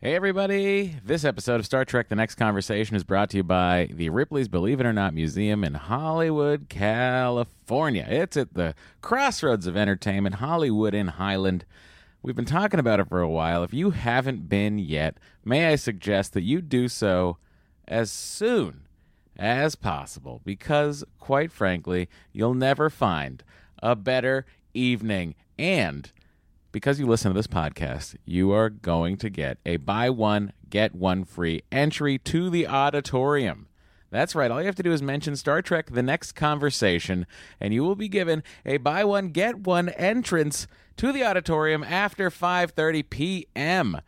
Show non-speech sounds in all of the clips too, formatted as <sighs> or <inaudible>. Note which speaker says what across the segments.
Speaker 1: Hey, everybody. This episode of Star Trek The Next Conversation is brought to you by the Ripley's Believe It or Not Museum in Hollywood, California. It's at the crossroads of entertainment, Hollywood in Highland. We've been talking about it for a while. If you haven't been yet, may I suggest that you do so as soon as possible because, quite frankly, you'll never find a better evening. And because you listen to this podcast, you are going to get a buy one, get one free entry to the auditorium. That's right. All you have to do is mention Star Trek The Next Conversation, and you will be given a buy one, get one entrance to the auditorium after 5.30 p.m.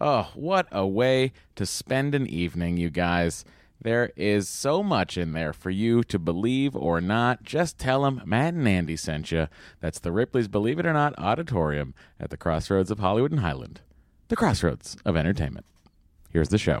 Speaker 1: Oh, what a way to spend an evening, you guys. There is so much in there for you to believe or not. Just tell them Matt and Andy sent you. That's the Ripley's Believe It or Not Auditorium at the crossroads of Hollywood and Highland, the crossroads of entertainment. Here's the show.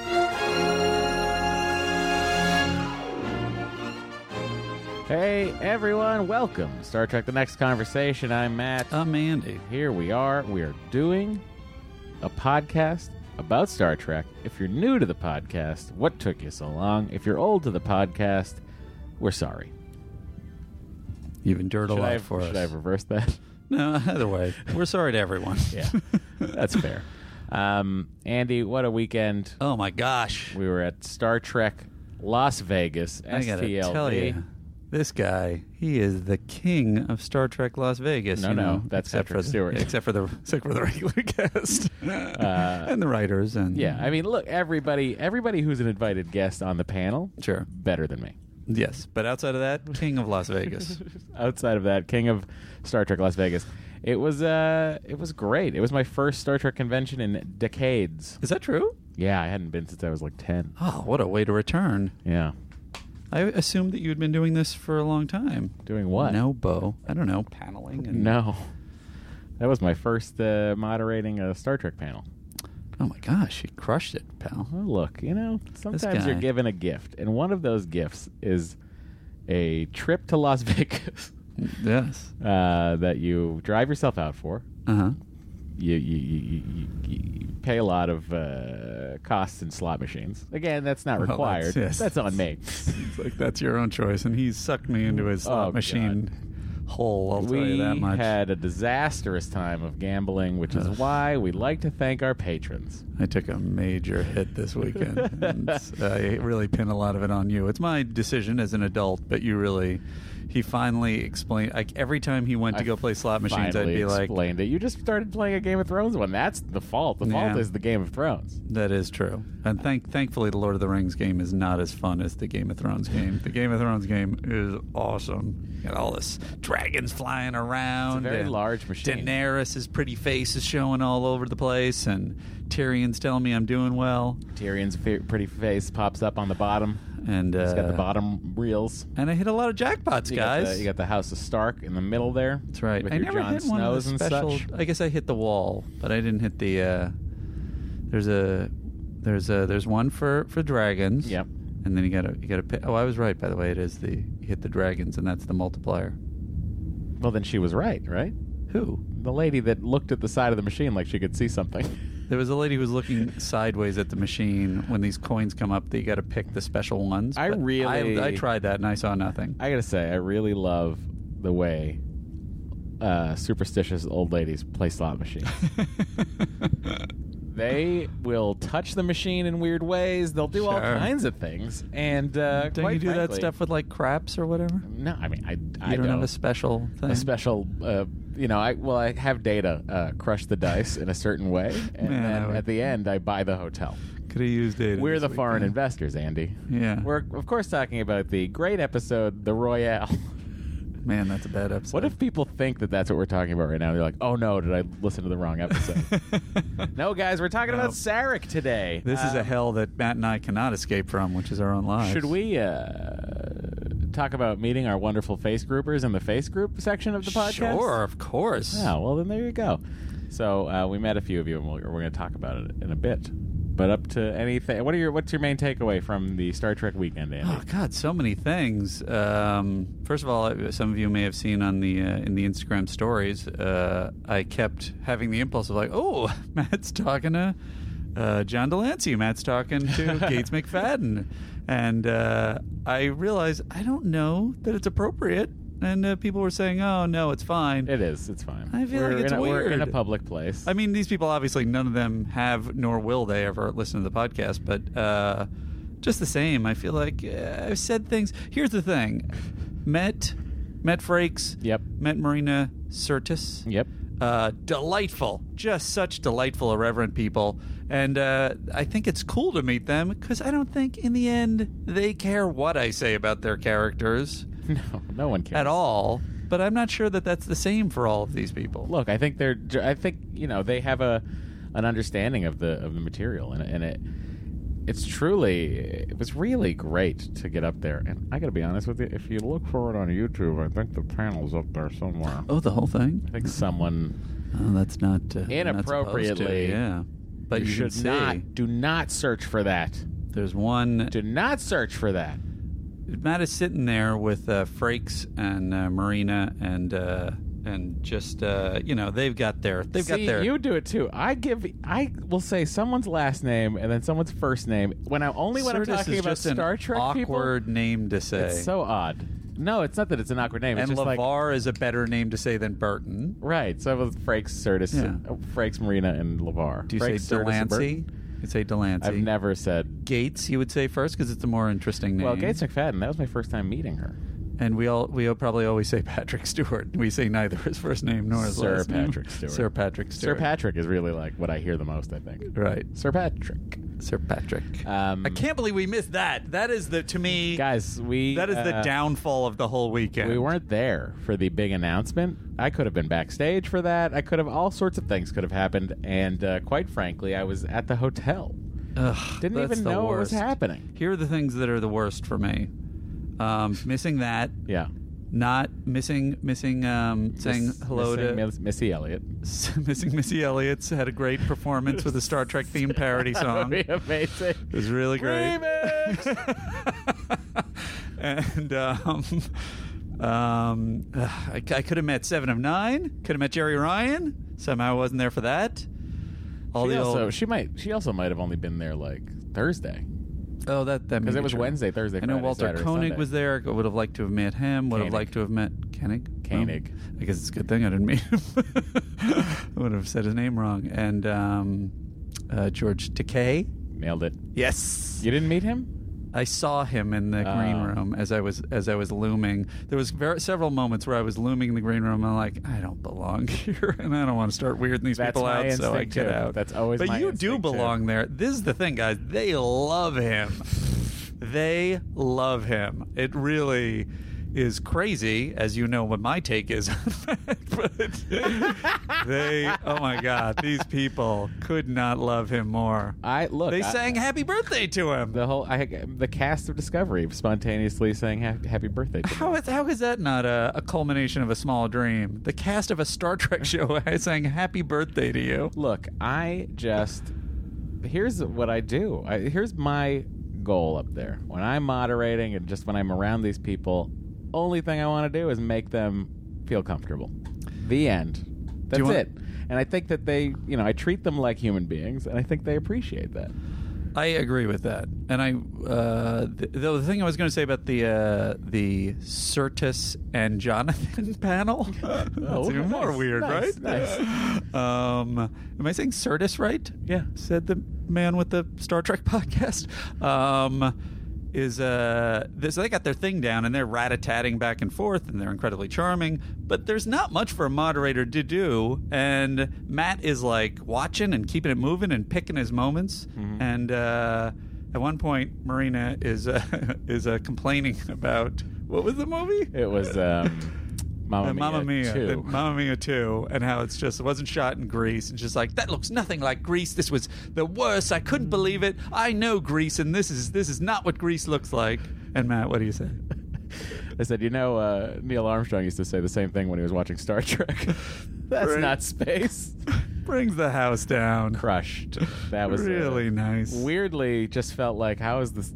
Speaker 1: Hey everyone, welcome. to Star Trek The Next Conversation. I'm Matt.
Speaker 2: I'm Andy.
Speaker 1: Here we are. We are doing a podcast about Star Trek. If you're new to the podcast, what took you so long? If you're old to the podcast, we're sorry.
Speaker 2: You've endured a
Speaker 1: Should,
Speaker 2: lot
Speaker 1: I,
Speaker 2: for
Speaker 1: should I
Speaker 2: us.
Speaker 1: reverse that?
Speaker 2: No, either way, we're sorry to everyone.
Speaker 1: <laughs> yeah, that's fair. Um, Andy, what a weekend.
Speaker 2: Oh my gosh.
Speaker 1: We were at Star Trek Las Vegas,
Speaker 2: I gotta
Speaker 1: STLV.
Speaker 2: tell you, this guy, he is the king of Star Trek Las Vegas.
Speaker 1: No,
Speaker 2: you
Speaker 1: no,
Speaker 2: know,
Speaker 1: that's
Speaker 2: except
Speaker 1: Patrick
Speaker 2: for, <laughs>
Speaker 1: Stewart.
Speaker 2: Except for the except for the regular guest and the writers and
Speaker 1: Uh, Yeah, I mean, look, everybody, everybody who's an invited guest on the panel,
Speaker 2: sure,
Speaker 1: better than me.
Speaker 2: yes. But outside of that, king of Las Vegas.
Speaker 1: <laughs> outside of that, King of Star Trek Las Vegas. It was uh it was great. It was my first Star Trek convention in decades.
Speaker 2: Is that true?
Speaker 1: Yeah, I hadn't been since I was like 10.
Speaker 2: Oh, what a way to return.
Speaker 1: Yeah.
Speaker 2: I assumed that you had been doing this for a long time.
Speaker 1: Doing what?
Speaker 2: No, Bo. I don't know. Paneling and
Speaker 1: No. That was my first uh, moderating a Star Trek panel.
Speaker 2: Oh my gosh, you crushed it, pal.
Speaker 1: Well, look, you know, sometimes you're
Speaker 2: guy.
Speaker 1: given a gift, and one of those gifts is a trip to Las <laughs> Vegas
Speaker 2: Yes.
Speaker 1: uh, that you drive yourself out for.
Speaker 2: Uh huh.
Speaker 1: you you, you, you, you you pay a lot of uh, costs in slot machines. Again, that's not
Speaker 2: Well, that's-
Speaker 1: required.
Speaker 2: yes.
Speaker 1: that's on me.
Speaker 2: It's like that's your own choice, and he sucked me into his slot
Speaker 1: Oh,
Speaker 2: machine hole. I'll tell
Speaker 1: we
Speaker 2: you that much.
Speaker 1: had a disastrous time of gambling, which is
Speaker 2: Ugh.
Speaker 1: why we like to thank our
Speaker 2: <laughs>
Speaker 1: patrons.
Speaker 2: I took a major hit this
Speaker 1: <laughs>
Speaker 2: weekend. and I really pin a lot of it on you. It's my decision as an adult, but you really. He finally explained. Like every time he went to
Speaker 1: I
Speaker 2: go play slot machines, I'd
Speaker 1: Finally
Speaker 2: be like,
Speaker 1: explained it. You just started playing a Game of Thrones one. That's the fault. The
Speaker 2: Yeah.
Speaker 1: fault is the Game of Thrones.
Speaker 2: That is true, and thank thankfully the Lord of the Rings game is not as fun as the Game of Thrones game. The Game of Thrones game is awesome. You got all this dragons flying around.
Speaker 1: very
Speaker 2: and
Speaker 1: large machine.
Speaker 2: Daenerys' pretty face is showing all over the place, and Tyrion's telling me I'm doing well.
Speaker 1: Tyrion's fe- pretty face pops up on the bottom.
Speaker 2: And uh,
Speaker 1: He's got the bottom reels.
Speaker 2: And I hit a lot of jackpots,
Speaker 1: You got,
Speaker 2: guys.
Speaker 1: the, you got the House of Stark in the middle there.
Speaker 2: That's right.
Speaker 1: With
Speaker 2: I
Speaker 1: your
Speaker 2: never
Speaker 1: Jon
Speaker 2: hit one of
Speaker 1: Snows
Speaker 2: the
Speaker 1: and
Speaker 2: special.
Speaker 1: such.
Speaker 2: I guess I hit the wall, but I didn't hit the. Uh, there's a there's a there's one for for dragons.
Speaker 1: Yep.
Speaker 2: And then you gotta you gotta. Pay, oh, I was right by the way. It is the you hit the dragons, and that's the multiplier.
Speaker 1: Well, then she was right, right?
Speaker 2: Who?
Speaker 1: The lady that looked at the side of the machine like she could see something.
Speaker 2: There was a lady who was looking <laughs> sideways at the machine when these coins come up. That you got to pick the special ones.
Speaker 1: I
Speaker 2: but
Speaker 1: really-
Speaker 2: I, I tried that and I saw nothing.
Speaker 1: I gotta say, I really love the way uh, superstitious old ladies play slot machines. they will touch the machine in weird ways. They'll do all
Speaker 2: Sure.
Speaker 1: kinds of things. And uh,
Speaker 2: Don't
Speaker 1: quite
Speaker 2: you do that
Speaker 1: frankly-
Speaker 2: stuff with like craps or whatever?
Speaker 1: No, I mean, I,
Speaker 2: You
Speaker 1: I
Speaker 2: don't have a special thing.
Speaker 1: a special uh, you know, I well, I have data uh, crush the dice in a
Speaker 2: <laughs>
Speaker 1: certain way, and
Speaker 2: Man, I
Speaker 1: then
Speaker 2: would-
Speaker 1: at the end, I buy the hotel.
Speaker 2: Could have used data.
Speaker 1: We're
Speaker 2: this
Speaker 1: the
Speaker 2: weekend.
Speaker 1: foreign investors, Andy.
Speaker 2: Yeah.
Speaker 1: We're of course talking about the great episode, the Royale.
Speaker 2: Man, that's a bad episode.
Speaker 1: What if people think that that's what we're talking about right now? They're like, "Oh no, did I listen to the wrong episode?" no, guys, we're talking
Speaker 2: No.
Speaker 1: about Sarek today.
Speaker 2: <laughs> This is a
Speaker 1: Um,
Speaker 2: hell that Matt and I cannot escape from, which is our own lives.
Speaker 1: Should we uh, talk about meeting our wonderful face groupers in the face group section of the podcast?
Speaker 2: Sure, of course.
Speaker 1: Yeah, well, then there you go. So uh, we met a few of you, and we'll, we're going to talk about it in a bit. But up to anything, what are your what's your main takeaway from the Star Trek weekend, Andy?
Speaker 2: Oh God, so many things. Um, first of all, some of you may have seen on the uh, in the Instagram stories. Uh, I kept having the impulse of like, oh, <laughs> Matt's talking to uh, John Delancey. Matt's talking to
Speaker 1: <laughs>
Speaker 2: Gates McFadden, and uh, I realized I don't know that it's appropriate. And uh, people were saying, oh no, it's fine.
Speaker 1: It is. It's fine.
Speaker 2: <sighs> I feel
Speaker 1: we're
Speaker 2: like it's
Speaker 1: in a, We're in a
Speaker 2: weird.
Speaker 1: public place.
Speaker 2: I mean, these people obviously none of them have, nor will they ever listen to the podcast. But uh, just the same, I feel like uh, I've said things. Here's the thing: met, met Frakes,
Speaker 1: Yep.
Speaker 2: met Marina Sirtis.
Speaker 1: Yep.
Speaker 2: Uh, delightful, just such delightful, irreverent people, and uh, I think it's cool to meet them because I don't think in the end they care what I say about their characters
Speaker 1: <laughs> No, no one cares
Speaker 2: at all. But I'm not sure that that's the same for all of these people.
Speaker 1: Look, I think they're. I think you know they have a an understanding of the of the material, and, and it it's truly it was really great to get up there. And I got to be honest with you, if you look for it on YouTube, I think the panel's up there somewhere.
Speaker 2: Oh, the whole thing.
Speaker 1: I think someone
Speaker 2: Oh, that's not uh, Not supposed
Speaker 1: Inappropriately.
Speaker 2: to, yeah, but you,
Speaker 1: you,
Speaker 2: can
Speaker 1: should
Speaker 2: see
Speaker 1: not do not search for that.
Speaker 2: There's one.
Speaker 1: Do not search for that.
Speaker 2: Matt is sitting there with uh, Frakes and uh, Marina and uh, and just uh, you know they've got their they've
Speaker 1: See,
Speaker 2: got their
Speaker 1: you do it too. I give I will say someone's last name and then someone's first name when I only when
Speaker 2: Sirtis
Speaker 1: I'm talking
Speaker 2: is
Speaker 1: about
Speaker 2: just an
Speaker 1: Star Trek
Speaker 2: awkward name to
Speaker 1: people.
Speaker 2: say.
Speaker 1: It's so odd. No, it's not that it's an awkward name. It's
Speaker 2: and
Speaker 1: just like
Speaker 2: Lavar is a better name to say than Burton.
Speaker 1: right. So it was Frakes, Sirtis,
Speaker 2: Yeah.
Speaker 1: oh, Frakes, Marina, and Lavar.
Speaker 2: Do you
Speaker 1: Frakes,
Speaker 2: say
Speaker 1: Sirtis, and Bert.
Speaker 2: Delancey? You say Delancey.
Speaker 1: I've never said.
Speaker 2: Gates, you would say first because it's a more interesting name.
Speaker 1: Well, Gates McFadden. That was my first time meeting her.
Speaker 2: And we all we all probably always say Patrick Stewart. We say neither his first name nor his
Speaker 1: Sir
Speaker 2: last name.
Speaker 1: Patrick Stewart.
Speaker 2: Sir Patrick
Speaker 1: Sir
Speaker 2: Stewart.
Speaker 1: Patrick is really like what I hear the most. I think.
Speaker 2: Right.
Speaker 1: Sir Patrick.
Speaker 2: Sir Patrick.
Speaker 1: Um,
Speaker 2: I can't believe we missed that. That is the to me
Speaker 1: guys. We
Speaker 2: that is the
Speaker 1: uh,
Speaker 2: downfall of the whole weekend.
Speaker 1: We weren't there for the big announcement. I could have been backstage for that. I could have all sorts of things could have happened. And uh, quite frankly, I was at the hotel.
Speaker 2: Ugh,
Speaker 1: Didn't
Speaker 2: that's
Speaker 1: even
Speaker 2: the
Speaker 1: know it was
Speaker 2: worst.
Speaker 1: happening.
Speaker 2: Here are the things that are the worst for me. Um, missing that,
Speaker 1: Yeah,
Speaker 2: not missing missing um, saying
Speaker 1: Miss-
Speaker 2: hello
Speaker 1: missing
Speaker 2: to
Speaker 1: Miss- Missy Elliott.
Speaker 2: <laughs> missing Missy Elliott's had a great performance with a Star Trek themed
Speaker 1: <laughs>
Speaker 2: parody song.
Speaker 1: That'd be amazing.
Speaker 2: It was really great.
Speaker 1: Remix!
Speaker 2: <laughs> and um, um, ugh, I, I could have met Seven of Nine. Could have met Jerry Ryan. Somehow I wasn't there for that. All
Speaker 1: she
Speaker 2: the
Speaker 1: also
Speaker 2: old,
Speaker 1: she might she also might have only been there like Thursday
Speaker 2: oh that that
Speaker 1: because
Speaker 2: may
Speaker 1: it
Speaker 2: be
Speaker 1: was
Speaker 2: true.
Speaker 1: Wednesday, Thursday.
Speaker 2: I know
Speaker 1: Friday,
Speaker 2: Walter
Speaker 1: Saturday,
Speaker 2: Koenig
Speaker 1: Sunday.
Speaker 2: was there. I would have liked to have met him. Would
Speaker 1: Koenig.
Speaker 2: have liked to have met Koenig. No.
Speaker 1: Koenig.
Speaker 2: I guess it's a good thing I didn't meet him. <laughs> I would have said his name wrong. And um, uh, George Takei.
Speaker 1: Nailed it.
Speaker 2: Yes.
Speaker 1: You didn't meet him?
Speaker 2: I saw him in the green
Speaker 1: Oh.
Speaker 2: room as I was as I was looming. There was ver- several moments where I was looming in the green room. And I'm like, I don't belong <laughs> here, and I don't want to start weirding these
Speaker 1: That's
Speaker 2: people
Speaker 1: my
Speaker 2: out, so I
Speaker 1: instinct,
Speaker 2: get
Speaker 1: too.
Speaker 2: out.
Speaker 1: That's always
Speaker 2: But
Speaker 1: my
Speaker 2: you do
Speaker 1: instinct, too.
Speaker 2: belong there. This is the thing, guys. They love him. they love him. It really is crazy, as you know what my take is. on that, <laughs> but they, oh my God, these people could not love him more.
Speaker 1: I look.
Speaker 2: They
Speaker 1: I-
Speaker 2: sang "Happy Birthday" to him.
Speaker 1: the whole I, the cast of Discovery spontaneously saying ha- "Happy Birthday." To me.
Speaker 2: How is how is that not a, a culmination of a small dream? The cast of a Star Trek <laughs> show saying "Happy Birthday" to you.
Speaker 1: Look, I just here's what I do. I, here's my goal up there. When I'm moderating and just when I'm around these people, only thing I want to do is make them feel comfortable. The end. That's
Speaker 2: you want-
Speaker 1: it. And I think that they, you know, I treat them like human beings, and I think they appreciate that.
Speaker 2: I agree with that. And I, uh, th- though the thing I was going to say about the uh, the Certus and Jonathan
Speaker 1: <laughs>
Speaker 2: panel, that's even
Speaker 1: Oh, nice,
Speaker 2: more weird,
Speaker 1: nice,
Speaker 2: right? <laughs> Um, am I saying Certus right?
Speaker 1: Yeah.
Speaker 2: <laughs> said the man with the Star Trek podcast. Um, is uh this they got their thing down and they're rat-a-tatting back and forth and they're incredibly charming but there's not much for a moderator to do and matt is like watching and keeping it moving and picking his moments
Speaker 1: Mm-hmm.
Speaker 2: and uh at one point marina is uh, <laughs> is uh, complaining <laughs> about what was the movie
Speaker 1: It was
Speaker 2: <laughs>
Speaker 1: um, Mamma
Speaker 2: uh,
Speaker 1: Mia.
Speaker 2: Mamma Mia,
Speaker 1: too.
Speaker 2: the Mamma Mia two, and how it's just it wasn't shot in Greece, and just like that looks nothing like Greece. This was the worst. I couldn't believe it. I know Greece, and this is this is not what Greece looks like. And Matt, what do you say?
Speaker 1: <laughs> I said, you know, uh, Neil Armstrong used to say the same thing when he was watching
Speaker 2: <laughs>
Speaker 1: Star Trek. That's
Speaker 2: Right.
Speaker 1: not <laughs> space.
Speaker 2: <laughs> Brings the house down.
Speaker 1: Crushed. That was uh,
Speaker 2: really nice.
Speaker 1: Weirdly, just felt like, how is this?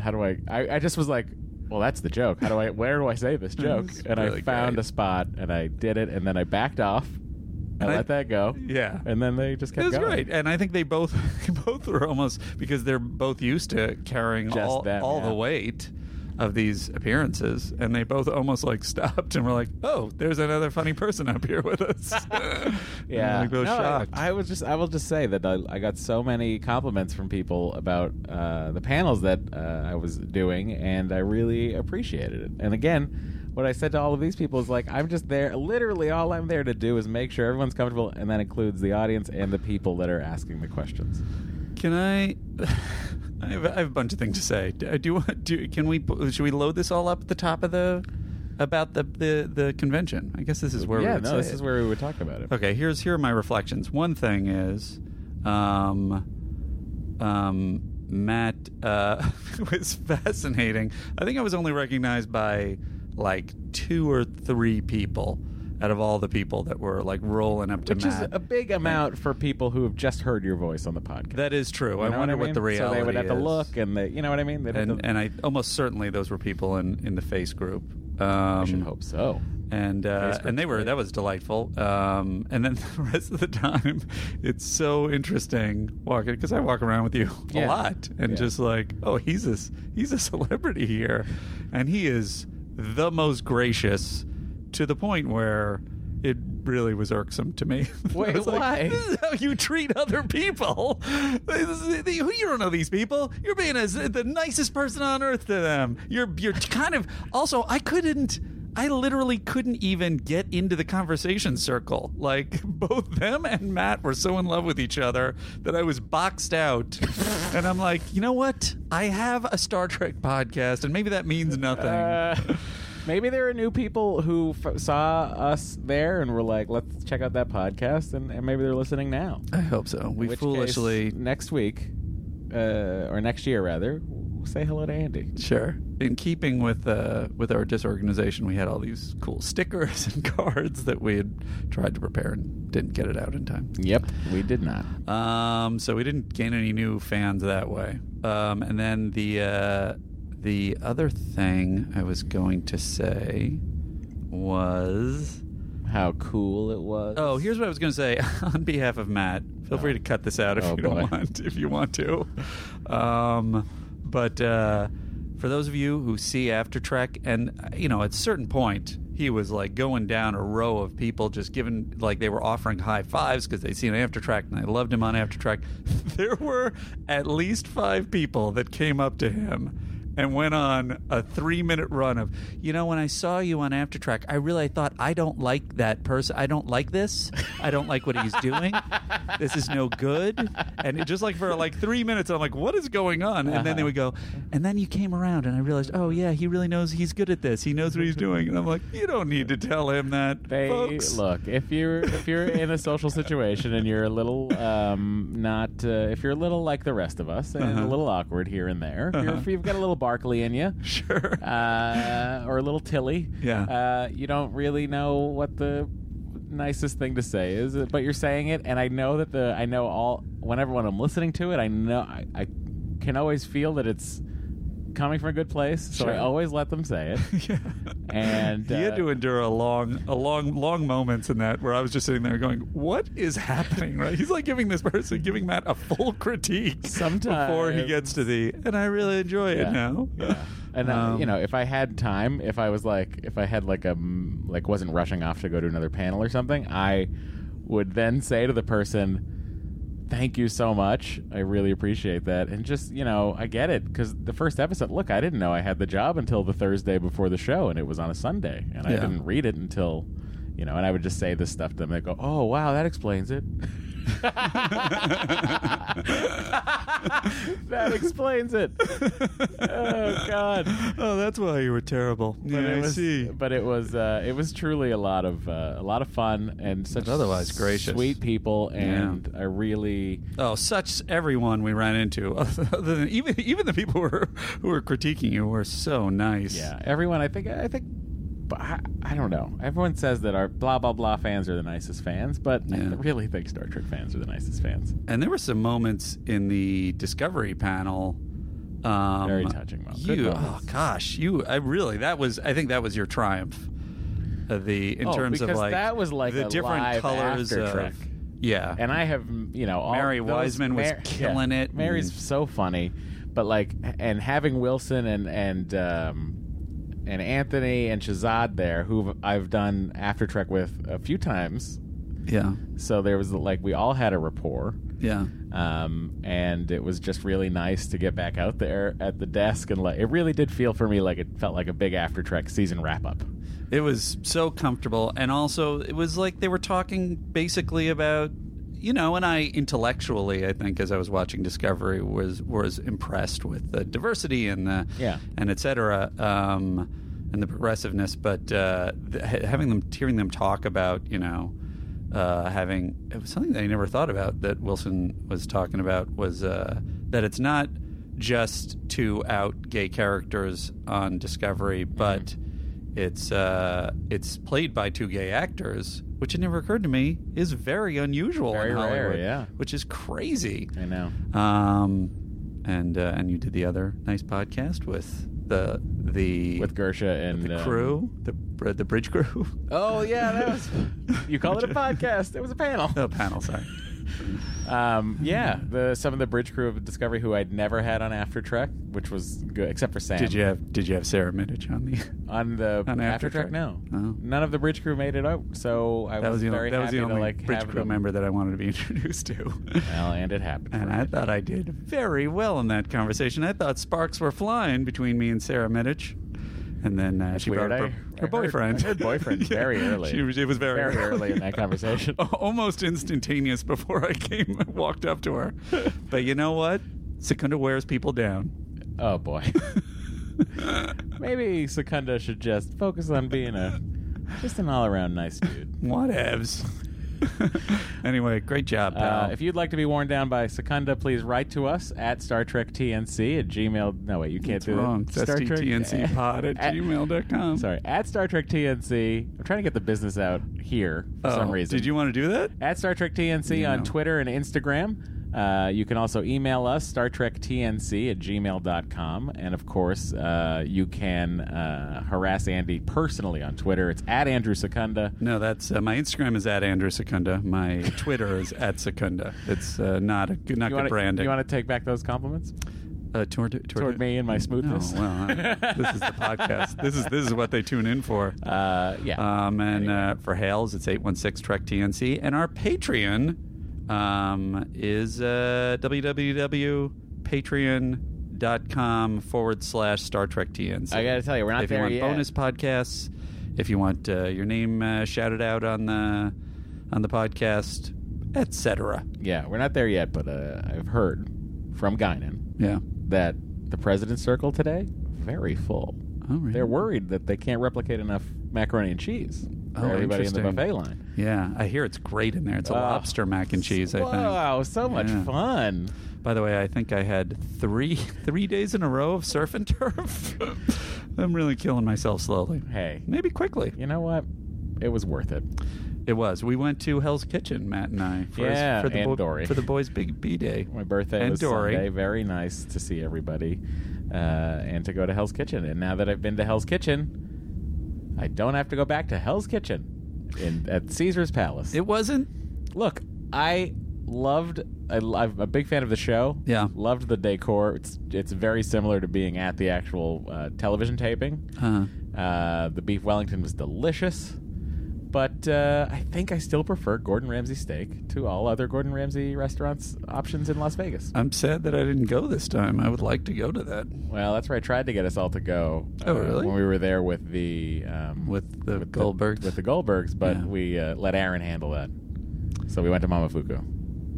Speaker 1: How do I, I? I just was like, well, that's the joke. How do I? Where do I
Speaker 2: <laughs>
Speaker 1: say this joke?
Speaker 2: That's
Speaker 1: And I
Speaker 2: really
Speaker 1: found
Speaker 2: great.
Speaker 1: a spot, and I did it, and then I backed off. I
Speaker 2: And I-
Speaker 1: let that go,
Speaker 2: Yeah.
Speaker 1: and then they just
Speaker 2: It
Speaker 1: kept
Speaker 2: was
Speaker 1: going.
Speaker 2: great, and I think they both <laughs> they both were almost because they're both used to carrying
Speaker 1: Just
Speaker 2: all,
Speaker 1: them,
Speaker 2: all
Speaker 1: yeah.
Speaker 2: the weight of these appearances, and they both almost like stopped and were like, "Oh, there's another funny person up here with us." <laughs>
Speaker 1: Yeah,
Speaker 2: like, both
Speaker 1: No, I-
Speaker 2: shocked.
Speaker 1: I, was just, I will just say that uh, I, I got so many compliments from people about uh, the panels that uh, I was doing, and I really appreciated it. And again, what I said to all of these people is like, I'm just there. Literally, all I'm there to do is make sure everyone's comfortable, and that includes the audience and the people that are asking the questions.
Speaker 2: Can I? <laughs> I have, I have a bunch of things to say. Do, do, you want- do can we? Should we load this all up at the top of the about the the, the convention? I guess this is where we
Speaker 1: yeah,
Speaker 2: would
Speaker 1: no,
Speaker 2: say
Speaker 1: this
Speaker 2: it.
Speaker 1: is where we would talk about it.
Speaker 2: Okay, here's here are my reflections. One thing is, um, um, Matt uh, <laughs> was fascinating. I think I was only recognized by like two or three people out of all the people that were like rolling up to
Speaker 1: Which is
Speaker 2: Matt.
Speaker 1: a big amount for people who have just heard your voice on the podcast.
Speaker 2: that is true.
Speaker 1: You
Speaker 2: I
Speaker 1: know
Speaker 2: wonder
Speaker 1: what, I mean?
Speaker 2: what the reality
Speaker 1: So they would have
Speaker 2: is.
Speaker 1: to look, and they, you know what I mean. They'd have
Speaker 2: and
Speaker 1: to,
Speaker 2: and I almost certainly those were people in in the face group. Um,
Speaker 1: I should hope so.
Speaker 2: and
Speaker 1: Face
Speaker 2: uh,
Speaker 1: group's
Speaker 2: and they were
Speaker 1: great.
Speaker 2: that was delightful. Um, and then <laughs> the rest of the time, it's so interesting walking because I walk around with you a
Speaker 1: Yeah.
Speaker 2: lot and
Speaker 1: Yeah.
Speaker 2: just like oh he's this he's a <laughs> celebrity here, and he is the most gracious to the point where. It really was irksome to me. <laughs> I
Speaker 1: Wait,
Speaker 2: was
Speaker 1: why?
Speaker 2: This is how you treat other people. <laughs> This is the- you don't know these people. You're being as the nicest person on earth to them. You're you're kind of also. I couldn't. I literally couldn't even get into the conversation circle. Like <laughs> both them and Matt were so in love with each other that I was boxed out. and I'm like, you know what? I have a Star Trek podcast, and maybe that means <laughs> nothing.
Speaker 1: Uh, maybe there are new people who f- saw us there and were like, "Let's check out that podcast," and, and maybe they're listening now.
Speaker 2: I hope so. We
Speaker 1: In which case,
Speaker 2: foolishly
Speaker 1: next week, uh, or next year rather, we'll say hello to Andy.
Speaker 2: Sure. In keeping with uh, with our disorganization, we had all these cool stickers <laughs> and cards that we had tried to prepare and didn't get it out in time.
Speaker 1: Yep, we did not.
Speaker 2: Um, so we didn't gain any new fans that way. Um, and then the uh, the other thing I was going to say was
Speaker 1: How cool it was!
Speaker 2: oh, here's what I was going to say <laughs> on behalf of Matt. Feel
Speaker 1: Oh.
Speaker 2: free to cut this out if
Speaker 1: Oh,
Speaker 2: you don't
Speaker 1: boy.
Speaker 2: want if you want to. Um, but uh, for those of you who see After Trek, and uh, you know, at a certain point, he was like going down a row of people, just giving like they were offering high fives because they'd seen After Trek and they loved him on After Trek. <laughs> there were at least five people that came up to him. And went on a three minute run of, you know, when I saw you on After Trek, I really thought, I don't like that person. I don't like this. I don't like what he's doing. This is no good. And it just like for like three minutes, I'm like, what is going on? And
Speaker 1: Uh-huh.
Speaker 2: then they would go, and then you came around and I realized, oh yeah, he really knows he's good at this. He knows what he's doing. And I'm like, you don't need to tell him that.
Speaker 1: They
Speaker 2: folks.
Speaker 1: look if you're if you're in a social situation and you're a little um, not uh, if you're a little like the rest of us and
Speaker 2: Uh-huh.
Speaker 1: a little awkward here and there, if, you're, if you've got a little Barkley in you,
Speaker 2: Sure.
Speaker 1: uh, or a little tilly.
Speaker 2: Yeah.
Speaker 1: Uh, you don't really know what the nicest thing to say is, but you're saying it, and I know that the I know all whenever when I'm listening to it, I know I, I can always feel that it's coming from a good place, so I
Speaker 2: Sure.
Speaker 1: always let them say
Speaker 2: <laughs>
Speaker 1: it.
Speaker 2: yeah.
Speaker 1: And
Speaker 2: he
Speaker 1: uh,
Speaker 2: had to endure a long, a long, long moments in that where I was just sitting there going, "What is happening?" Right? He's like giving this person, giving Matt a full critique before he
Speaker 1: Sometimes.
Speaker 2: gets to the, and I really enjoy it
Speaker 1: Yeah.
Speaker 2: now. Um,
Speaker 1: Yeah. And uh, you know, if I had time, if I was like, if I had like a m- like wasn't rushing off to go to another panel or something, I would then say to the person, thank you so much. I really appreciate that. And just, you know, I get it because the first episode, look, I didn't know I had the job until the Thursday before the show, and it was on a Sunday, and I
Speaker 2: Yeah.
Speaker 1: didn't read it until, you know, and I would just say this stuff to them. They go, "Oh, wow, that explains it." <laughs> that explains it. <laughs> Oh God.
Speaker 2: Oh, that's why you were terrible.
Speaker 1: But it was, but it was, uh, it was truly a lot of, uh, a lot of fun and such
Speaker 2: But otherwise gracious.
Speaker 1: sweet people, and I really,
Speaker 2: Oh, such everyone we ran into, <laughs> other than even even the people who were, who were critiquing you were so nice.
Speaker 1: Yeah, everyone. I think. I think. but I, I don't know. Everyone says that our blah blah blah fans are the nicest fans, but I
Speaker 2: Yeah.
Speaker 1: <laughs> really think Star Trek fans are the nicest fans.
Speaker 2: And there were some moments in the Discovery panel. Um,
Speaker 1: Very touching moments. Good
Speaker 2: You, oh
Speaker 1: moments.
Speaker 2: gosh, you. I really that was. I think that was your triumph. Uh, the in
Speaker 1: Oh,
Speaker 2: terms of
Speaker 1: because
Speaker 2: like
Speaker 1: that was like
Speaker 2: the
Speaker 1: a
Speaker 2: different
Speaker 1: live
Speaker 2: colors
Speaker 1: after
Speaker 2: of
Speaker 1: Trek.
Speaker 2: yeah.
Speaker 1: And I have, mm, you know, all
Speaker 2: Mary
Speaker 1: those-
Speaker 2: Wiseman was killing it,
Speaker 1: Mary's
Speaker 2: and-
Speaker 1: so funny, but like, and having Wilson and and um, and Anthony and Shazad there, who I've done After Trek with a few times.
Speaker 2: yeah,
Speaker 1: So there was like we all had a rapport.
Speaker 2: yeah.
Speaker 1: um, and it was just really nice to get back out there at the desk and like it really did feel for me like it felt like a big after trek season wrap up
Speaker 2: It was so comfortable, and also it was like they were talking basically about you know, and I intellectually, I think, as I was watching Discovery, was was impressed with the diversity and the
Speaker 1: Yeah.
Speaker 2: and et cetera, um, and the progressiveness. But uh, th- ha- having them, hearing them talk about, you know, uh, having it was something that I never thought about that Wilson was talking about was uh, that it's not just to out gay characters on Discovery, but it's uh, it's played by two gay actors, which it never occurred to me is very unusual
Speaker 1: Very
Speaker 2: in
Speaker 1: rare,
Speaker 2: Hollywood,
Speaker 1: yeah.
Speaker 2: which is crazy.
Speaker 1: i know
Speaker 2: Um, and uh, and you did the other nice podcast with the the
Speaker 1: with gersha and
Speaker 2: the
Speaker 1: um,
Speaker 2: crew, the br- the bridge crew. <laughs>
Speaker 1: oh yeah that <laughs> was you call it a podcast it was a panel
Speaker 2: oh, panel, sorry.
Speaker 1: um, yeah the some of the bridge crew of discovery who i'd never had on after trek which was good except for sam
Speaker 2: Did you have did you have Sarah Middich on the?
Speaker 1: on the
Speaker 2: on
Speaker 1: after
Speaker 2: After
Speaker 1: trek
Speaker 2: Trek?
Speaker 1: no
Speaker 2: Oh.
Speaker 1: none of the bridge crew made it out so i
Speaker 2: That was the
Speaker 1: very
Speaker 2: only, that was the
Speaker 1: happy
Speaker 2: only
Speaker 1: to like
Speaker 2: bridge
Speaker 1: have
Speaker 2: crew
Speaker 1: them. <laughs>
Speaker 2: member that I wanted to be introduced to.
Speaker 1: well and it happened
Speaker 2: And
Speaker 1: for
Speaker 2: I
Speaker 1: me.
Speaker 2: thought I did <laughs> very well in that conversation. I thought sparks were flying between me and Sarah Middich. And then uh, she
Speaker 1: weird.
Speaker 2: brought
Speaker 1: I-
Speaker 2: up her,
Speaker 1: I
Speaker 2: her
Speaker 1: heard-
Speaker 2: boyfriend.
Speaker 1: I
Speaker 2: <laughs>
Speaker 1: heard boyfriend very early.
Speaker 2: She, was- it was very,
Speaker 1: Very
Speaker 2: <laughs>
Speaker 1: early in that conversation.
Speaker 2: Almost instantaneous before I came walked up to
Speaker 1: <laughs>
Speaker 2: her. But you know what? Secunda wears people down.
Speaker 1: Oh boy. <laughs> Maybe Secunda should just focus on being a just an all around nice dude.
Speaker 2: <laughs> Whatevs. anyway, great job, pal.
Speaker 1: Uh, if you'd like to be worn down by Secunda, please write to us at Star Trek TNC at Gmail. No, wait, you can't
Speaker 2: it's
Speaker 1: do
Speaker 2: wrong.
Speaker 1: that. Star Trek- <laughs>
Speaker 2: STTNC pod at, gmail.com.
Speaker 1: Sorry, at Star Trek TNC. I'm trying to get the business out here for
Speaker 2: Oh,
Speaker 1: some reason.
Speaker 2: Did you want to do that?
Speaker 1: at Star Trek TNC
Speaker 2: You
Speaker 1: on
Speaker 2: know.
Speaker 1: Twitter and Instagram. Uh, you can also email us, Star Trek TNC at gmail.com. And of course, uh, you can uh, harass Andy personally on Twitter. It's at Andrew Secunda.
Speaker 2: No, that's uh, my Instagram is at Andrew Secunda. My Twitter is at Secunda. It's uh, not a good, not
Speaker 1: You
Speaker 2: good
Speaker 1: wanna-
Speaker 2: branding.
Speaker 1: You want to take back those compliments
Speaker 2: uh, toward, toward,
Speaker 1: toward me and my
Speaker 2: No,
Speaker 1: smoothness?
Speaker 2: well, I- this is the podcast. This is this is what they tune in for.
Speaker 1: <laughs> uh, yeah.
Speaker 2: Um, and uh, for Hales, it's eight one six Trek TNC, and our Patreon um, is uh, www.patreon.com forward slash Star Trek TNC.
Speaker 1: I got to tell you, we're not
Speaker 2: if
Speaker 1: there
Speaker 2: you want
Speaker 1: yet.
Speaker 2: bonus podcasts, if you want uh, your name uh, shouted out on the on the podcast, etc.
Speaker 1: Yeah, we're not there yet, but uh, I've heard from Guinan
Speaker 2: Yeah.
Speaker 1: that the President's Circle today, very full.
Speaker 2: All right.
Speaker 1: They're worried that they can't replicate enough macaroni and cheese for
Speaker 2: Oh,
Speaker 1: everybody in the
Speaker 2: interesting.
Speaker 1: buffet line.
Speaker 2: Yeah, I hear it's great in there. It's a
Speaker 1: Oh.
Speaker 2: lobster mac and cheese. I think.
Speaker 1: Wow, so much
Speaker 2: Yeah.
Speaker 1: fun.
Speaker 2: By the way, I think I had three <laughs> three days in a row of surf and turf. <laughs> I'm really killing myself slowly.
Speaker 1: Hey,
Speaker 2: Maybe quickly.
Speaker 1: you know what? It was worth it.
Speaker 2: It was. We went to Hell's Kitchen, Matt and I, for,
Speaker 1: Yeah,
Speaker 2: for the
Speaker 1: and Dory.
Speaker 2: for the boys' big B day.
Speaker 1: My birthday
Speaker 2: And
Speaker 1: was
Speaker 2: Dory.
Speaker 1: Sunday. Very nice to see everybody uh, and to go to Hell's Kitchen. And now that I've been to Hell's Kitchen, I don't have to go back to Hell's Kitchen in, at Caesar's Palace.
Speaker 2: It wasn't.
Speaker 1: Look, I loved. I, am a big fan of the show.
Speaker 2: Yeah.
Speaker 1: loved the decor. It's it's very similar to being at the actual uh, television taping.
Speaker 2: Uh,
Speaker 1: Uh, the beef Wellington was delicious. But uh, I think I still prefer Gordon Ramsay steak to all other Gordon Ramsay restaurants options in Las Vegas.
Speaker 2: I'm sad that I didn't go this time. I would like to go to that
Speaker 1: Well, that's where I tried to get us all to go.
Speaker 2: Oh, really?
Speaker 1: uh, When we were there with the um,
Speaker 2: with the Goldbergs.
Speaker 1: with the Goldbergs, but
Speaker 2: Yeah.
Speaker 1: we uh, let Aaron handle that. So we went to Mama Fuku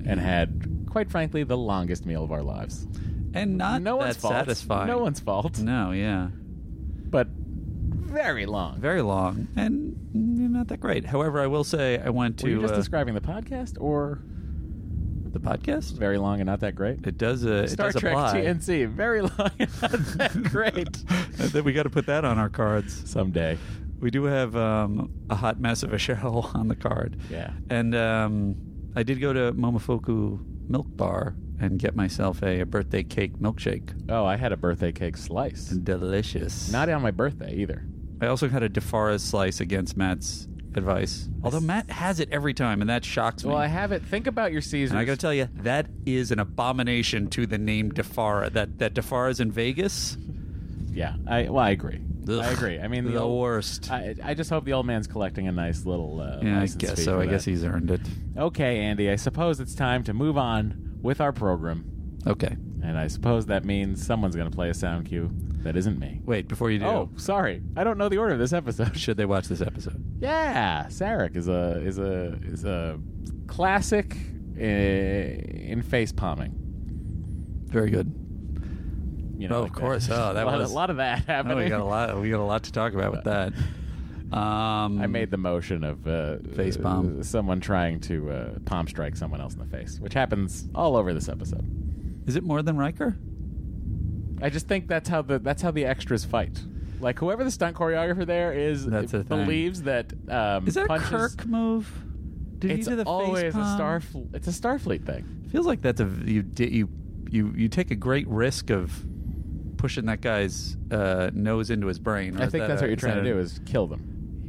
Speaker 2: Mm.
Speaker 1: and had, quite frankly, the longest meal of our lives.
Speaker 2: and not
Speaker 1: no
Speaker 2: that
Speaker 1: one's fault.
Speaker 2: satisfying.
Speaker 1: No one's fault,
Speaker 2: No, yeah,
Speaker 1: but very long.
Speaker 2: very long and mm, not that great. However, I will say I went
Speaker 1: Were you
Speaker 2: to
Speaker 1: just
Speaker 2: uh,
Speaker 1: describing the podcast, or
Speaker 2: the podcast.
Speaker 1: very long and not that great?
Speaker 2: It does uh, it
Speaker 1: Star
Speaker 2: does
Speaker 1: Trek
Speaker 2: apply.
Speaker 1: TNC, very long <laughs> and not that great.
Speaker 2: I think we got to put <laughs> that on our cards.
Speaker 1: Someday,
Speaker 2: We do have um, a hot mess of a show <laughs> on the card.
Speaker 1: yeah.
Speaker 2: And um, I did go to Momofuku Milk Bar and get myself a, a birthday cake milkshake.
Speaker 1: Oh, I had a birthday cake slice.
Speaker 2: Delicious.
Speaker 1: Not on my birthday either.
Speaker 2: I also had a DeFara's slice against Matt's advice. Although Matt has it every time, and that shocks me.
Speaker 1: Well, I have it. Think about your Caesars.
Speaker 2: and I got to tell you, that is an abomination to the name DeFara. That that DeFara's in Vegas.
Speaker 1: yeah. I well, I agree. I agree. I mean, the,
Speaker 2: the
Speaker 1: old,
Speaker 2: worst.
Speaker 1: I, I just hope the old man's collecting a nice little. Uh,
Speaker 2: yeah, I
Speaker 1: license
Speaker 2: guess
Speaker 1: fee
Speaker 2: so.
Speaker 1: for
Speaker 2: I guess
Speaker 1: that.
Speaker 2: he's earned it.
Speaker 1: Okay, Andy. I suppose it's time to move on with our program,
Speaker 2: Okay.
Speaker 1: and I suppose that means someone's going to play a sound cue that isn't me.
Speaker 2: Wait, before you do,
Speaker 1: Oh, sorry. I don't know the order of this episode.
Speaker 2: should they watch this episode?
Speaker 1: yeah, Sarek is a is a is a classic uh, in face palming.
Speaker 2: Very good.
Speaker 1: You know,
Speaker 2: Oh,
Speaker 1: like
Speaker 2: of course.
Speaker 1: <laughs>
Speaker 2: Oh, that
Speaker 1: a lot,
Speaker 2: was-
Speaker 1: a lot of that
Speaker 2: Oh,
Speaker 1: happening.
Speaker 2: we got a lot. We got a lot to talk about with
Speaker 1: <laughs>
Speaker 2: that. Um,
Speaker 1: I made the motion of uh,
Speaker 2: Face palm.
Speaker 1: uh, someone trying to uh, palm strike someone else in the face, which happens all over this episode.
Speaker 2: Is it more than Riker?
Speaker 1: I just think that's how the that's how the extras fight. Like whoever the stunt choreographer there is
Speaker 2: That's the thing.
Speaker 1: believes that um,
Speaker 2: Is that
Speaker 1: punches,
Speaker 2: a Kirk move? Did
Speaker 1: It's
Speaker 2: he do the
Speaker 1: always
Speaker 2: face
Speaker 1: a
Speaker 2: palm?
Speaker 1: starfl- It's a Starfleet thing.
Speaker 2: Feels like that's a you di- you you you take a great risk of pushing that guy's uh, nose into his brain. or
Speaker 1: I
Speaker 2: is
Speaker 1: think
Speaker 2: that
Speaker 1: that's
Speaker 2: a-
Speaker 1: what you're trying to
Speaker 2: that
Speaker 1: do
Speaker 2: a-
Speaker 1: is kill them.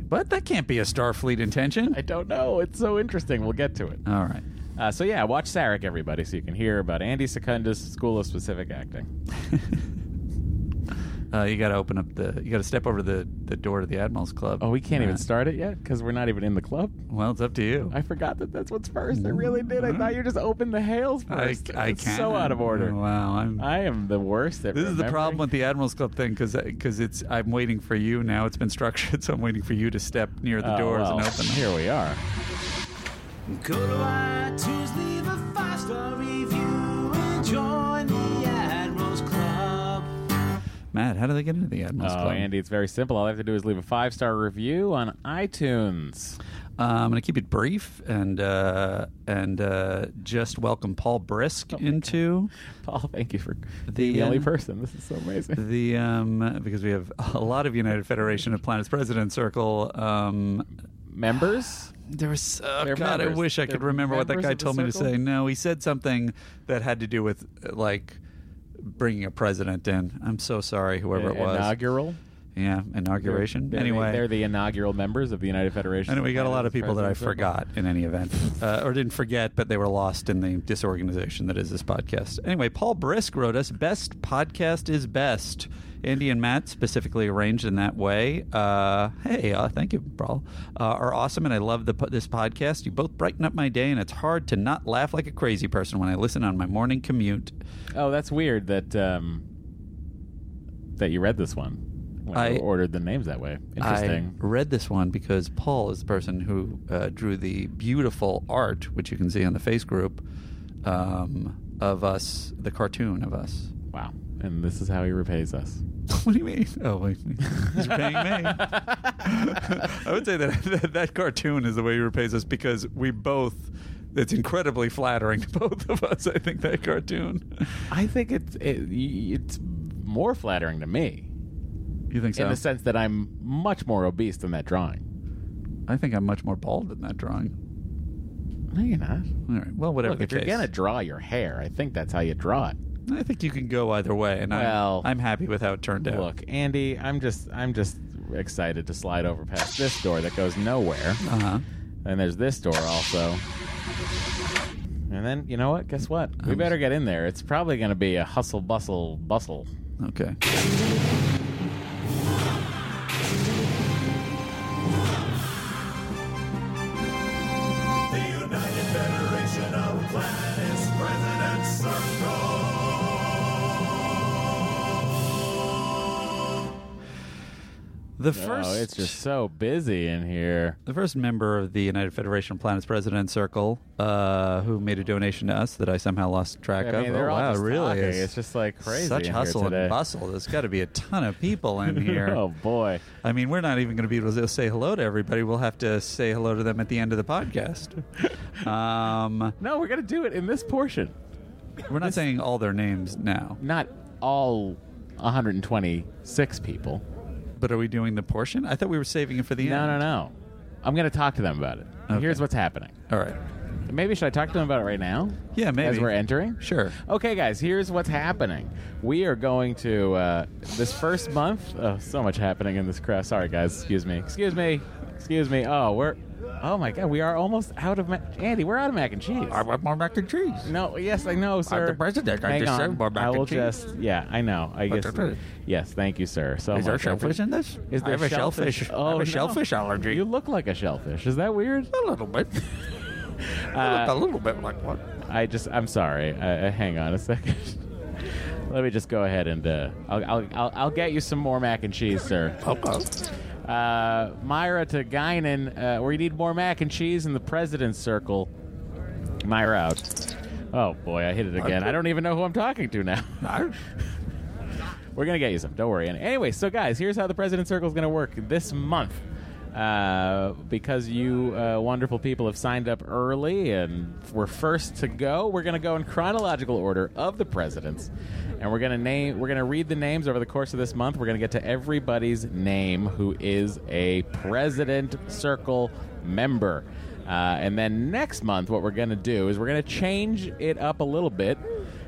Speaker 2: But that can't be a Starfleet intention.
Speaker 1: I don't know. It's so interesting. We'll get to it.
Speaker 2: All right.
Speaker 1: Uh, so yeah, watch Sarek, everybody, so you can hear about Andy Secundus' School of Specific Acting.
Speaker 2: Uh, you got to open up the. You got to step over the, the door to the Admiral's Club.
Speaker 1: Oh, we can't even
Speaker 2: Matt.
Speaker 1: start it yet because we're not even in the club.
Speaker 2: Well, it's up to you.
Speaker 1: I forgot that that's what's <laughs> first. I really did. I thought you just opened the hails first.
Speaker 2: I, I
Speaker 1: It's
Speaker 2: can.
Speaker 1: so out of order.
Speaker 2: Wow. I'm,
Speaker 1: I am the worst at
Speaker 2: This is the problem with
Speaker 1: remembering.
Speaker 2: the Admirals Club thing because it's I'm waiting for you now. It's been structured, <laughs> so I'm waiting for you to step near the
Speaker 1: Oh,
Speaker 2: doors and
Speaker 1: well,
Speaker 2: open. them.
Speaker 1: Here we are.
Speaker 3: Go to iTunes, leave a five star review, and join the Admirals Club.
Speaker 2: Matt, how do they get into the Admirals
Speaker 1: Oh,
Speaker 2: Club?
Speaker 1: Andy, it's very simple. All I have to do is leave a five star review on iTunes.
Speaker 2: Uh, I'm going to keep it brief and uh, and uh, just welcome Paul Brisk into
Speaker 1: Oh Paul, thank you for
Speaker 2: The,
Speaker 1: being the only
Speaker 2: uh,
Speaker 1: person. <laughs> This is so amazing.
Speaker 2: the um, because we have <laughs> a lot of United Federation of Planets President Circle. Um,
Speaker 1: Members?
Speaker 2: there was oh
Speaker 1: They're
Speaker 2: God,
Speaker 1: members.
Speaker 2: I wish I
Speaker 1: They're
Speaker 2: could remember what that
Speaker 1: members
Speaker 2: guy
Speaker 1: of the
Speaker 2: told me to
Speaker 1: circle?
Speaker 2: say. No, he said something that had to do with uh, like bringing a president in. I'm so sorry, whoever it was.
Speaker 1: Inaugural?
Speaker 2: Yeah, inauguration.
Speaker 1: They're the-
Speaker 2: anyway,
Speaker 1: they're the inaugural members of the United Federation.
Speaker 2: I know we got a lot of people that I
Speaker 1: President's Circle.
Speaker 2: forgot in any event, uh, or didn't forget, but they were lost in the disorganization that is this podcast. Anyway, Paul Brisk wrote us Best Podcast is Best. Andy and Matt, specifically arranged in that way. Uh, hey, uh, thank you, Paul. Uh, are awesome, and I love the, po- this podcast. You both brighten up my day, and it's hard to not laugh like a crazy person when I listen on my morning commute.
Speaker 1: Oh, that's weird that um, that you read this one. When
Speaker 2: I-
Speaker 1: you ordered the names that way. Interesting.
Speaker 2: I read this one because Paul is the person who uh, drew the beautiful art, which you can see on the face group, um, of us, the cartoon of us.
Speaker 1: wow. And this is how he repays us.
Speaker 2: <laughs> what do you mean? Oh, wait. He's paying
Speaker 1: <laughs>
Speaker 2: me. I would say that, that that cartoon is the way he repays us because we both. It's incredibly flattering to both of us. I think that cartoon.
Speaker 1: I think it's it, y- it's more flattering to me
Speaker 2: You think so?
Speaker 1: in the sense that I'm much more obese than that drawing.
Speaker 2: I think I'm much more bald than that drawing.
Speaker 1: No, you're not.
Speaker 2: All right. Well, whatever.
Speaker 1: Look,
Speaker 2: the
Speaker 1: if you're
Speaker 2: case.
Speaker 1: gonna draw your hair, I think that's how you draw it.
Speaker 2: I think you can go either way, and
Speaker 1: Well-
Speaker 2: I'm, I'm happy with how it turned out.
Speaker 1: Look, Andy, I'm just I'm just excited to slide over past this door that goes nowhere.
Speaker 2: Uh huh.
Speaker 1: And there's this door also. And then you know what? Guess what?
Speaker 2: Um,
Speaker 1: We better get in there. It's probably going to be a hustle, bustle, bustle.
Speaker 2: Okay. The first,
Speaker 1: Oh, it's just so busy in here.
Speaker 2: the first member of the United Federation of Planets President Circle, uh, who made a donation to us that I somehow lost track
Speaker 1: I
Speaker 2: of.
Speaker 1: mean, they're
Speaker 2: oh,
Speaker 1: all
Speaker 2: wow,
Speaker 1: just
Speaker 2: really?
Speaker 1: talking.
Speaker 2: is
Speaker 1: It's just like crazy. in
Speaker 2: Such
Speaker 1: here
Speaker 2: hustle
Speaker 1: today.
Speaker 2: and bustle. There's got to be a ton of people
Speaker 1: <laughs>
Speaker 2: in here.
Speaker 1: oh boy.
Speaker 2: I mean, we're not even going to be able to say hello to everybody. We'll have to say hello to them at the end of the
Speaker 1: <laughs>
Speaker 2: podcast. Um,
Speaker 1: No, we're gonna do it in this portion.
Speaker 2: we're not saying all their names now,
Speaker 1: Not all 126 people.
Speaker 2: but are we doing the portion? I thought we were saving it for the
Speaker 1: No, no,
Speaker 2: end.
Speaker 1: no. I'm gonna talk to them about it.
Speaker 2: Okay.
Speaker 1: Here's what's happening.
Speaker 2: no. All right.
Speaker 1: Maybe should I talk to them about it right now?
Speaker 2: Yeah, maybe.
Speaker 1: As we're entering?
Speaker 2: Sure.
Speaker 1: Okay, guys, here's what's happening. We are going to, uh, this first month, oh, so much happening in this crowd. Sorry, guys, excuse me. Excuse me. Excuse me. Oh, we're, oh my God, we are almost out of, ma- Andy, we're out of mac and cheese.
Speaker 2: want more mac and cheese.
Speaker 1: No, Oh, yes, I know, sir.
Speaker 2: Uh, the president. I
Speaker 1: Hang
Speaker 2: just
Speaker 1: on.
Speaker 2: serve more mac
Speaker 1: I
Speaker 2: and
Speaker 1: will
Speaker 2: cheese.
Speaker 1: just, yeah, I know. I guess,
Speaker 2: the truth.
Speaker 1: yes, thank you, sir. So
Speaker 2: Is there
Speaker 1: much.
Speaker 2: shellfish in this?
Speaker 1: Is there
Speaker 2: I have a shellfish.
Speaker 1: Oh,
Speaker 2: I have a
Speaker 1: no.
Speaker 2: shellfish allergy.
Speaker 1: You look like a shellfish. Is that weird? Uh,
Speaker 2: a little bit. <laughs> I look a little bit like one.
Speaker 1: I just, I'm sorry. Uh, uh, hang on a second. <laughs> Let me just go ahead and uh, I'll, I'll, I'll, I'll get you some more mac and cheese, sir.
Speaker 2: Okay.
Speaker 1: Uh, Myra to Guinan, uh, we need more mac and cheese in the president's circle. Myra out. Oh boy, I hit it again. I don't even know who I'm talking to now.
Speaker 2: No.
Speaker 1: We're gonna get you some. Don't worry. Any- Anyway, so guys, here's how the president circle is gonna work this month. Uh, because you uh, wonderful people have signed up early and we're first to go, we're gonna go in chronological order of the presidents, and we're gonna name. We're gonna read the names over the course of this month. We're gonna get to everybody's name who is a president circle member. Uh, and then next month, what we're going to do is we're going to change it up a little bit.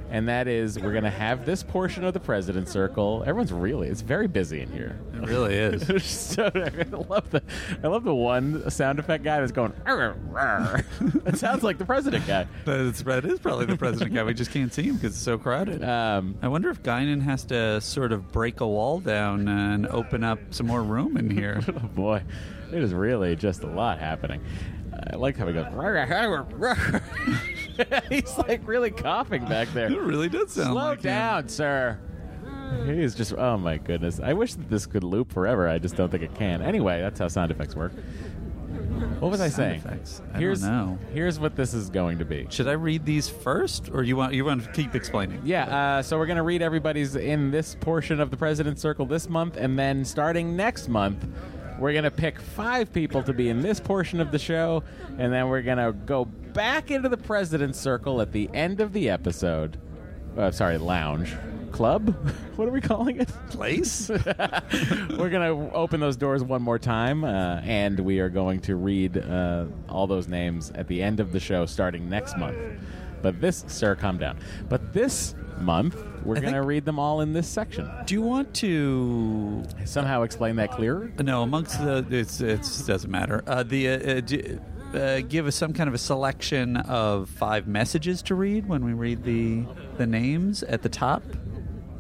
Speaker 1: And that is, we're going to have this portion of the President's Circle. Everyone's really, it's very busy in here.
Speaker 2: It really is.
Speaker 1: <laughs> so, I love the, I love the one sound effect guy that's going. "Arr, arr." <laughs> it sounds like the president guy.
Speaker 2: That's, that is probably the president guy. We just can't see him because it's so crowded.
Speaker 1: Um,
Speaker 2: I wonder if Guinan has to sort of break a wall down and open up some more room in here.
Speaker 1: <laughs> oh boy, it is really just a lot happening. I like how he goes. "Arr, arr, arr, arr." <laughs> He's like really coughing back there.
Speaker 2: It really does sound
Speaker 1: Slow
Speaker 2: like him.
Speaker 1: down, sir. He is just, oh my goodness. I wish that this could loop forever. I just don't think it can. Anyway, that's how sound effects work. What was I
Speaker 2: Sound
Speaker 1: saying?
Speaker 2: effects. I don't
Speaker 1: here's,
Speaker 2: know.
Speaker 1: Here's what this is going to be.
Speaker 2: Should I read these first, or you want you want to keep explaining?
Speaker 1: Yeah, uh, so we're going to read everybody's in this portion of the President's Circle this month, and then starting next month, we're going to pick five people to be in this portion of the show, and then we're going to go back into the President's Circle at the end of the episode. Uh, sorry, lounge. Club? what are we calling it?
Speaker 2: Place?
Speaker 1: we're going to open those doors one more time, uh, and we are going to read uh, all those names at the end of the show starting next month. But this, sir, calm down. But this month, we're
Speaker 2: I
Speaker 1: going to
Speaker 2: think-
Speaker 1: read them all in this section.
Speaker 2: Do you want to?
Speaker 1: <laughs> Somehow explain that clearer?
Speaker 2: No, amongst the it's it's doesn't matter. Uh, the uh, uh, do, uh, give us some kind of a selection of five messages to read when we read the the names at the top.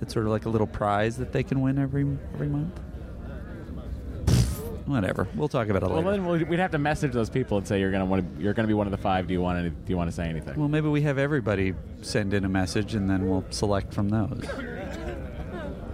Speaker 2: It's sort of like a little prize that they can win every every month. Whatever, we'll talk about it
Speaker 1: Well,
Speaker 2: later.
Speaker 1: then we'll- we'd have to message those people and say you're going to want to, you're going to be one of the five. Do you want any, do you want to say anything?
Speaker 2: Well, maybe we have everybody send in a message and then we'll select from those.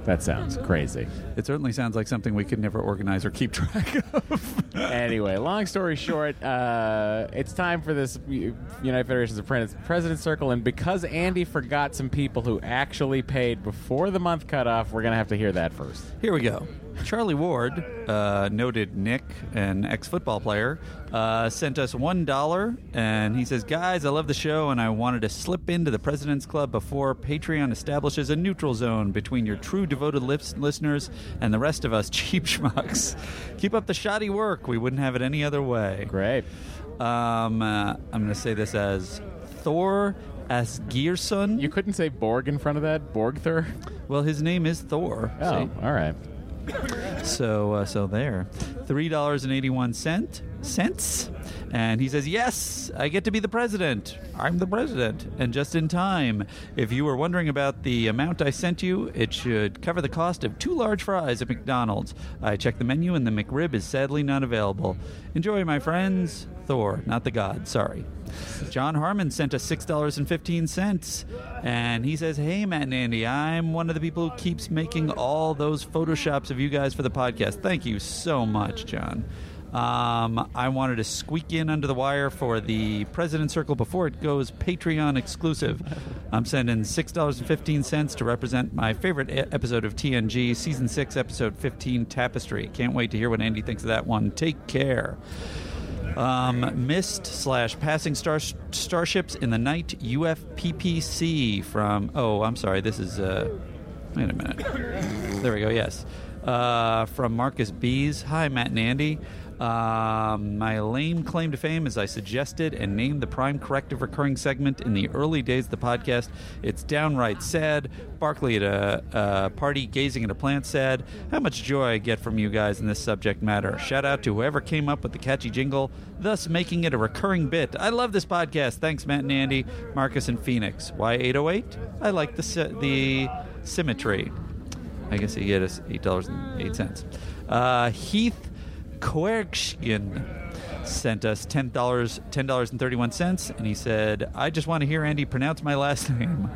Speaker 1: that sounds crazy.
Speaker 2: It certainly sounds like something we could never organize or keep track of.
Speaker 1: anyway, long story short, uh, it's time for this U- United Federations of Planets President Circle, and because Andy forgot some people who actually paid before the month cutoff, we're gonna have to hear that first.
Speaker 2: Here we go. Charlie Ward, uh, noted Nick, an ex football player, uh, sent us $1 and he says, Guys, I love the show and I wanted to slip into the President's Club before Patreon establishes a neutral zone between your true devoted lips- listeners and the rest of us <laughs> cheap schmucks. Keep up the shoddy work. We wouldn't have it any other way.
Speaker 1: Great.
Speaker 2: Um, uh, I'm going to say this as Thor Asgeirson.
Speaker 1: You couldn't say Borg in front of that Borgther.
Speaker 2: well, his name is Thor.
Speaker 1: Oh,
Speaker 2: see?
Speaker 1: all right.
Speaker 2: So, uh, so there, three dollars and eighty-one cent. cents? And he says, Yes, I get to be the president. I'm the president. And just in time. If you were wondering about the amount I sent you, it should cover the cost of two large fries at McDonald's. I checked the menu and the McRib is sadly not available. Enjoy, my friends. Thor, not the god, sorry. John Harmon sent us $6.15, and he says, Hey, Matt and Andy, I'm one of the people who keeps making all those photoshops of you guys for the podcast. Thank you so much, John. Um, I wanted to squeak in under the wire for the President Circle before it goes Patreon exclusive. I'm sending $6.15 to represent my favorite e- episode of TNG, Season 6, Episode 15, Tapestry. Can't wait to hear what Andy thinks of that one. Take care. Um, mist slash passing star starships in the night UFPPC from oh I'm sorry this is uh, wait a minute there we go yes uh, from Marcus Bees hi Matt and Andy um, my lame claim to fame is I suggested and named the prime corrective recurring segment in the early days of the podcast. It's downright sad. Barkley at a, a party gazing at a plant said, How much joy I get from you guys in this subject matter. Shout out to whoever came up with the catchy jingle, thus making it a recurring bit. I love this podcast. Thanks, Matt and Andy, Marcus and Phoenix. Why 808? I like the, sy- the symmetry. I guess he get us $8.08. Uh, Heath Querkshin sent us ten dollars ten dollars and thirty one cents and he said I just want to hear Andy pronounce my last <laughs> name.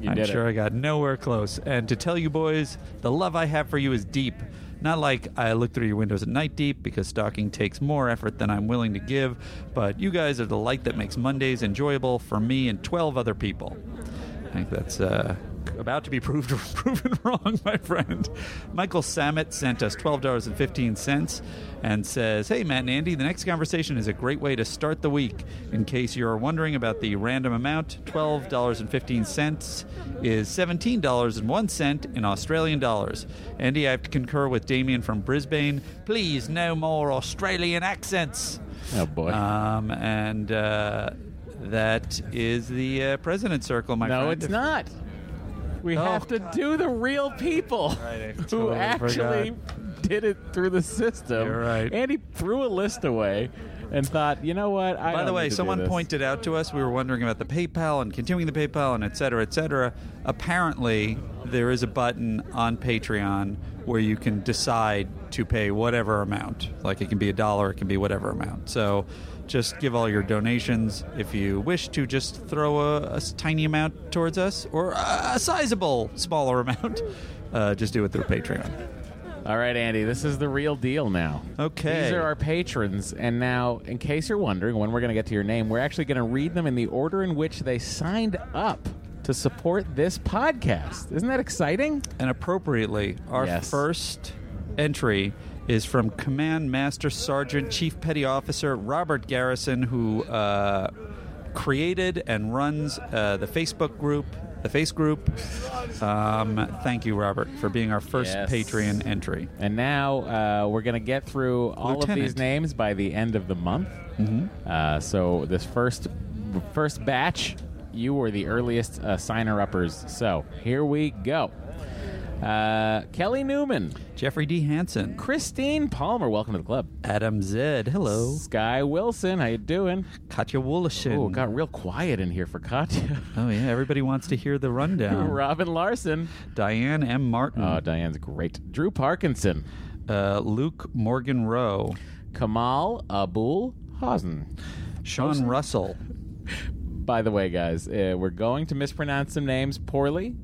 Speaker 1: You
Speaker 2: I'm
Speaker 1: did it.
Speaker 2: sure I got nowhere close. And to tell you boys, the love I have for you is deep. Not like I look through your windows at night deep because stalking takes more effort than I'm willing to give, but you guys are the light that makes Mondays enjoyable for me and 12 other people. I think that's uh, about to be proved <laughs> proven wrong, my friend. Michael Samet sent us twelve dollars and fifteen cents, and says, "Hey, Matt and Andy, the next conversation is a great way to start the week. In case you are wondering about the random amount, twelve dollars and fifteen cents is seventeen dollars and one cent in Australian dollars. Andy, I have to concur with Damien from Brisbane. Please, no more Australian accents."
Speaker 1: Oh boy.
Speaker 2: Um, and uh, that is the uh, president's circle, my friend.
Speaker 1: no, it's
Speaker 2: If-
Speaker 1: not. We
Speaker 2: Oh.
Speaker 1: have to do the real people
Speaker 2: I
Speaker 1: who
Speaker 2: totally
Speaker 1: actually did it through the system.
Speaker 2: You're right.
Speaker 1: And he threw a list away and thought, you know what? I
Speaker 2: By the
Speaker 1: don't
Speaker 2: way,
Speaker 1: need to do
Speaker 2: someone
Speaker 1: this."
Speaker 2: pointed out to us we were wondering about the PayPal and continuing the PayPal and et cetera, et cetera. Apparently, there is a button on Patreon where you can decide to pay whatever amount. Like it can be a dollar, it can be whatever amount. So just give all your donations if you wish to just throw a, a s- tiny amount towards us or a, a sizable smaller <laughs> amount. Uh, just do it through Patreon.
Speaker 1: All right, Andy, this is the real deal now.
Speaker 2: Okay.
Speaker 1: These are our patrons, and now, in case you're wondering when we're going to get to your name, we're actually going to read them in the order in which they signed up to support this podcast. Isn't that exciting?
Speaker 2: And appropriately, our
Speaker 1: Yes.
Speaker 2: first entry is from Command Master Sergeant Chief Petty Officer Robert Garrison, who uh, created and runs uh, the Facebook group, the Face Group. Um, thank you, Robert, for <laughs> being our first
Speaker 1: Yes.
Speaker 2: Patreon entry.
Speaker 1: And now uh, we're going to get through all of these
Speaker 2: Lieutenant.
Speaker 1: names by the end of the month. Mm-hmm. Uh, so this first first batch, you were the earliest uh, signer uppers. So here we go. Uh, Kelly Newman,
Speaker 2: Jeffrey D. Hansen,
Speaker 1: Christine Palmer, welcome to the club.
Speaker 2: Adam Zed, hello.
Speaker 1: Sky Wilson, how you doing?
Speaker 2: Katya Woolishin.
Speaker 1: Oh, it got real quiet in here for Katya.
Speaker 2: Oh, yeah, everybody wants to hear the rundown.
Speaker 1: <laughs> Robin Larson.
Speaker 2: Diane M. Martin,
Speaker 1: Oh, Diane's great. Drew Parkinson.
Speaker 2: uh, Luke Morgan Rowe,
Speaker 1: Kamal Abul Hazen.
Speaker 2: Sean Russell.
Speaker 1: By the way, guys, uh, we're going to mispronounce some names poorly,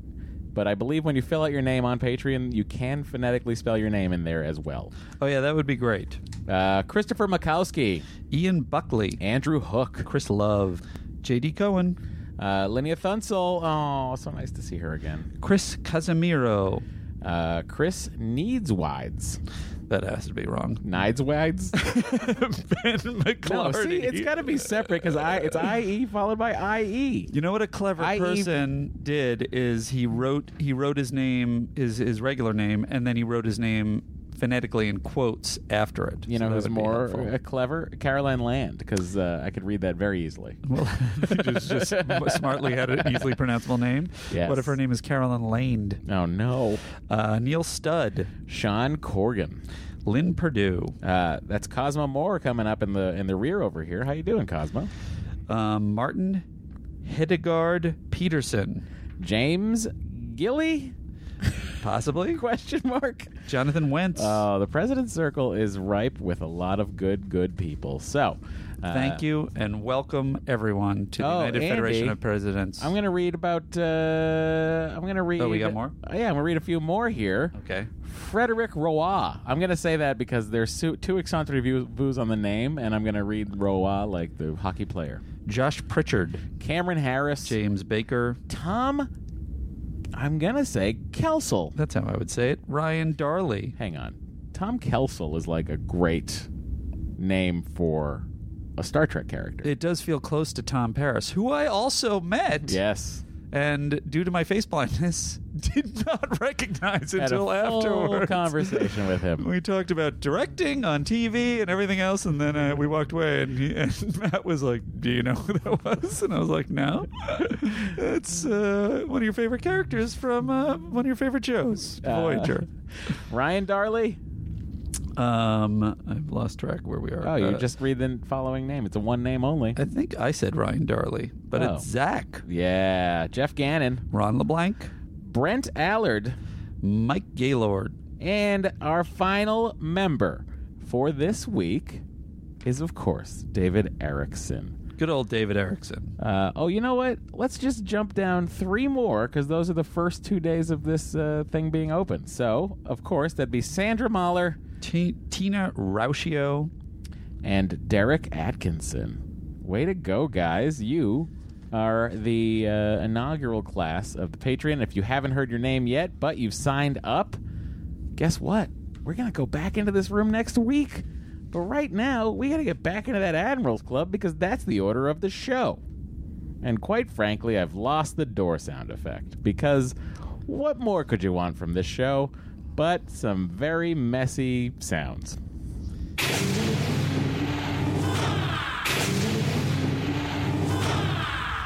Speaker 1: but I believe when you fill out your name on Patreon, you can phonetically spell your name in there as well.
Speaker 2: Oh yeah, that would be great.
Speaker 1: Uh, Christopher Makowski,
Speaker 2: Ian Buckley,
Speaker 1: Andrew Hook,
Speaker 2: Chris Love, J.D. Cohen,
Speaker 1: uh, Linnea Thunsell. Oh, so nice to see her again.
Speaker 2: Chris Casimiro.
Speaker 1: Uh, Chris Needswides.
Speaker 2: That has to be wrong. <laughs>
Speaker 1: Nideswides?
Speaker 2: ben McClarty.
Speaker 1: no, see, it's got to be separate because I it's IE followed by IE.
Speaker 2: You know what a clever
Speaker 1: I E-
Speaker 2: person did is he wrote he wrote his name his his regular name and then he wrote his name phonetically in quotes after it.
Speaker 1: You
Speaker 2: So
Speaker 1: know
Speaker 2: that
Speaker 1: who's
Speaker 2: would be
Speaker 1: more
Speaker 2: helpful.
Speaker 1: uh, clever? Caroline Land, because uh, I could read that very easily.
Speaker 2: <laughs> Well, just, just smartly had an easily pronounceable name.
Speaker 1: Yes.
Speaker 2: What if her name is Carolyn Land?
Speaker 1: Oh, no.
Speaker 2: Uh, Neil Studd,
Speaker 1: Sean Corgan.
Speaker 2: Lynn Purdue.
Speaker 1: Uh, that's Cosmo Moore coming up in the in the rear over here. How you doing, Cosmo?
Speaker 2: Um, Martin Hedegaard Peterson,
Speaker 1: James Gilly?
Speaker 2: possibly.
Speaker 1: <laughs> Question mark.
Speaker 2: Jonathan Wentz.
Speaker 1: Uh, the President's Circle is ripe with a lot of good, good people. So, uh,
Speaker 2: Thank you and welcome everyone to the
Speaker 1: Oh,
Speaker 2: United Federation
Speaker 1: Andy.
Speaker 2: of Presidents.
Speaker 1: I'm gonna read about. Uh, I'm gonna read.
Speaker 2: Oh, we got more?
Speaker 1: Uh, yeah, I'm gonna read a few more here.
Speaker 2: okay.
Speaker 1: Frederick Roy. I'm gonna say that because there's two, two Exxon reviews views on the name, and I'm gonna read Roy like the hockey player.
Speaker 2: Josh Pritchard,
Speaker 1: Cameron Harris.
Speaker 2: James Baker.
Speaker 1: Tom. I'm gonna say Kelsel.
Speaker 2: That's how I would say it. Ryan Darley.
Speaker 1: Hang on. Tom Kelsel is like a great name for a Star Trek character.
Speaker 2: It does feel close to Tom Paris, who I also met.
Speaker 1: yes.
Speaker 2: And due to my face blindness, <laughs> did not recognize
Speaker 1: Had
Speaker 2: until
Speaker 1: a full
Speaker 2: afterwards.
Speaker 1: conversation with him.
Speaker 2: <laughs> We talked about directing on TV and everything else, and then uh, we walked away, and, he, <laughs> and Matt was like, "Do you know who that was?" And I was like, "No, it's uh, one of your favorite characters from uh, one of your favorite shows,
Speaker 1: Uh,
Speaker 2: Voyager."
Speaker 1: <laughs> Ryan Darley.
Speaker 2: Um, I've lost track where we are.
Speaker 1: Oh, you
Speaker 2: Uh,
Speaker 1: just read the following name. It's a one name only.
Speaker 2: I think I said Ryan Darley, but
Speaker 1: Oh.
Speaker 2: it's Zach,
Speaker 1: Yeah. Jeff Gannon,
Speaker 2: Ron LeBlanc,
Speaker 1: Brent Allard,
Speaker 2: Mike Gaylord.
Speaker 1: and our final member for this week is, of course, David Erickson.
Speaker 2: Good old David Erickson.
Speaker 1: Uh, oh, you know what? Let's just jump down three more because those are the first two days of this uh, thing being open. So, of course, that'd be Sandra Mahler
Speaker 2: T- Tina Rauchio.
Speaker 1: and Derek Atkinson. Way to go, guys. You are the uh, inaugural class of the Patreon. If you haven't heard your name yet, but you've signed up, guess what? We're going to go back into this room next week. But right now, we got to get back into that Admirals Club because that's the order of the show. And quite frankly, I've lost the door sound effect because what more could you want from this show but some very messy sounds?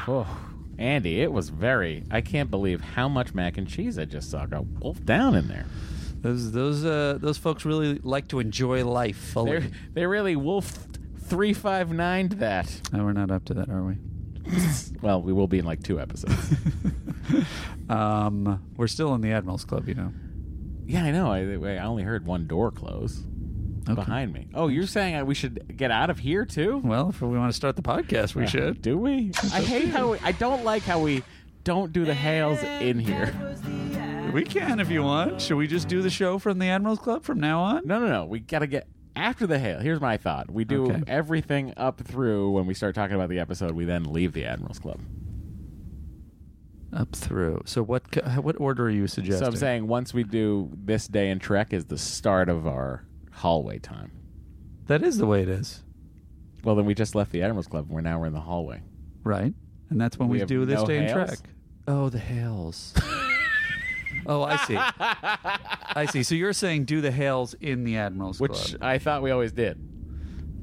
Speaker 1: Oh, Andy, it was very. I can't believe how much mac and cheese I just saw go wolf down in there.
Speaker 2: Those those uh, those folks really like to enjoy life fully.
Speaker 1: They they really wolf three five nine that. <laughs>
Speaker 2: No, Oh, we're not up to that, are we?
Speaker 1: Well, we will be in like two episodes.
Speaker 2: <laughs> Um, we're still in the Admirals Club, you know.
Speaker 1: yeah, I know. I, I only heard one door close behind me. Oh, you're saying I- we should get out of here too? Uh,
Speaker 2: Well, if we want to start the podcast, we should.
Speaker 1: Do we? I hate how we, I don't like how we don't do the
Speaker 2: Eh.
Speaker 1: hails in here.
Speaker 2: We can if you want. Should we just do the show from the Admirals Club from now on?
Speaker 1: No, no, no. We got to get after the hail. Here's my thought. We do
Speaker 2: Okay.
Speaker 1: everything up through when we start talking about the episode. We then leave the Admiral's Club.
Speaker 2: Up through. So what co- what order are you suggesting?
Speaker 1: So I'm saying once we do this day in Trek is the start of our hallway time.
Speaker 2: that is the way it is,
Speaker 1: Well, then we just left the Admiral's Club. and We're now we're in the hallway.
Speaker 2: right? And that's when
Speaker 1: We
Speaker 2: we,
Speaker 1: have
Speaker 2: do this
Speaker 1: no
Speaker 2: day in
Speaker 1: hails?
Speaker 2: track. Oh, the
Speaker 1: <laughs>
Speaker 2: hails. oh, I see. I see. So you're saying do the hails in the Admirals
Speaker 1: Which
Speaker 2: Club?
Speaker 1: I thought we always did.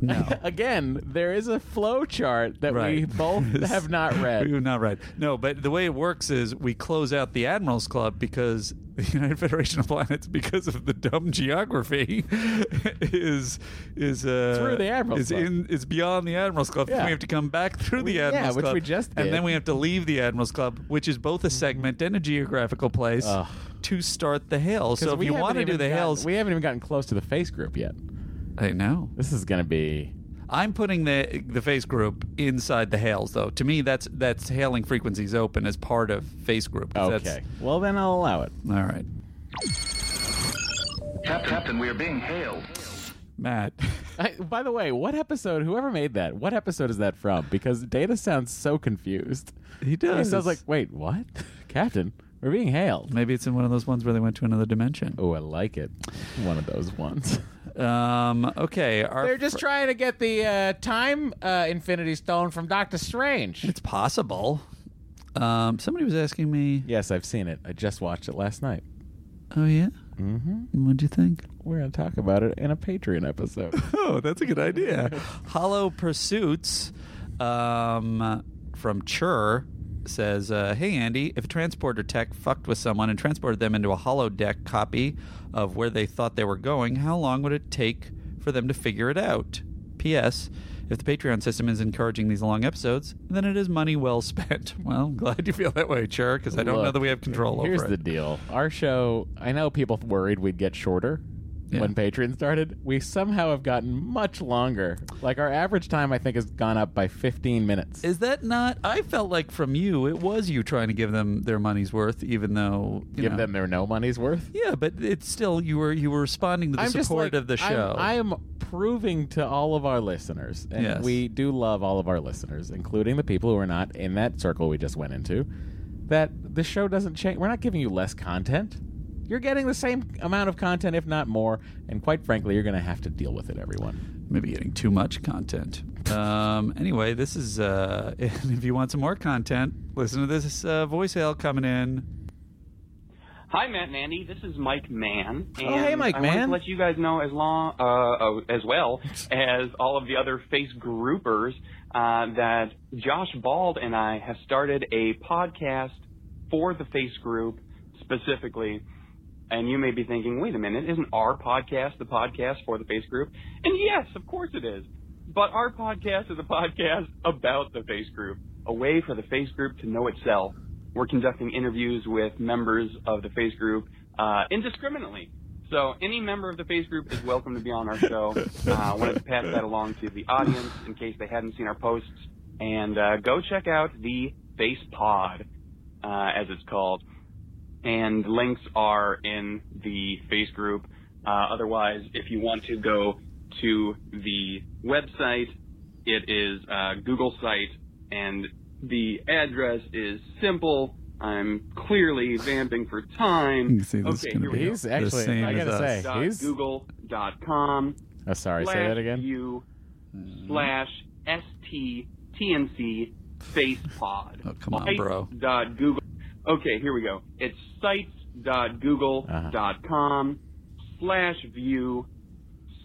Speaker 2: No.
Speaker 1: <laughs> Again, there is a flow chart that we
Speaker 2: Right. <laughs>
Speaker 1: both have not read.
Speaker 2: You're not right. No, but the way it works is we close out the Admirals Club because <laughs> the United Federation of Planets, because of the dumb geography, <laughs> is is uh,
Speaker 1: Through the Admirals
Speaker 2: is
Speaker 1: Club.
Speaker 2: in is beyond the Admirals Club.
Speaker 1: Yeah.
Speaker 2: Then we have to come back through
Speaker 1: We-
Speaker 2: the
Speaker 1: yeah,
Speaker 2: Admirals
Speaker 1: which
Speaker 2: Club,
Speaker 1: we just did. Mm-hmm.
Speaker 2: and then we have to leave the Admirals Club, which is both a segment and a geographical place
Speaker 1: Ugh.
Speaker 2: to start the hail.
Speaker 1: 'Cause
Speaker 2: So if
Speaker 1: we
Speaker 2: you
Speaker 1: haven't
Speaker 2: want to do
Speaker 1: even
Speaker 2: the
Speaker 1: gotten-
Speaker 2: hails,
Speaker 1: we haven't even gotten close to the face group yet.
Speaker 2: I know.
Speaker 1: This is going to be
Speaker 2: I'm putting the the face group inside the hails, though. To me, that's that's hailing frequencies open as part of face group. 'cause that's-
Speaker 1: okay. Well, then I'll allow it.
Speaker 2: all right,
Speaker 4: Cap- Captain, we are being hailed.
Speaker 2: Matt.
Speaker 1: <laughs> I, by the way, what episode? Whoever made that, what episode is that from? Because Data sounds so confused.
Speaker 2: He does.
Speaker 1: He sounds like, wait, what, <laughs> Captain? We're being hailed.
Speaker 2: Maybe it's in one of those ones where they went to another dimension.
Speaker 1: Oh, I like it. One of those ones.
Speaker 2: Um. Okay. Our
Speaker 1: They're just
Speaker 2: fr-
Speaker 1: <laughs> trying to get the uh, time uh, Infinity Stone from Doctor Strange.
Speaker 2: it's possible. Um. Somebody was asking me.
Speaker 1: Yes, I've seen it. I just watched it last night.
Speaker 2: Oh yeah. Mm-hmm. What'd you think?
Speaker 1: We're gonna talk about it in a Patreon episode.
Speaker 2: Oh, that's a good
Speaker 1: <laughs>
Speaker 2: idea. Hollow Pursuits, um, from Chur. says, uh, "Hey Andy, if a transporter tech fucked with someone and transported them into a holodeck copy of where they thought they were going, how long would it take for them to figure it out?" P.S. If the Patreon system is encouraging these long episodes, then it is money well <laughs> spent. Well, I'm glad you feel that way, Cher, because I don't know
Speaker 1: Look,
Speaker 2: that we have control over
Speaker 1: Here's
Speaker 2: it.
Speaker 1: the deal. Our show, I know people worried we'd get shorter
Speaker 2: Yeah.
Speaker 1: when Patreon started. We somehow have gotten much longer. Like our average time I think has gone up by 15 minutes.
Speaker 2: Is that not? I felt like from you, it was you trying to give them their money's worth, even though you
Speaker 1: Give
Speaker 2: know-
Speaker 1: them their no money's worth.
Speaker 2: Yeah, but it's still you were you were responding to the
Speaker 1: I'm just
Speaker 2: support
Speaker 1: like,
Speaker 2: of the
Speaker 1: I'm-
Speaker 2: show.
Speaker 1: I am proving to all of our listeners, and
Speaker 2: Yes.
Speaker 1: we do love all of our listeners, including the people who are not in that circle we just went into, that the show doesn't change. We're not giving you less content. You're getting the same amount of content, if not more. And quite frankly, you're going to have to deal with it, everyone.
Speaker 2: Maybe getting too much content. Um, anyway, this is uh, <laughs> if you want some more content, listen to this uh, voicemail coming in.
Speaker 5: Hi, Matt and Andy. This is Mike Mann. And
Speaker 1: Oh, hey, Mike
Speaker 5: I
Speaker 1: Mann.
Speaker 5: wanted to let you guys know as long uh, uh, as well as all of the other face groupers uh, that Josh Bald and I have started a podcast for the face group specifically. And you may be thinking, wait a minute, isn't our podcast the podcast for the face group? And yes, of course it is. But our podcast is a podcast about the face group, a way for the face group to know itself. We're conducting interviews with members of the face group uh, indiscriminately. So any member of the face group is welcome to be on our show. Uh, I wanted to pass that along to the audience in case they hadn't seen our posts. And uh, go check out the Face Pod, uh, as it's called and links are in the face group. Uh, otherwise, if you want to go to the website, it is uh, Google site, and the address is simple. I'm clearly vamping for
Speaker 2: You
Speaker 5: time.
Speaker 2: can see this is
Speaker 5: okay,
Speaker 2: gonna
Speaker 5: here
Speaker 2: be
Speaker 5: we go.
Speaker 1: He's actually,
Speaker 2: same
Speaker 1: I
Speaker 2: as
Speaker 1: got to
Speaker 2: us.
Speaker 1: say,
Speaker 5: Dot
Speaker 1: he's.
Speaker 5: Google.com
Speaker 1: Oh, sorry, say
Speaker 5: slash
Speaker 1: that again.
Speaker 5: U Mm-hmm. slash STTNC face pod.
Speaker 2: Oh, come on, bro.
Speaker 5: Dot Google. Okay, here we go. It's sites.google.com slash view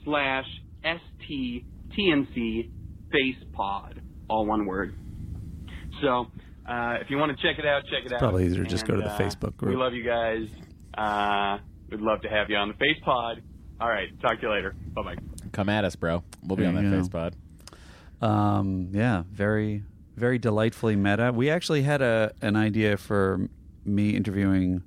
Speaker 5: slash STTNC face pod. All one word. So, uh, if you want to check it out, check it out. uh,
Speaker 2: probably easier to just go to the Facebook group.
Speaker 5: We love you guys. Uh, we'd love to have you on the face pod. All right, talk to you later. Bye bye.
Speaker 1: Come at us, bro. We'll be
Speaker 2: There
Speaker 1: on
Speaker 2: you
Speaker 1: that
Speaker 2: go.
Speaker 1: face pod.
Speaker 2: Um, yeah, very very delightfully meta. We actually had a an idea for me interviewing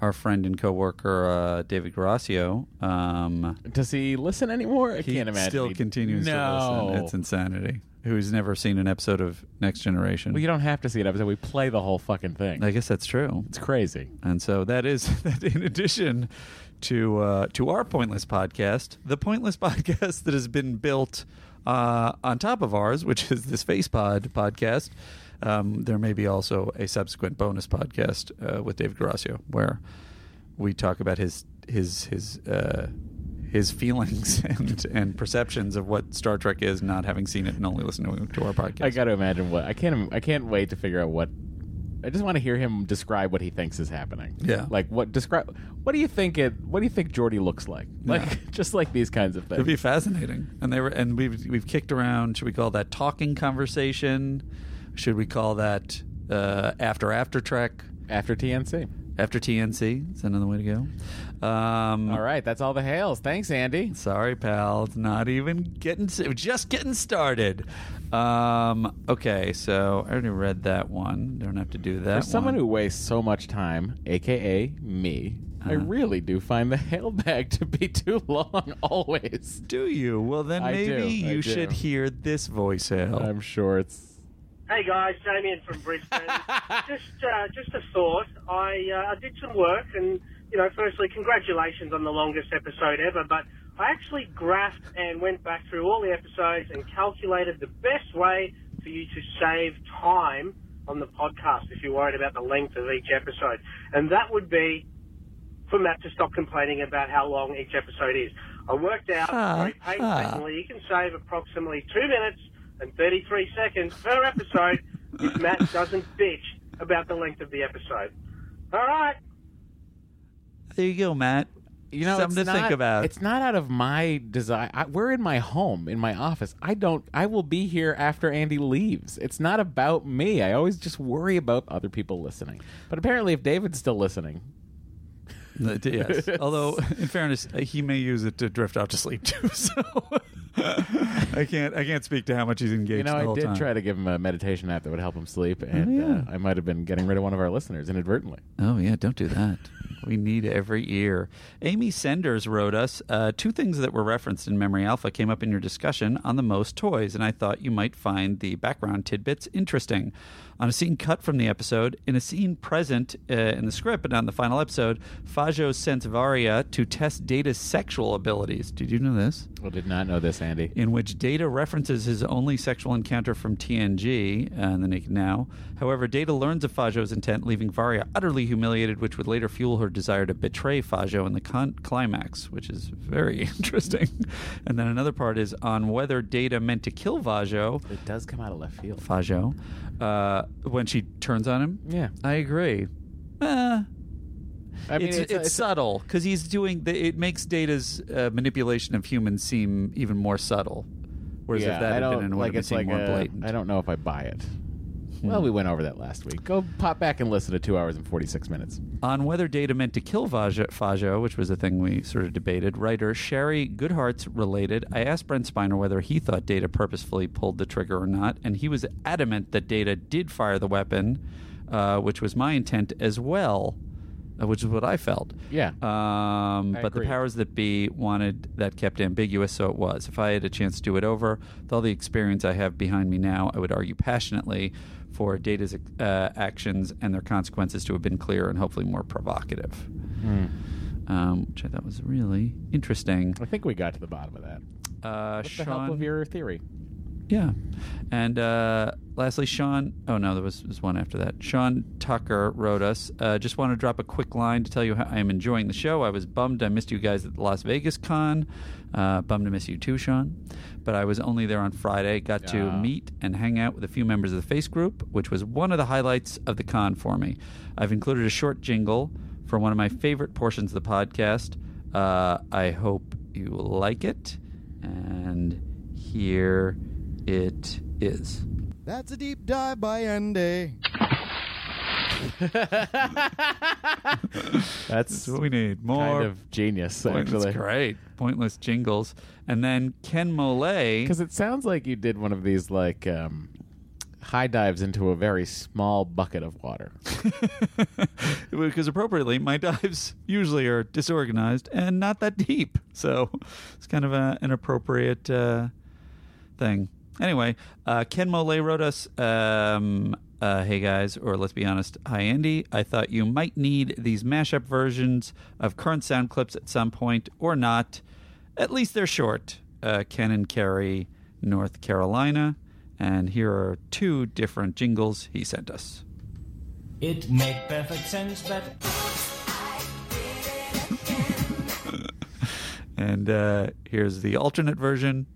Speaker 2: our friend and coworker uh, David Garasio. Um,
Speaker 1: Does he listen anymore? I
Speaker 2: He
Speaker 1: can't imagine.
Speaker 2: still
Speaker 1: he-
Speaker 2: continues to
Speaker 1: No.
Speaker 2: listen. It's insanity. Who's never seen an episode of Next Generation?
Speaker 1: Well, you don't have to see it episode. We play the whole fucking thing.
Speaker 2: I guess that's true.
Speaker 1: it's crazy.
Speaker 2: And so that is <laughs> that. In addition to uh, to our pointless podcast, the pointless <laughs> podcast that has been built uh, on top of ours, which is this FacePod podcast. Um, there may be also a subsequent bonus podcast uh, with David Garasio where we talk about his his his uh, his feelings <laughs> and and perceptions of what Star Trek is, not having seen it and only listening to our podcast.
Speaker 1: I got to imagine what I can't. I can't wait to figure out what. I just want to hear him describe what he thinks is happening.
Speaker 2: Yeah.
Speaker 1: like what describe. What do you think it? What do you think Jordy looks like? Like <laughs> just like these kinds of
Speaker 2: It'd
Speaker 1: things.
Speaker 2: be fascinating. And they were, and we've we've kicked around. Should we call that talking conversation? Should we call that uh, after after trek?
Speaker 1: After TNC.
Speaker 2: After TNC is another way to go. Um,
Speaker 1: All right, that's all the hails. Thanks, Andy.
Speaker 2: Sorry, pal. It's not even getting s- just getting started. Um, okay, so I already read that one. Don't have to do that.
Speaker 1: For someone
Speaker 2: one.
Speaker 1: who wastes so much time, aka me, I
Speaker 2: Uh-huh.
Speaker 1: really do find the <laughs> hail bag to be too long <laughs> always.
Speaker 2: do you? Well, then
Speaker 1: I do,
Speaker 2: maybe
Speaker 1: I
Speaker 2: you
Speaker 1: do.
Speaker 2: should hear this voice. Al.
Speaker 1: I'm sure it's
Speaker 6: Hey guys, Damien from Brisbane. just, uh, just a thought. I, uh, I did some work, and you know, firstly, congratulations on the longest episode ever. But I actually graphed and went back through all the episodes and calculated the best way for you to save time on the podcast if you're worried about the length of each episode, and that would be for Matt to stop complaining about how long each episode is. I worked out very painstakingly you can save approximately two minutes and 33 seconds per episode if Matt doesn't bitch about the length of the episode. All right.
Speaker 2: There you go, Matt.
Speaker 1: you know,
Speaker 2: Something
Speaker 1: it's
Speaker 2: to think
Speaker 1: not-
Speaker 2: about.
Speaker 1: It's not out of my desire. I, we're in my home, in my office. I don't. I will be here after Andy leaves. It's not about me. I always just worry about other people listening. But apparently, if David's still listening,
Speaker 2: That- Uh,
Speaker 1: <laughs>
Speaker 2: yes. <laughs> Although, in fairness, uh, he may use it to <laughs> drift off to sleep too. So I can't. I can't speak to how much he's engaged.
Speaker 1: you know,
Speaker 2: the
Speaker 1: I
Speaker 2: whole
Speaker 1: did
Speaker 2: time. Oh,
Speaker 1: try to give him a meditation app that would help him sleep, and
Speaker 2: yeah.
Speaker 1: uh, I might have been getting rid of one of our listeners inadvertently.
Speaker 2: Oh yeah, don't do that. We need every ear. Amy Senders wrote us uh, two things that were referenced in Memory Alpha came up in your discussion on the most toys, and I thought you might find the background tidbits interesting. On a scene cut from the episode, in a scene present uh, in the script but not in the final episode, Fajo sent Varia to test Data's sexual abilities. Did you know this?
Speaker 1: Well, did not know this, Andy.
Speaker 2: in which Data references his only sexual encounter from TNG uh, in the Naked Now. However, Data learns of Fajo's intent, leaving Varya utterly humiliated, which would later fuel her desire to betray Fajo in the con- climax, which is very <laughs> interesting. and then another part is on whether Data meant to kill Vajo.
Speaker 1: It does come out of left field.
Speaker 2: Fajo, uh, when she turns on him.
Speaker 1: Yeah.
Speaker 2: I agree. Uh,
Speaker 1: I mean,
Speaker 2: it's, it's, subtle because he's doing the, it makes data's uh, manipulation of humans seem even more subtle whereas
Speaker 1: yeah,
Speaker 2: if that
Speaker 1: I
Speaker 2: had
Speaker 1: don't
Speaker 2: been in
Speaker 1: like.
Speaker 2: would have
Speaker 1: It's
Speaker 2: seemed
Speaker 1: like
Speaker 2: more
Speaker 1: a-
Speaker 2: blatant
Speaker 1: I don't know if I buy it.
Speaker 2: Hmm.
Speaker 1: Well, we went over that last week. Go pop back and listen to two hours and forty six minutes.
Speaker 2: on whether data meant to kill Vajo, Fajo, which was a thing we sort of debated, writer Sherry Goodhart's related, I asked Brent Spiner whether he thought Data purposefully pulled the trigger or not, and he was adamant that Data did fire the weapon, uh, which was my intent as well, uh, which is what I felt.
Speaker 1: Yeah.
Speaker 2: Um, but
Speaker 1: agree.
Speaker 2: the powers that be wanted that kept ambiguous, so it was. If I had a chance to do it over, with all the experience I have behind me now, I would argue passionately for Data's uh, actions and their consequences to have been clearer and hopefully more provocative. Um, which I thought was really interesting.
Speaker 1: Hmm. I think we got to the bottom of that.
Speaker 2: Uh,
Speaker 1: The help of your theory.
Speaker 2: yeah. And uh, lastly, Sean. Oh, no, there was, was one after that. Sean Tucker wrote us uh, Just want to drop a quick line to tell you how I am enjoying the show. I was bummed I missed you guys at the Las Vegas con. Uh, bummed to miss you too, Sean. But I was only there on Friday. Got to meet and hang out with a few members of the Face Group, which was one of the highlights of the con for me. I've included a short jingle for one of my favorite portions of the podcast. Uh, I hope you like it. And here it is.
Speaker 7: That's a deep dive by Andy.
Speaker 1: That's
Speaker 2: That's what we need. More
Speaker 1: kind of genius,
Speaker 2: pointless,
Speaker 1: actually.
Speaker 2: great pointless jingles. And then Ken Mole.
Speaker 1: Because it sounds like you did one of these like um, high dives into a very small bucket of
Speaker 2: <laughs>
Speaker 1: water.
Speaker 2: because appropriately, my <laughs> dives usually are disorganized and not that deep. So it's kind of a, an appropriate uh, thing. Anyway, uh, Ken Mole wrote us um, uh, Hey guys, or let's be honest, hi Andy. I thought you might need these mashup versions of current sound clips at some point or not. At least they're short. Uh, Ken and Carrie, North Carolina. And here are two different jingles he sent us.
Speaker 3: It made perfect sense that
Speaker 2: And uh, here's the alternate version.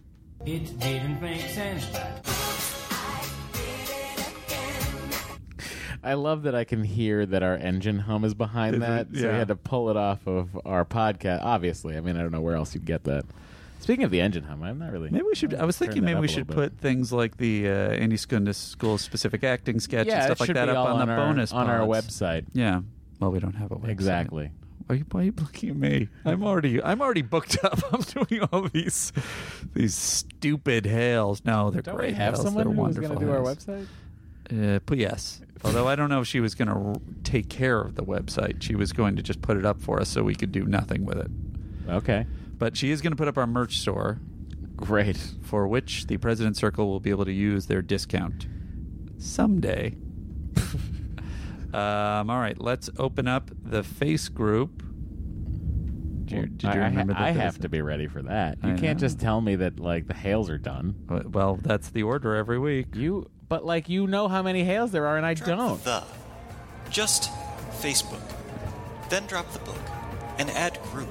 Speaker 3: it didn't make sense
Speaker 1: I love that I can hear that our engine hum is behind that. So we
Speaker 2: yeah.
Speaker 1: had to pull it off of our podcast. Obviously, I mean, I don't know where else you'd get that. Speaking of the engine hum, I'm not really.
Speaker 2: Maybe we should. I was
Speaker 1: Turn
Speaker 2: thinking
Speaker 1: that
Speaker 2: maybe
Speaker 1: up
Speaker 2: we
Speaker 1: a little
Speaker 2: should
Speaker 1: bit.
Speaker 2: put things like the uh, Andy Skundis School specific acting sketch
Speaker 1: yeah,
Speaker 2: and
Speaker 1: it
Speaker 2: stuff like
Speaker 1: should
Speaker 2: that
Speaker 1: be
Speaker 2: up
Speaker 1: all
Speaker 2: on, the
Speaker 1: our,
Speaker 2: bonus
Speaker 1: on our
Speaker 2: pods.
Speaker 1: website.
Speaker 2: Yeah. Well, we don't have a website.
Speaker 1: Exactly.
Speaker 2: Why are you, why are you looking at me? I'm already I'm already booked up. <laughs> I'm doing all these these stupid hails. No, they're
Speaker 1: Don't
Speaker 2: great.
Speaker 1: we have
Speaker 2: hails.
Speaker 1: someone
Speaker 2: they're
Speaker 1: who was
Speaker 2: wonderful
Speaker 1: going to do our
Speaker 2: hails.
Speaker 1: website?
Speaker 2: Uh, but yes. Although I don't know if she was going to r- take care of the website. She was going to just put it up for us so we could do nothing with it.
Speaker 1: Okay.
Speaker 2: But she is going to put up our merch store,
Speaker 1: Great.
Speaker 2: for which the President Circle will be able to use their discount
Speaker 1: <laughs>
Speaker 2: someday. um, all right, let's open up the face group. Did you, did you
Speaker 1: I, I ha-
Speaker 2: remember that?
Speaker 1: I
Speaker 2: there
Speaker 1: have
Speaker 2: was
Speaker 1: to be ready for that. You
Speaker 2: I
Speaker 1: can't
Speaker 2: know.
Speaker 1: just tell me that like the hails are done.
Speaker 2: a- Well, that's the order every week.
Speaker 1: You, but like you know how many hails there are, and I don't.
Speaker 4: The. Just Facebook. Then drop the book and add group.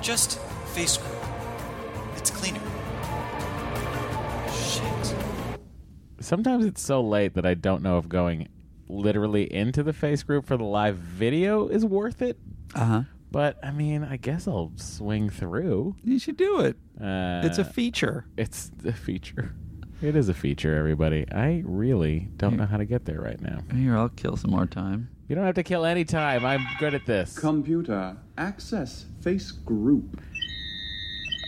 Speaker 4: Just Facebook. It's cleaner. Shit.
Speaker 1: Sometimes it's so late that I don't know if going literally into the face group for the live video is worth it.
Speaker 2: Uh huh.
Speaker 1: But I mean, I guess I'll swing through.
Speaker 2: You should do it.
Speaker 1: Uh,
Speaker 2: it's a feature.
Speaker 1: it's a feature. It is a feature, everybody. I really don't know how to get there right now.
Speaker 2: Here, I'll kill some more time.
Speaker 1: You don't have to kill any time. I'm good at this.
Speaker 8: Computer, access face group.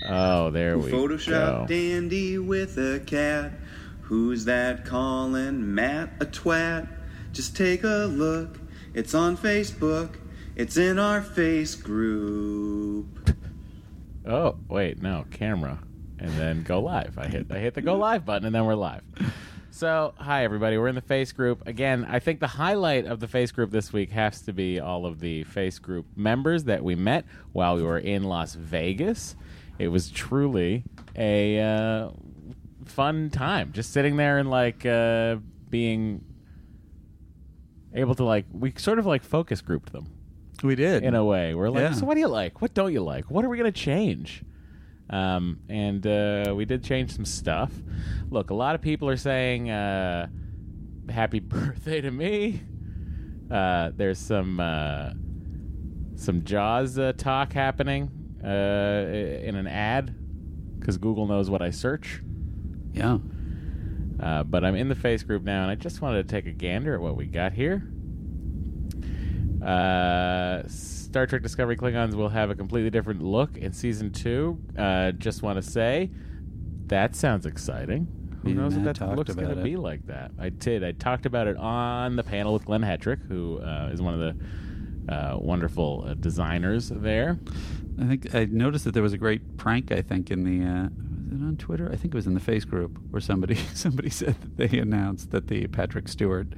Speaker 1: Oh, there we
Speaker 9: Photoshop
Speaker 1: go.
Speaker 9: dandy with a cat. Who's that calling Matt a twat? Just take a look. It's on Facebook. It's in our face group.
Speaker 1: Oh, wait, no, camera, and then go live. I hit I hit the go live button, and then we're live. So, hi everybody. We're in the face group again. I think the highlight of the face group this week has to be all of the face group members that we met while we were in Las Vegas. It was truly a uh, fun time, just sitting there and like uh, being able to like we sort of like focus grouped them
Speaker 2: We did.
Speaker 1: in a way. We're like,
Speaker 2: Yeah.
Speaker 1: so what do you like? What don't you like? What are we going to change? Um, and uh, we did change some stuff. Look, a lot of people are saying uh, happy <laughs> birthday to me. Uh, there's some uh, some Jaws uh, talk happening uh, in an ad because Google knows what I search.
Speaker 2: yeah.
Speaker 1: Uh, but I'm in the face group now, and I just wanted to take a gander at what we got here. Uh, Star Trek Discovery Klingons will have a completely different look in season two. Uh, just want to say that sounds exciting. Who
Speaker 2: Me and
Speaker 1: knows what
Speaker 2: Matt
Speaker 1: that
Speaker 2: talked
Speaker 1: looks going
Speaker 2: about
Speaker 1: to
Speaker 2: it.
Speaker 1: be like that? I did. I talked about it on the panel with Glenn Hetrick, who uh, is one of the uh, wonderful uh, designers there.
Speaker 2: I think I noticed that there was a great prank. I think in the uh, was it on Twitter? I think it was in the Face group where somebody <laughs> somebody said that they announced that the Patrick Stewart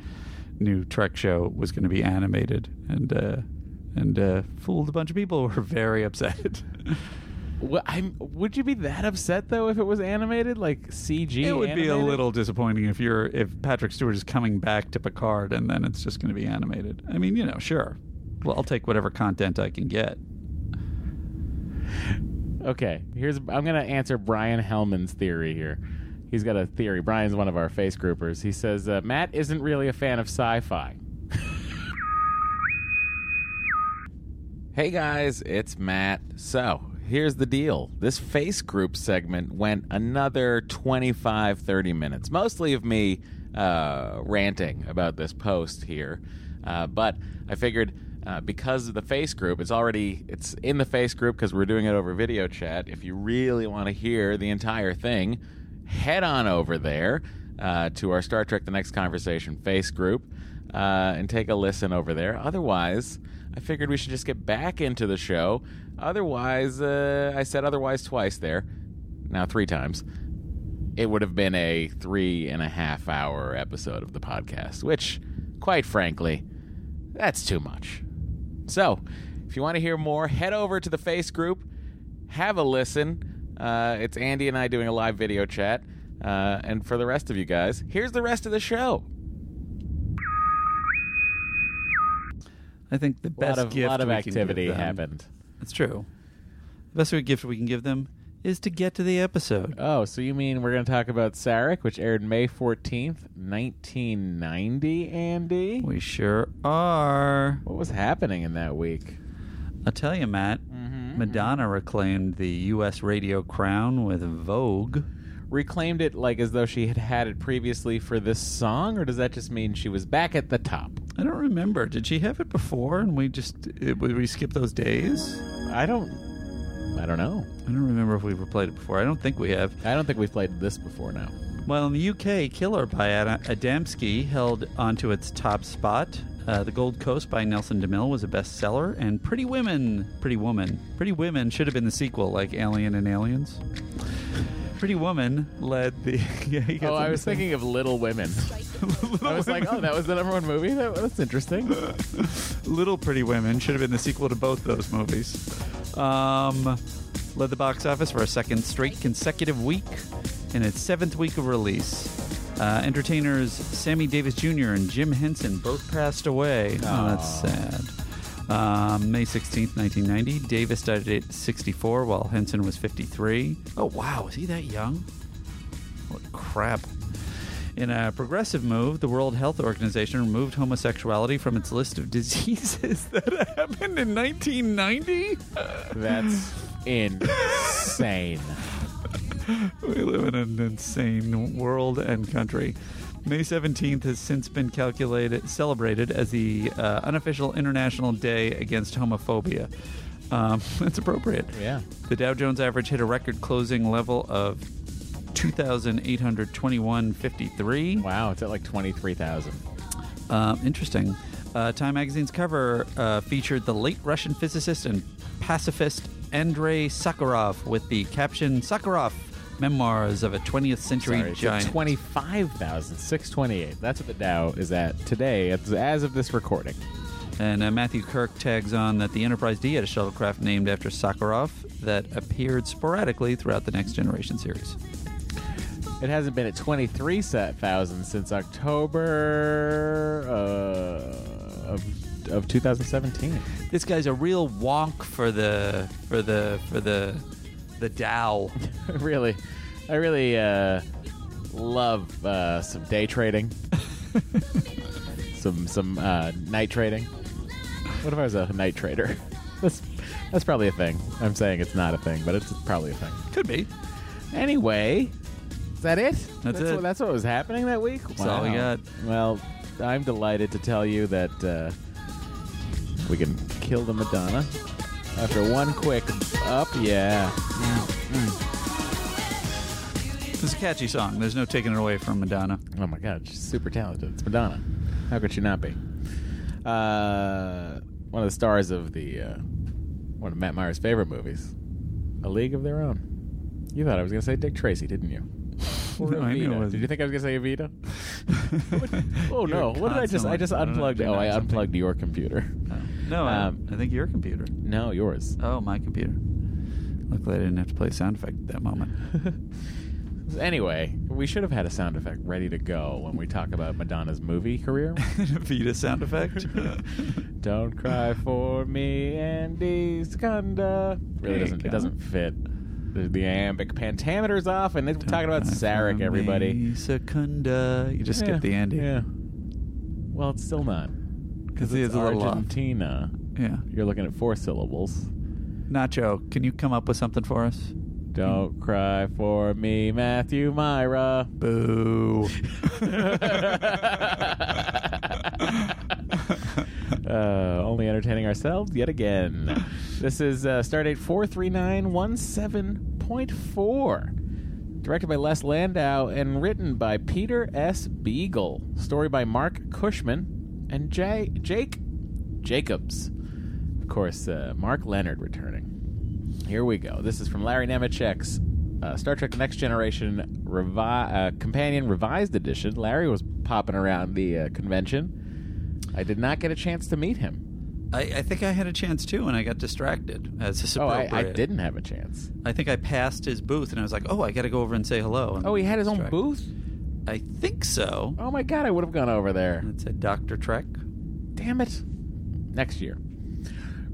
Speaker 2: new Trek show was going to be animated and uh, and uh, fooled a bunch of people. who Were very upset.
Speaker 1: <laughs> Wha- I'm, would you be that upset though if it was animated, like CG?
Speaker 2: it would be a
Speaker 1: animated?
Speaker 2: little disappointing if you're if Patrick Stewart is coming back to Picard and then it's just going to be animated. I mean, you know, sure. Well, I'll take whatever content I can get.
Speaker 1: Okay, here's I'm gonna answer Brian Hellman's theory here. He's got a theory. Brian's one of our face groupers. He says uh, Matt isn't really a fan of sci-fi. Hey guys, it's Matt. So, here's the deal. This face group segment went another 25, 30 minutes, mostly of me uh, ranting about this post here. Uh, but I figured uh, because of the face group, it's already it's in the face group because we're doing it over video chat. If you really want to hear the entire thing, head on over there uh, to our Star Trek: The Next Conversation face group uh, and take a listen over there. Otherwise, I figured we should just get back into the show. Otherwise, uh, I said otherwise twice there, now three times. It would have been a three and a half hour episode of the podcast, which, quite frankly, that's too much. So, if you want to hear more, head over to the Face group, have a listen. Uh, it's Andy and I doing a live video chat. Uh, and for the rest of you guys, here's the rest of the show.
Speaker 2: I think the best
Speaker 1: a lot of,
Speaker 2: gift
Speaker 1: lot of
Speaker 2: we can give
Speaker 1: activity
Speaker 2: them-
Speaker 1: happened.
Speaker 2: That's true. The best we- gift we can give them is to get to the episode.
Speaker 1: Oh, so you mean we're going to talk about Sarek, which aired May 14th, 1990, Andy?
Speaker 2: We sure are.
Speaker 1: What was happening in that week? Mm-hmm,
Speaker 2: I'll tell you, Matt. Madonna reclaimed the U.S. radio crown with Vogue.
Speaker 1: Reclaimed it like as though she had had it previously for this song, or does that just mean she was back at the top?
Speaker 2: I don't remember. Did she have it before? And we just it, we we skipped those days.
Speaker 1: I don't. I don't know.
Speaker 2: I don't remember if we've played it before. I don't think we have.
Speaker 1: I don't think we've played this before now.
Speaker 2: Well, in the UK, Killer by Ad- Adamski held onto its top spot. Uh, the Gold Coast by Nelson DeMille was a bestseller, and Pretty Women, Pretty Woman, Pretty Women should have been the sequel, like Alien and Aliens. Pretty Woman led the. <laughs> yeah, you got
Speaker 1: Oh, I was
Speaker 2: something
Speaker 1: thinking of Little Women.
Speaker 2: <laughs>
Speaker 1: I was like, oh, that was the number one movie? That, that's interesting.
Speaker 2: to say. <laughs> Little Pretty Women should have been the sequel to both those movies. Um, led the box office for a second straight consecutive week in its seventh week of release. Uh, entertainers Sammy Davis Jr. and Jim Henson both passed away. Oh, that's sad. Um, May 16th, 1990. Davis died at 64 while Henson was 53. Oh, wow. Was he that young? What crap. In a progressive move, the World Health Organization removed homosexuality from its list of <laughs> diseases that happened in 1990. <laughs>
Speaker 1: That's insane.
Speaker 2: we live in an insane world and country. May 17th has since been calculated celebrated as the uh, unofficial International Day Against Homophobia. Um, <laughs> that's appropriate.
Speaker 1: Yeah.
Speaker 2: The Dow Jones average hit a record closing level of 2,821.53.
Speaker 1: Wow, it's at like 23,000.
Speaker 2: Um, interesting. Uh, Time magazine's cover uh, featured the late Russian physicist and pacifist Andrei Sakharov with the caption Sakharov Memoirs of a 20th Century
Speaker 1: Sorry, it's
Speaker 2: Giant.
Speaker 1: at 25,628. That's what the Dow is at today, it's as of this recording.
Speaker 2: And uh, Matthew Kirk tags on that the Enterprise D had a shuttlecraft named after Sakharov that appeared sporadically throughout the Next Generation series.
Speaker 1: It hasn't been at 23,000 since October uh, of, of 2017.
Speaker 2: This guy's a real wonk for the for the for the the Dow.
Speaker 1: <laughs> really, I really uh, love uh, some day
Speaker 2: <laughs>
Speaker 1: trading, some some uh, night trading. What if I was a night trader? <laughs> that's that's probably a thing. I'm saying it's not a thing, but it's probably a thing.
Speaker 2: Could be.
Speaker 1: Anyway, is that it?
Speaker 2: That's it.
Speaker 1: What, that's what was happening that week. That's
Speaker 2: all we got.
Speaker 1: Well, I'm delighted to tell you that uh, we can kill the Madonna after one quick up. Yeah.
Speaker 2: It's a catchy song. There's no taking it away from Madonna.
Speaker 1: Oh my God, she's super talented. It's Madonna. How could she not be? Uh, one of the stars of the uh, one of Matt Meyer's favorite movies, A League of Their Own. You thought I was going to say Dick Tracy,
Speaker 2: <laughs>
Speaker 1: didn't you? Or
Speaker 2: No, I knew it
Speaker 1: Evita.
Speaker 2: wasn't.
Speaker 1: Did you think I was going to say
Speaker 2: <laughs>
Speaker 1: Evita? Oh
Speaker 2: You're
Speaker 1: no! What did I just?
Speaker 2: constantly-
Speaker 1: I just
Speaker 2: don't know,
Speaker 1: unplugged.
Speaker 2: doing
Speaker 1: Oh, I
Speaker 2: something.
Speaker 1: unplugged your computer.
Speaker 2: No, I-
Speaker 1: Um,
Speaker 2: I think your computer.
Speaker 1: No, yours.
Speaker 2: Oh, my computer. Luckily, I didn't have to play sound effect at that moment.
Speaker 1: Anyway, we should have had a sound effect ready to go when we talk about Madonna's
Speaker 2: <laughs>
Speaker 1: movie career.
Speaker 2: Vita sound effect.
Speaker 1: <laughs> Don't cry for me, Andy Secunda.
Speaker 2: There
Speaker 1: Really
Speaker 2: you
Speaker 1: doesn't. It
Speaker 2: go.
Speaker 1: doesn't fit. The, the iambic pentameter's off, and it's talking about Sarek, <laughs> everybody.
Speaker 2: Secunda. You just
Speaker 1: Yeah,
Speaker 2: skip the Andy.
Speaker 1: Yeah. Well, it's still not
Speaker 2: Because
Speaker 1: it's
Speaker 2: it's a little off.
Speaker 1: Argentina.
Speaker 2: Yeah.
Speaker 1: You're looking at four syllables.
Speaker 2: Nacho, can you come up with something for us?
Speaker 1: Don't cry for me, Matthew Myra. <laughs>
Speaker 2: Boo.
Speaker 1: <laughs> uh, only entertaining ourselves yet again. This is uh, Stardate 43917.4. Directed by Les Landau and written by Peter S. Beagle. Story by Mark Cushman and J- Jake Jacobs. Of course, uh, Mark Leonard returning. Here we go. This is from Larry Nemechek's uh, Star Trek: The Next Generation revi- uh, companion revised edition. Larry was popping around the uh, convention. I did not get a chance to meet him.
Speaker 2: I, I think I had a chance too, and I got distracted. As is
Speaker 1: Oh, I, I
Speaker 2: appropriate.
Speaker 1: didn't have a chance.
Speaker 2: I think I passed his booth, and I was like, "Oh, I got to go over and say hello." and
Speaker 1: Oh, he had his own
Speaker 2: distracted.
Speaker 1: booth.
Speaker 2: I think so.
Speaker 1: Oh my god, I would have gone over there.
Speaker 2: It said Doctor Trek.
Speaker 1: Damn it. Next year.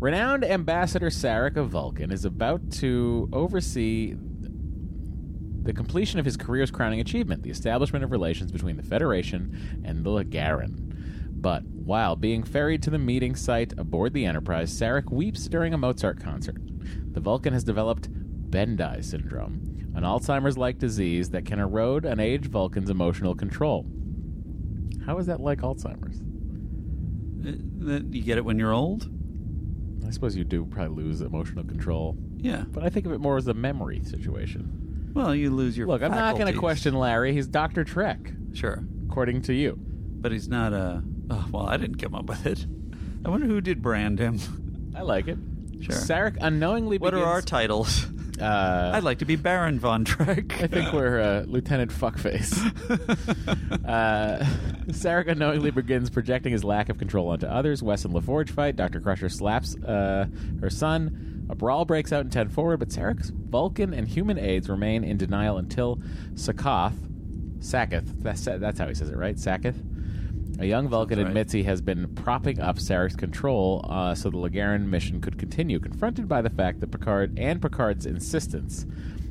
Speaker 1: Renowned ambassador Sarek of Vulcan is about to oversee the completion of his career's crowning achievement, the establishment of relations between the Federation and the Lagaran. But while being ferried to the meeting site aboard the Enterprise, Sarek weeps during a Mozart concert. The Vulcan has developed Bendai syndrome, an Alzheimer's like disease that can erode an aged Vulcan's emotional control. How is that like Alzheimer's?
Speaker 2: Uh, that- You get it when you're old.
Speaker 1: I suppose you do probably lose emotional control,
Speaker 2: Yeah.
Speaker 1: but I think of it more as a memory situation.
Speaker 2: Well, you lose your.
Speaker 1: Look, I'm not going to
Speaker 2: faculties.
Speaker 1: question Larry. He's Dr. Trek,
Speaker 2: Sure,
Speaker 1: according to you.
Speaker 2: but he's not a. Oh, well, I didn't come up with it. I wonder who did brand him.
Speaker 1: I like it.
Speaker 2: Sure.
Speaker 1: Sarek unknowingly
Speaker 2: What are our
Speaker 1: begins...
Speaker 2: titles?
Speaker 1: uh,
Speaker 2: I'd like to be Baron von Trek.
Speaker 1: I think we're uh, Lieutenant
Speaker 2: <laughs>
Speaker 1: Fuckface. uh, Sarek unknowingly begins projecting his lack of control onto others. Wes and LaForge fight. Dr. Crusher slaps uh, her son. A brawl breaks out in 10 forward, but Sarek's Vulcan and human aides remain in denial until Sakoth, Saketh, that's, that's how he says it, right? Saketh? A young Vulcan
Speaker 2: Sounds right.
Speaker 1: admits he has been propping up Sarek's control uh, so the Lagaran mission could continue. Confronted by the fact that Picard and Picard's insistence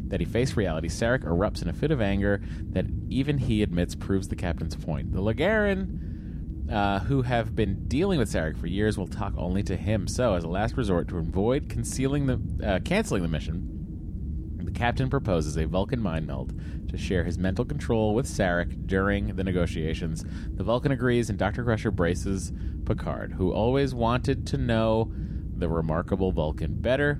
Speaker 1: that he faced reality, Sarek erupts in a fit of anger that even he admits proves the captain's point. The Lagarin, uh, who have been dealing with Sarek for years, will talk only to him. So, as a last resort to avoid concealing the uh, canceling the mission, the captain proposes a Vulcan mind meld to share his mental control with Sarek during the negotiations. The Vulcan agrees, and Dr. Crusher braces Picard, who always wanted to know the remarkable Vulcan better.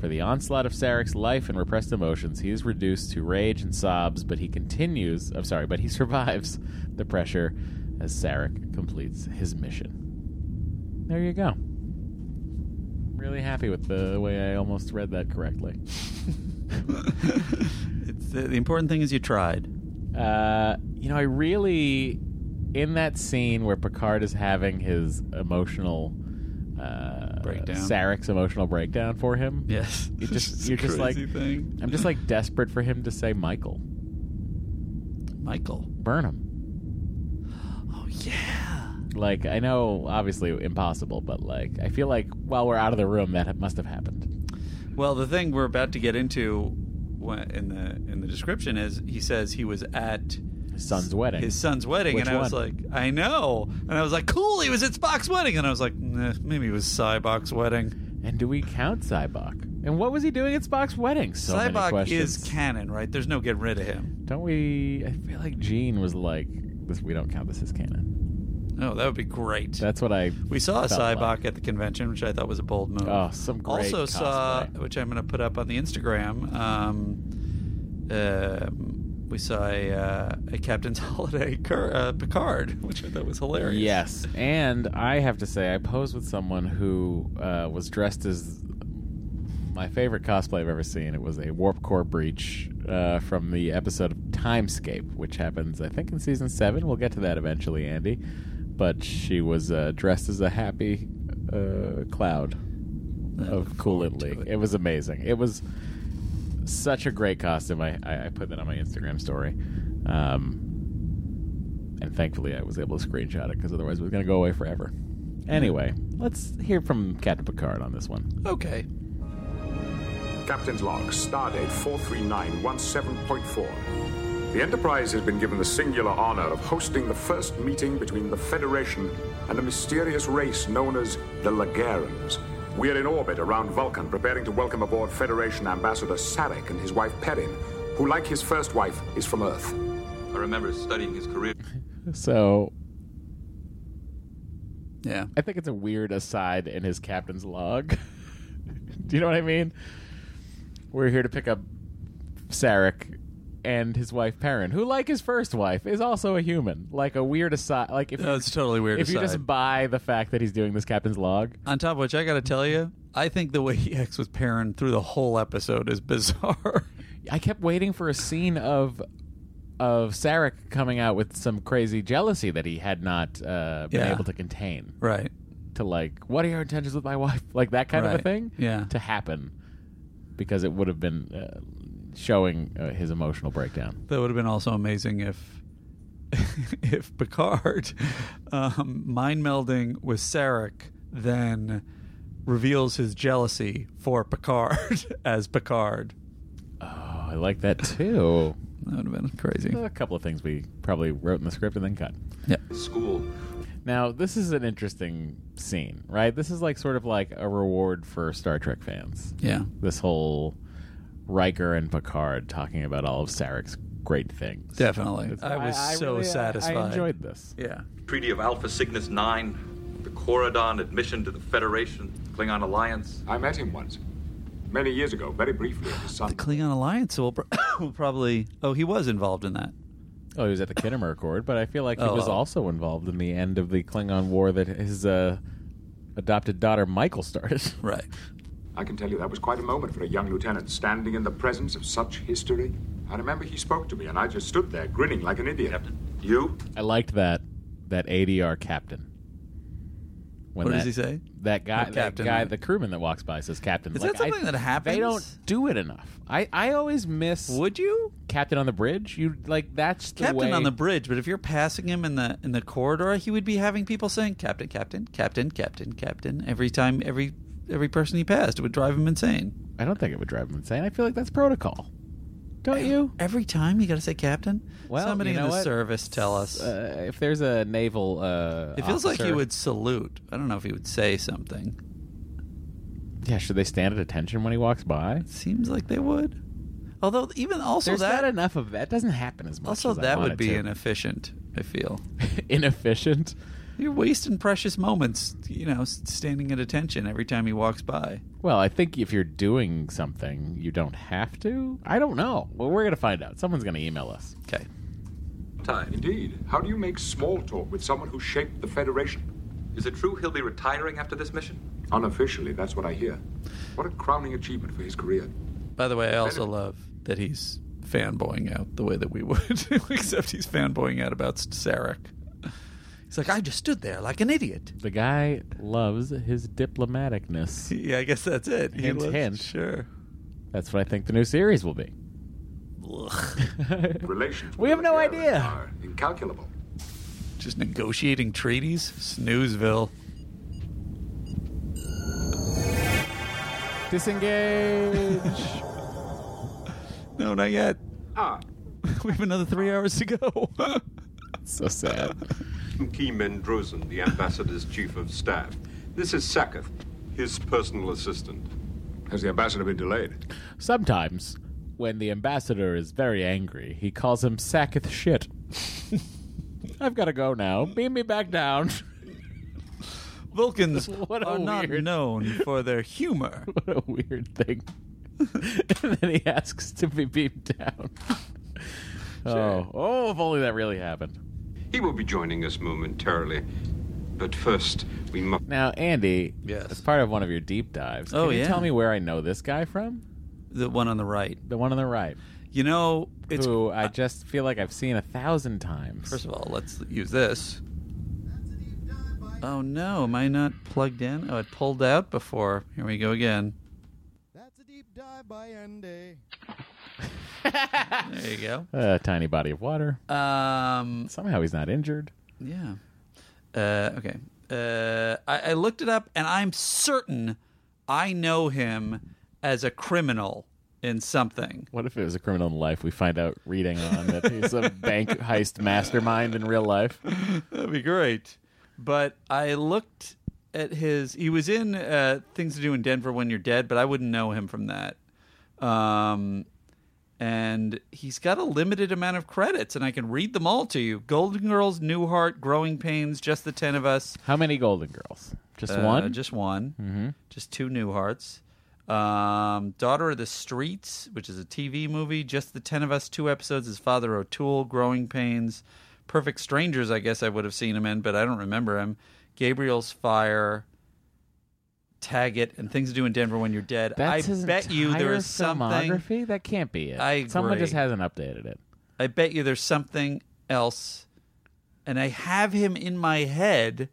Speaker 1: For the onslaught of Sarek's life and repressed emotions, he is reduced to rage and sobs, but he continues. I'm sorry, but he <laughs> survives the pressure as Sarek completes his mission. There you go. Really happy with the way I almost read that correctly.
Speaker 2: <laughs> It's, uh, the important thing is you tried.
Speaker 1: Uh, you know, I really in that scene where Picard is having his emotional uh,
Speaker 2: Breakdown.
Speaker 1: Sarek's emotional breakdown for him.
Speaker 2: Yes. <laughs>
Speaker 1: You just-
Speaker 2: It's
Speaker 1: you
Speaker 2: a
Speaker 1: just, like-
Speaker 2: crazy thing.
Speaker 1: I'm just like desperate for him to say Michael
Speaker 2: Michael.
Speaker 1: Burnham.
Speaker 2: <gasps> Oh yeah.
Speaker 1: Like I know, obviously impossible, but like I feel like while we're out of the room, that must have happened.
Speaker 2: Well, the thing we're about to get into when- in the in the description is he says he was at
Speaker 1: His son's wedding.
Speaker 2: his son's wedding,
Speaker 1: Which
Speaker 2: and I was
Speaker 1: one?
Speaker 2: like, I know, and I was like, cool, he was at Spock's wedding, and I was like, nah, maybe it was Cybok's wedding.
Speaker 1: and do we count Cybok? And what was he doing at Spock's wedding? So many
Speaker 2: Cybok
Speaker 1: questions.
Speaker 2: is canon, right? There's no getting rid of him.
Speaker 1: Don't we? I feel like Gene was like, "This we don't count this as canon."
Speaker 2: Oh, that would be great.
Speaker 1: That's what I.
Speaker 2: we saw a
Speaker 1: felt
Speaker 2: Cybok
Speaker 1: like.
Speaker 2: at the convention, which I thought was a bold move.
Speaker 1: Oh, some great
Speaker 2: also saw,
Speaker 1: cosplay.
Speaker 2: which I'm going to put up on the Instagram. Um, um, we saw a, uh, a Captain's <laughs> Holiday Cur- uh, Picard, which I thought was hilarious.
Speaker 1: Yes, and I have to say, I posed with someone who uh, was dressed as my favorite cosplay I've ever seen. It was a warp core breach uh, from the episode of Timescape, which happens, I think, in season seven. We'll get to that eventually, Andy. But she was uh, dressed as a happy uh, cloud of Coolant League. It. was amazing. It was such a great costume. I, I, I put that on my Instagram story. Um, and thankfully, I was able to screenshot it because otherwise, it was going to go away forever. Anyway, let's hear from Captain Picard on this one.
Speaker 2: Okay.
Speaker 10: Captain's log, stardate 43917.4. The Enterprise has been given the singular honor of hosting the first meeting between the Federation and a mysterious race known as the Lagarans. We are in orbit around Vulcan, preparing to welcome aboard Federation Ambassador Sarek and his wife Perrin, who, like his first wife, is from Earth.
Speaker 3: I remember studying his career.
Speaker 1: So
Speaker 2: Yeah.
Speaker 1: I think it's a weird aside in his captain's log. <laughs> Do you know what I mean? We're here to pick up Sarek and his wife Perrin, who, like his first wife, is also a human. Like a weird aside. Like if,
Speaker 2: That's totally weird.
Speaker 1: if you
Speaker 2: aside.
Speaker 1: just buy the fact that he's doing this captain's log,
Speaker 2: On top of which, I got to tell you, I think the way <laughs> he acts with Perrin through the whole episode is bizarre. <laughs>
Speaker 1: I kept waiting for a scene of of Sarek coming out with some crazy jealousy that he had not uh, been
Speaker 2: Yeah.
Speaker 1: able to contain.
Speaker 2: right.
Speaker 1: To like, what are your intentions with my wife? <laughs> Like that kind of a
Speaker 2: Right.
Speaker 1: thing.
Speaker 2: Yeah.
Speaker 1: To happen because it would have been uh, showing uh, his emotional breakdown.
Speaker 2: That would have been also amazing if <laughs> if
Speaker 1: <laughs>
Speaker 2: Picard um, mind melding with Sarek then reveals his jealousy for Picard <laughs> as Picard.
Speaker 1: Oh, I like that too.
Speaker 2: <laughs> That would have been crazy.
Speaker 1: a couple of things we probably wrote in the script and then cut.
Speaker 3: School.
Speaker 1: Now, this is an interesting scene, right? This is like sort of like a reward for Star Trek fans.
Speaker 2: Yeah.
Speaker 1: this whole Riker and Picard talking about all of Sarek's great things.
Speaker 2: Definitely.
Speaker 1: It's-
Speaker 2: I was so
Speaker 1: really- I-
Speaker 2: satisfied.
Speaker 1: I enjoyed this.
Speaker 2: Yeah.
Speaker 3: Treaty of Alpha Cygnus 9. The Corridon admission to the Federation. Klingon Alliance.
Speaker 10: I met him once, many years ago, very briefly at his
Speaker 2: The
Speaker 10: son.
Speaker 2: Klingon Alliance will, pro- <coughs> will probably. Oh, he was involved in that.
Speaker 1: Oh, he was at the Kittimer Accord, but I feel like he
Speaker 2: Oh,
Speaker 1: was
Speaker 2: oh.
Speaker 1: also involved in the end of the Klingon War that his uh, adopted daughter Michael started.
Speaker 2: Right.
Speaker 10: I can tell you that was quite a moment for a young lieutenant standing in the presence of such history. I remember he spoke to me, and I just stood there grinning like an idiot.
Speaker 3: You?
Speaker 1: I liked that that ADR captain. When
Speaker 2: What does
Speaker 1: that-
Speaker 2: he say?
Speaker 1: That guy,
Speaker 2: The
Speaker 1: that
Speaker 2: captain,
Speaker 1: guy,
Speaker 2: right?
Speaker 1: the crewman that walks by says "Captain."
Speaker 2: Is
Speaker 1: Like,
Speaker 2: that something
Speaker 1: I-
Speaker 2: that happens?
Speaker 1: They don't do it enough. I, I always miss
Speaker 2: Would you?
Speaker 1: Captain on the Bridge. You like that's the
Speaker 2: Captain
Speaker 1: way-
Speaker 2: on the bridge, but if you're passing him in the in the corridor, he would be having people saying "Captain, Captain, Captain, Captain, Captain" every time every every person he passed. It would drive him insane.
Speaker 1: I don't think it would drive him insane. I feel like that's protocol. don't you?
Speaker 2: Every time you got to say captain.
Speaker 1: Well,
Speaker 2: somebody
Speaker 1: you know
Speaker 2: in the
Speaker 1: what?
Speaker 2: service tell us.
Speaker 1: Uh, if there's a naval, uh,
Speaker 2: it feels like
Speaker 1: officer-
Speaker 2: he would salute. I don't know if he would say something.
Speaker 1: Yeah, should they stand at attention when he walks by?
Speaker 2: Seems like they would. Although even also
Speaker 1: There's
Speaker 2: that
Speaker 1: not enough of that. Doesn't happen as much.
Speaker 2: also
Speaker 1: as I
Speaker 2: that
Speaker 1: want
Speaker 2: would
Speaker 1: it
Speaker 2: be
Speaker 1: to.
Speaker 2: inefficient. I feel
Speaker 1: <laughs> inefficient.
Speaker 2: you're wasting precious moments. You know, s- standing at attention every time he walks by.
Speaker 1: Well, I think if you're doing something, you don't have to. I don't know. Well, we're gonna find out. Someone's gonna email us.
Speaker 2: Okay.
Speaker 11: Time. Indeed. How do you make small talk with someone who shaped the Federation?
Speaker 12: Is it true he'll be retiring after this mission?
Speaker 11: Unofficially, that's what I hear. What a crowning achievement for his career.
Speaker 2: By the way, I also love that he's fanboying out the way that we would, <laughs> except he's fanboying out about Sarek. He's like, I just stood there like an idiot.
Speaker 1: The guy loves his diplomaticness.
Speaker 2: <laughs> Yeah, I guess that's it. He
Speaker 1: Hint,
Speaker 2: was-
Speaker 1: hint.
Speaker 2: Sure.
Speaker 1: That's what I think the new series will be. <laughs>
Speaker 11: Relations.
Speaker 1: We have no idea.
Speaker 11: are incalculable.
Speaker 2: Just negotiating treaties? Snoozeville.
Speaker 1: Disengage.
Speaker 2: <laughs> No, not yet.
Speaker 11: Ah,
Speaker 2: <laughs> We have another three hours to go.
Speaker 1: <laughs> so sad.
Speaker 13: Keeman Drozen, the ambassador's chief of staff. This is Sacketh, his personal assistant.
Speaker 11: Has the ambassador been delayed?
Speaker 1: Sometimes, when the ambassador is very angry, he calls him Sacketh shit. <laughs> I've got to go now. Beam me back down.
Speaker 2: <laughs> Vulcans
Speaker 1: <laughs> What a
Speaker 2: are not
Speaker 1: weird-
Speaker 2: known for their humor.
Speaker 1: <laughs> what a weird thing. <laughs> and then he asks to be beamed down. <laughs> Oh, oh, if only that really happened.
Speaker 13: He will be joining us momentarily, but first we must.
Speaker 1: Now, Andy,
Speaker 2: Yes.
Speaker 1: as part of one of your deep dives,
Speaker 2: Oh,
Speaker 1: can you
Speaker 2: yeah.
Speaker 1: tell me where I know this guy from?
Speaker 2: The one on the right.
Speaker 1: The one on the right,
Speaker 2: You know, it's.
Speaker 1: who I just feel like I've seen a thousand times.
Speaker 2: First of all, let's use this. Oh no, am I not plugged in? Oh, it pulled out before. Here we go again.
Speaker 14: That's a deep dive by Andy.
Speaker 2: There you go.
Speaker 1: a tiny body of water.
Speaker 2: Um,
Speaker 1: Somehow he's not injured.
Speaker 2: yeah. Uh, okay. Uh, I, I looked it up, and I'm certain I know him as a criminal in something. <laughs>
Speaker 1: What if it was a criminal in life? We find out reading on that he's a
Speaker 2: <laughs>
Speaker 1: bank heist mastermind in real life.
Speaker 2: That'd be great. But I looked at his. He was in uh, Things to Do in Denver When You're Dead, but I wouldn't know him from that. Um, and he's got a limited amount of credits, and I can read them all to you Golden Girls, Newhart, Growing Pains, Just the Ten of Us.
Speaker 1: How many Golden Girls? Just
Speaker 2: Uh,
Speaker 1: one.
Speaker 2: Just one. Mm-hmm. Just two Newharts. Um, Daughter of the Streets, which is a TV movie. Just the Ten of Us, two episodes is Father O'Toole, Growing Pains. Perfect Strangers, I guess I would have seen him in, but I don't remember him. Gabriel's Fire, Taggett, and Things to Do in Denver When You're Dead.
Speaker 1: That's
Speaker 2: I
Speaker 1: his
Speaker 2: bet you there
Speaker 1: entire
Speaker 2: is something.
Speaker 1: filmography? That can't be it.
Speaker 2: I
Speaker 1: Someone
Speaker 2: agree.
Speaker 1: just hasn't updated it.
Speaker 2: I bet you there's something else. And I have him in my head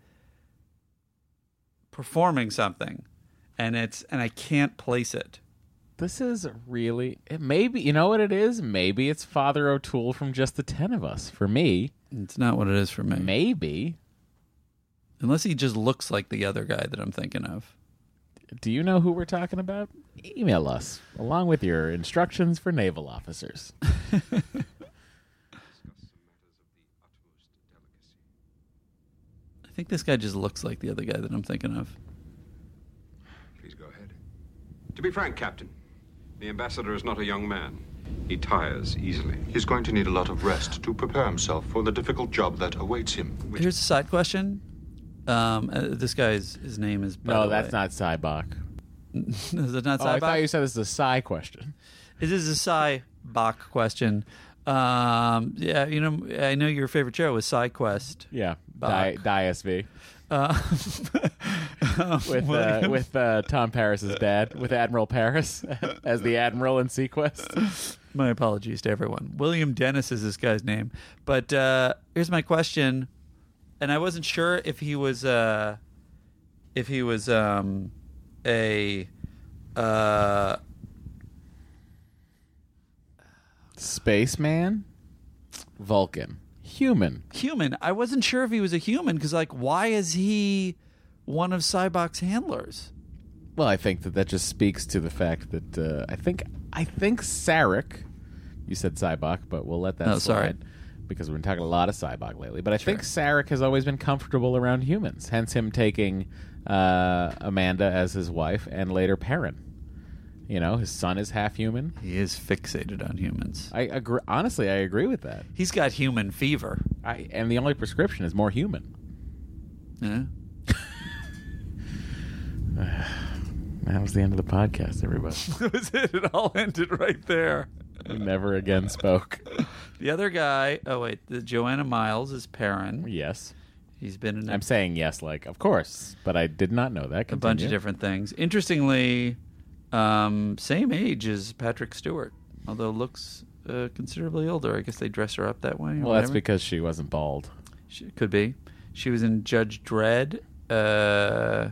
Speaker 2: performing something. And it's and I can't place it.
Speaker 1: This is really it maybe you know what it is? Maybe it's Father O'Toole from just the ten of us. For me.
Speaker 2: It's not what it is for me.
Speaker 1: Maybe.
Speaker 2: Unless he just looks like the other guy that I'm thinking of.
Speaker 1: Do you know who we're talking about? Email us along with your instructions for naval
Speaker 2: <laughs>
Speaker 1: officers.
Speaker 2: I think this guy just looks like the other guy that I'm thinking of.
Speaker 13: Please go ahead. To be frank, Captain, the ambassador is not a young man. He tires easily.
Speaker 15: He's going to need a lot of rest to prepare himself for the difficult job that awaits him.
Speaker 2: Here's a side question. Um, uh, this guy's his name is. by
Speaker 1: no,
Speaker 2: the
Speaker 1: that's
Speaker 2: way-
Speaker 1: not Cybok.
Speaker 2: <laughs> is it not
Speaker 1: Oh, I
Speaker 2: Cybok?
Speaker 1: thought you said this is a Psy question.
Speaker 2: This is a Cy Bach question. Um, yeah, you know, I know your favorite show was SideQuest.
Speaker 1: Yeah.
Speaker 2: Bach.
Speaker 1: Di, Di SV.
Speaker 2: Uh, <laughs>
Speaker 1: with uh,
Speaker 2: William.
Speaker 1: with uh, Tom Paris's dad, with Admiral Paris <laughs> as the admiral in Sequest.
Speaker 2: My apologies to everyone. William Dennis is this guy's name. But uh, here's my question, and I wasn't sure if he was uh, if he was um, a uh,
Speaker 1: Spaceman, Vulcan, human.
Speaker 2: human. I wasn't sure if he was a human because, like, why is he one of Cybok's handlers? <laughs>
Speaker 1: Well, I think that that just speaks to the fact that uh, I think I think Sarek You said Cybok, but we'll let that
Speaker 2: No, Oh, sorry.
Speaker 1: slide because we've been talking a lot of Cybok lately. But I think Sarek has always been comfortable around humans, hence him taking uh, Amanda as his wife and later Perrin. You know, his son is half human.
Speaker 2: He is fixated on humans.
Speaker 1: I agree. Honestly, I agree with that.
Speaker 2: He's got human fever.
Speaker 1: I, and the only prescription is more human.
Speaker 2: Yeah. <laughs>
Speaker 1: That was the end of the podcast, everybody.
Speaker 2: that was it. It all ended right there.
Speaker 1: we never
Speaker 2: <laughs>
Speaker 1: again spoke.
Speaker 2: The other guy. Oh wait, the Joanna Miles is Perrin.
Speaker 1: Yes.
Speaker 2: He's been in a,
Speaker 1: I'm saying yes, like of course, but I did not know that.
Speaker 2: a bunch of
Speaker 1: Continue.
Speaker 2: different things. Interestingly, um, same age as Patrick Stewart, although looks uh, considerably older. I guess they dress her up that way. or
Speaker 1: Well, that's
Speaker 2: whatever.
Speaker 1: because she wasn't bald.
Speaker 2: She could be. She was in Judge Dredd. Uh,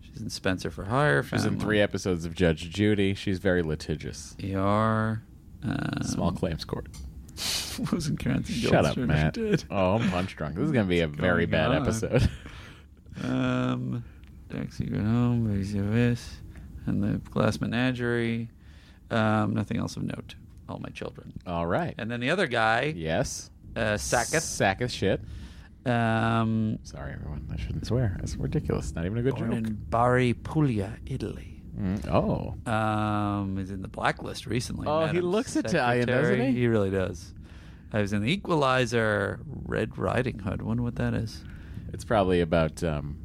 Speaker 2: she's in Spencer for Hire.
Speaker 1: She was in
Speaker 2: Family,
Speaker 1: three episodes of Judge Judy. She's very litigious.
Speaker 2: ER. Um,
Speaker 1: Small claims court.
Speaker 2: <laughs> was in Karen
Speaker 1: Shut up,
Speaker 2: Gilstrap.
Speaker 1: Matt.
Speaker 2: She did.
Speaker 1: Oh, I'm punch drunk. This is going to be a very
Speaker 2: going
Speaker 1: bad
Speaker 2: on?
Speaker 1: episode.
Speaker 2: <laughs> Um, Dark Secret Home, Babies of Us, and the Glass Menagerie. Um, nothing else of note. All my children.
Speaker 1: All right.
Speaker 2: And then the other guy,
Speaker 1: Yes.
Speaker 2: uh, Sackett.
Speaker 1: Sacketh shit.
Speaker 2: Um,
Speaker 1: Sorry, everyone. I shouldn't swear. It's ridiculous. Not even a good
Speaker 2: born
Speaker 1: joke.
Speaker 2: in Bari Puglia, Italy.
Speaker 1: Mm, Oh.
Speaker 2: Um, is in the blacklist recently.
Speaker 1: Oh, he
Speaker 2: Madam
Speaker 1: looks Italian, doesn't
Speaker 2: Secretary.
Speaker 1: he?
Speaker 2: He really does. I was in the Equalizer, Red Riding Hood. Wonder what that is.
Speaker 1: It's probably about um,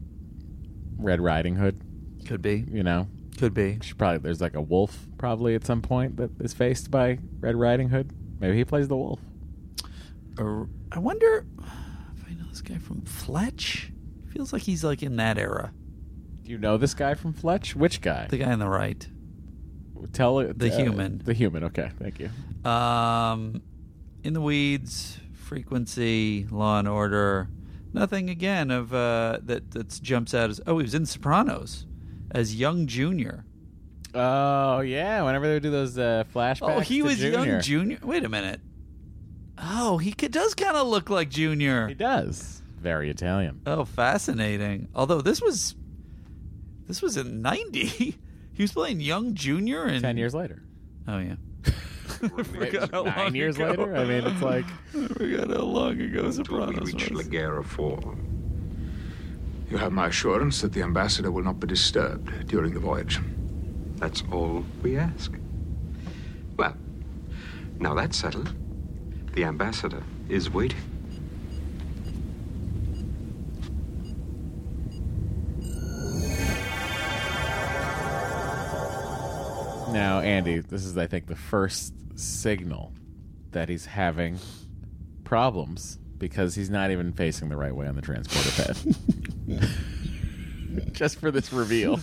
Speaker 1: Red Riding Hood,
Speaker 2: Could be.
Speaker 1: you know?
Speaker 2: Could be.
Speaker 1: She probably There's like a wolf probably at some point that is faced by Red Riding Hood. Maybe he plays the wolf.
Speaker 2: Or- I wonder if I know this guy from Fletch. Feels like he's like in that era.
Speaker 1: Do you know this guy from Fletch? Which guy?
Speaker 2: The guy on the right.
Speaker 1: Tell uh,
Speaker 2: the human.
Speaker 1: The human. Okay, thank you.
Speaker 2: Um, in the weeds, frequency, Law and Order. Nothing again of uh, that that jumps out as oh he was in Sopranos as young junior.
Speaker 1: Oh yeah, whenever they would do those uh, flashbacks.
Speaker 2: Oh, he
Speaker 1: to
Speaker 2: was
Speaker 1: Junior.
Speaker 2: young junior. Wait a minute. Oh, he could, does kind of look like junior.
Speaker 1: He does. Very Italian.
Speaker 2: Oh, fascinating. Although this was this was in '90. <laughs> he was playing young junior and
Speaker 1: Ten years later.
Speaker 2: Oh
Speaker 1: <laughs>
Speaker 2: yeah. <laughs> I forgot how long
Speaker 1: Nine years
Speaker 2: ago.
Speaker 1: later. I mean, it's like
Speaker 2: I forgot how long ago
Speaker 16: we
Speaker 2: Sopranos
Speaker 16: reach
Speaker 2: was.
Speaker 16: Laguerre 4.
Speaker 8: You have my assurance that the ambassador will not be disturbed during the voyage.
Speaker 10: That's all we ask. Well, now that's settled. The ambassador is waiting.
Speaker 1: now, Andy. This is, I think, the first signal that he's having problems because he's not even facing the right way on the transporter
Speaker 2: <laughs>
Speaker 1: pad. <laughs> Just for
Speaker 2: <laughs>
Speaker 1: this reveal.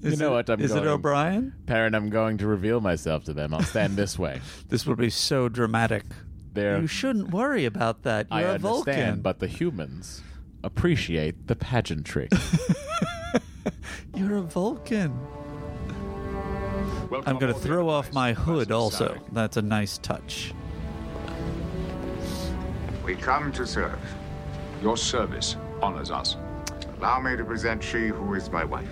Speaker 1: you know
Speaker 2: it,
Speaker 1: what? I'm
Speaker 2: is
Speaker 1: going,
Speaker 2: it O'Brien?
Speaker 1: Parent, I'm going to reveal myself to them. I'll stand this way.
Speaker 2: <laughs> This will be so dramatic.
Speaker 1: There,
Speaker 2: You shouldn't worry about that. You're
Speaker 1: I
Speaker 2: a
Speaker 1: understand,
Speaker 2: Vulcan.
Speaker 1: but the humans appreciate the pageantry.
Speaker 2: <laughs> You're a Vulcan.
Speaker 8: Welcome
Speaker 2: I'm going to
Speaker 8: aboard the
Speaker 2: throw off
Speaker 8: Enterprise,
Speaker 2: my hood
Speaker 8: Ambassador
Speaker 2: also.
Speaker 8: Sarek.
Speaker 2: That's a nice touch.
Speaker 8: We come to serve. Your service honors us. Allow me to present she who is my wife,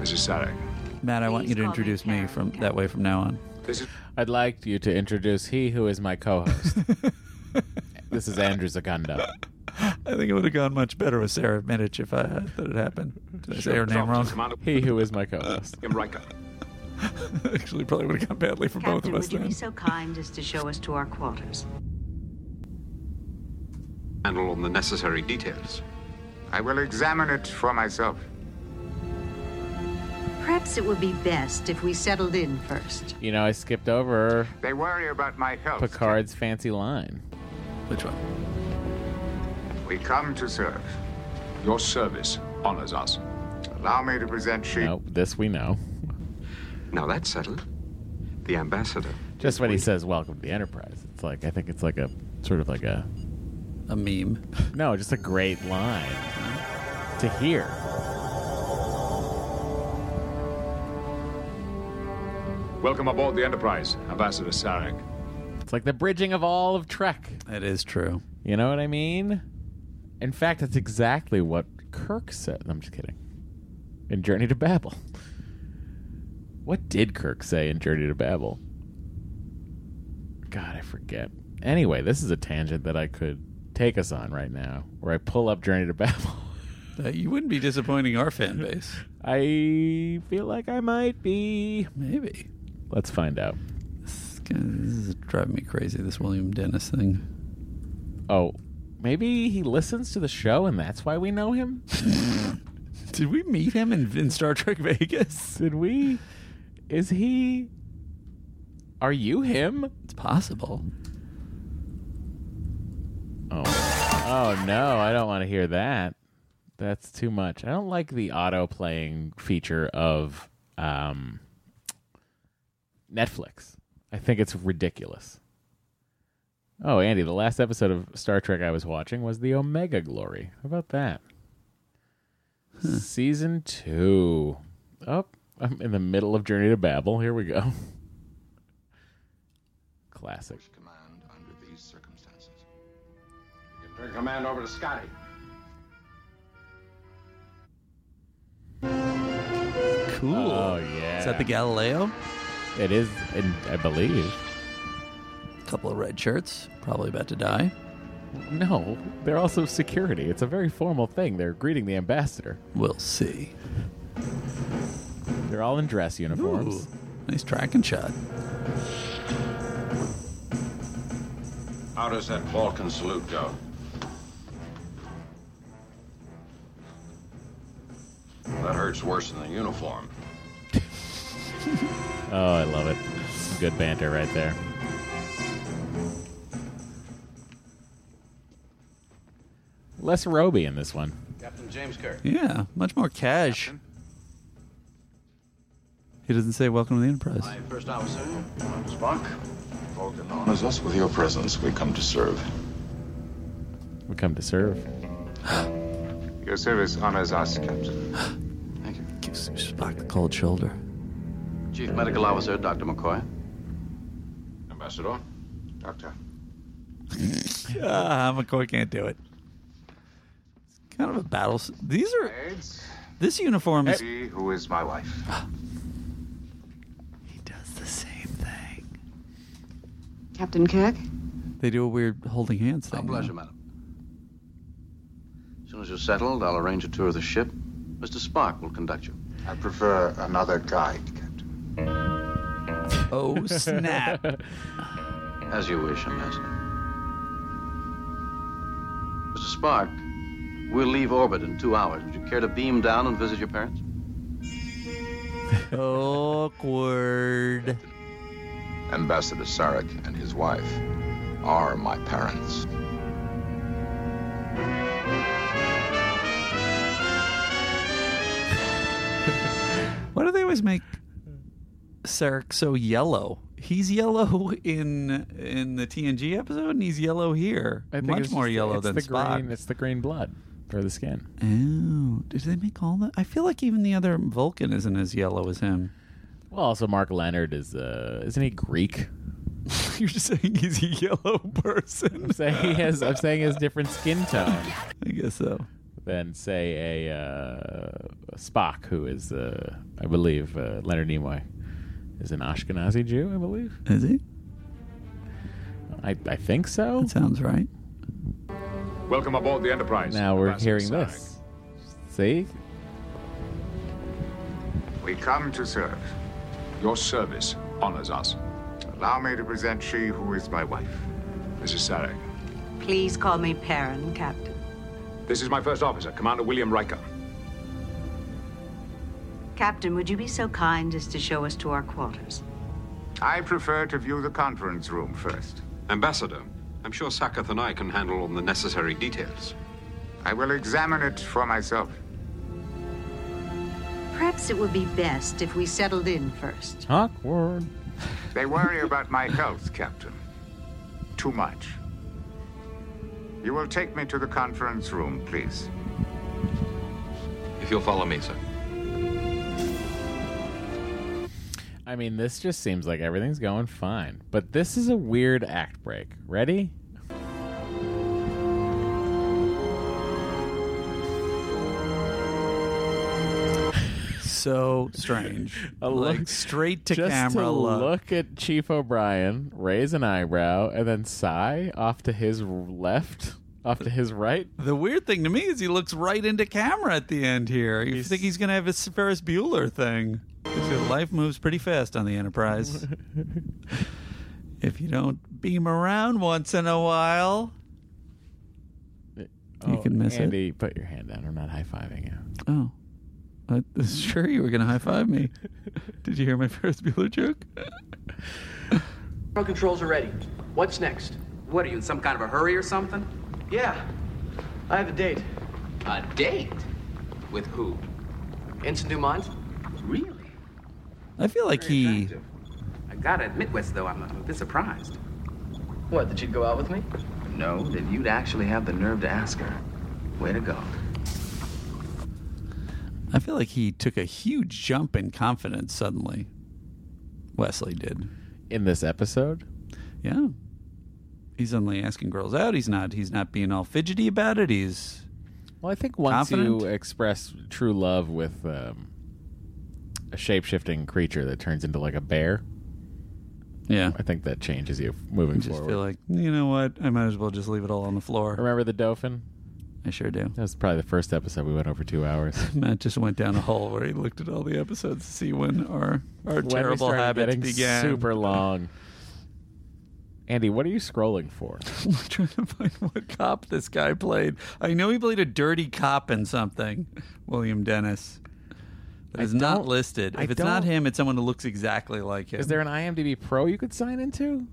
Speaker 8: Mrs. Sarek.
Speaker 2: Matt, I want you to introduce me from that way from now on.
Speaker 8: This is
Speaker 1: I'd like you to introduce he who is
Speaker 2: <laughs>
Speaker 1: my co-host. this is Andrew Zagonda.
Speaker 2: I think it would have gone much better with Sarah Minich if I had that it happened. Did I say her name wrong?
Speaker 8: Commander
Speaker 1: He who is my co-host.
Speaker 8: William Riker.
Speaker 2: <laughs> Actually, probably would have gone badly for both
Speaker 17: Captain,
Speaker 2: of us
Speaker 17: would you
Speaker 2: then.
Speaker 17: be so kind as to show us to our quarters?
Speaker 10: Handle on the necessary details.
Speaker 18: I will examine it for myself.
Speaker 17: Perhaps it would be best if we settled in first.
Speaker 1: You know, I skipped over
Speaker 18: They worry about my health.
Speaker 1: Picard's fancy line.
Speaker 2: Which one?
Speaker 18: We come to serve.
Speaker 8: Your service honors us.
Speaker 18: Allow me to present she.
Speaker 1: No, this we know.
Speaker 10: Now that's settled. The ambassador.
Speaker 1: Just when he says "Welcome to the Enterprise," it's like I think it's like a sort of like a
Speaker 2: A meme.
Speaker 1: no, just a great line to hear.
Speaker 8: Welcome aboard the Enterprise, Ambassador Sarek.
Speaker 1: It's like the bridging of all of Trek.
Speaker 2: That is true.
Speaker 1: You know what I mean? In fact, that's exactly what Kirk said. I'm just kidding. In Journey to Babel. What did Kirk say in Journey to Babel? God, I forget. Anyway, this is a tangent that I could take us on right now, where I pull up Journey to Babel. <laughs>
Speaker 2: Uh, you wouldn't be disappointing our fan base.
Speaker 1: I feel like I might be.
Speaker 2: Maybe.
Speaker 1: Let's find out.
Speaker 2: This is driving me crazy, this William Dennis thing.
Speaker 1: Oh, maybe he listens to the show and that's why we know him?
Speaker 2: <laughs> Did we meet him in, in Star Trek Vegas?
Speaker 1: Did we? Is he. Are you him?
Speaker 2: It's possible.
Speaker 1: Oh. Oh no, I don't want to hear that. That's too much. I don't like the auto playing feature of um, Netflix. I think it's ridiculous. Oh, Andy, the last episode of Star Trek I was watching was the Omega Glory. How about that? Season two. Oh, I'm in the middle of Journey to Babel. Here we go. <laughs> Classic.
Speaker 3: Command under these circumstances. You can turn command over to Scotty.
Speaker 2: Cool.
Speaker 1: Oh, yeah.
Speaker 2: Is that the Galileo?
Speaker 1: It is, and I believe.
Speaker 2: couple of red shirts, probably about to die.
Speaker 1: No, they're also security. It's a very formal thing. They're greeting the ambassador.
Speaker 2: We'll see.
Speaker 1: They're all in dress uniforms.
Speaker 2: Ooh, nice tracking shot.
Speaker 3: How does that Balkan salute go? That hurts worse than the uniform.
Speaker 1: Oh, I love it. Good banter right there. Less Roby in this one.
Speaker 3: Captain James Kirk.
Speaker 2: Yeah, much more cash. He doesn't say welcome to the Enterprise. <laughs>
Speaker 3: My first officer, Commander Spock. Vulcan honors us with your presence. We come to serve.
Speaker 1: We come to serve.
Speaker 8: Your service honors us, Captain.
Speaker 3: Thank you.
Speaker 2: Gives Spock the cold shoulder.
Speaker 3: Chief Medical Officer, Dr. McCoy. Ambassador. Doctor.
Speaker 2: Ah, McCoy can't do it. It's kind of a battle. s- These are
Speaker 8: Aids,
Speaker 2: this uniform is.
Speaker 8: see who is my wife.
Speaker 2: <gasps> He does the same thing.
Speaker 17: Captain Kirk?
Speaker 2: They do a weird holding hands thing.
Speaker 3: Our pleasure, madam. As soon as you're settled, I'll arrange a tour of the ship. Mr. Spock will conduct you.
Speaker 8: I prefer another guide, Captain.
Speaker 2: Oh snap!
Speaker 3: As you wish, Ambassador. Mr. Spock, we'll leave orbit in two hours. Would you care to beam down and visit your parents?
Speaker 2: Awkward.
Speaker 8: Ambassador Sarek and his wife are my parents.
Speaker 2: Why do they always make
Speaker 1: Hmm.
Speaker 2: Sarek so yellow? He's yellow <laughs> in in the TNG episode, and he's yellow here. Much
Speaker 1: it's
Speaker 2: more
Speaker 1: just-
Speaker 2: yellow
Speaker 1: it's
Speaker 2: than
Speaker 1: the
Speaker 2: Spock.
Speaker 1: Green, it's the green blood for the skin.
Speaker 2: Oh, did they make all that? I feel like even the other Vulcan isn't as yellow as him.
Speaker 1: Well, also Mark Leonard is uh, isn't he Greek?
Speaker 2: <laughs> You're just saying he's a yellow person.
Speaker 1: I'm saying he has. I'm saying he has
Speaker 2: <laughs>
Speaker 1: different skin tone
Speaker 2: I guess so.
Speaker 1: than say a uh, Spock, who is uh, I believe uh, Leonard Nimoy is an Ashkenazi Jew. I believe.
Speaker 2: Is he?
Speaker 1: I, I think so.
Speaker 2: That sounds right.
Speaker 19: Welcome aboard the Enterprise.
Speaker 1: Now we're
Speaker 19: Ambassador
Speaker 1: hearing
Speaker 19: Sarek.
Speaker 1: this. See,
Speaker 8: We come to serve.
Speaker 19: Your service honors us.
Speaker 8: Allow me to present she who is my wife.
Speaker 19: Mrs. Sarek.
Speaker 17: Please call me Perrin, Captain.
Speaker 19: This is my first officer, Commander William Riker.
Speaker 17: Captain, would you be so kind as to show us to our quarters?
Speaker 8: I prefer to view the conference room first.
Speaker 10: Ambassador, I'm sure Sakath and I can handle all the necessary details.
Speaker 8: I will examine it for myself.
Speaker 17: Perhaps it would be best if we settled in first.
Speaker 1: awkward.
Speaker 8: They worry about my health, Captain. Too much. You will take me to the conference room, please.
Speaker 10: If you'll follow me, sir.
Speaker 1: I mean, this just seems like everything's going fine, but this is a weird act break. Ready?
Speaker 2: so strange. <laughs>
Speaker 1: A
Speaker 2: like
Speaker 1: look-
Speaker 2: straight to
Speaker 1: <laughs> Just
Speaker 2: camera
Speaker 1: to
Speaker 2: love.
Speaker 1: look at Chief O'Brien, raise an eyebrow, and then sigh off to his left, off to his right.
Speaker 2: The weird thing to me is he looks right into camera at the end here. You think he's going to have his Ferris Bueller thing. So life moves pretty fast on the Enterprise. if you don't beam around once in a while.
Speaker 1: You
Speaker 2: can miss it.
Speaker 1: Oh, Andy, put your hand down. I'm not high fiving you.
Speaker 2: Oh. I was <laughs> sure you were going to high five me. Did you hear my <laughs> Ferris Bueller joke?
Speaker 20: Pro controls are ready. What's next? What are you, in some kind of a hurry or something? Yeah. I have a date. A date? With who? Ensign Dumont? Really?
Speaker 2: I feel like he.
Speaker 20: I gotta admit, Wes, though, I'm a bit surprised. What, that you'd go out with me? No, that you'd actually have the nerve to ask her. Way to go.
Speaker 2: I feel like he took a huge jump in confidence suddenly. Wesley did.
Speaker 1: In this episode?
Speaker 2: Yeah. He's suddenly asking girls out. He's not he's not being all fidgety about it. He's
Speaker 1: Well, I think once
Speaker 2: Confident?
Speaker 1: you express true love with um, a shape shifting creature that turns into like a bear,
Speaker 2: yeah,
Speaker 1: I think that changes you moving
Speaker 2: just
Speaker 1: forward.
Speaker 2: feel like, you know what? I might as well just leave it all on the floor.
Speaker 1: Remember the Dauphin?
Speaker 2: I sure do.
Speaker 1: That's probably the first episode we went over two
Speaker 2: <laughs>
Speaker 1: hours. <laughs>
Speaker 2: Matt just went down a hole where he looked at all the episodes to see when our our
Speaker 1: When we
Speaker 2: terrible
Speaker 1: started
Speaker 2: habits
Speaker 1: getting
Speaker 2: began.
Speaker 1: Super long. Andy, what are you scrolling for?
Speaker 2: I'm <laughs> trying to find what cop this guy played. I know he played a dirty cop in something, William Dennis. But
Speaker 1: I
Speaker 2: it's not
Speaker 1: don't-
Speaker 2: listed.
Speaker 1: I
Speaker 2: If it's not
Speaker 1: don't-
Speaker 2: him, it's someone who looks exactly like him.
Speaker 1: Is there an IMDb Pro you could sign into?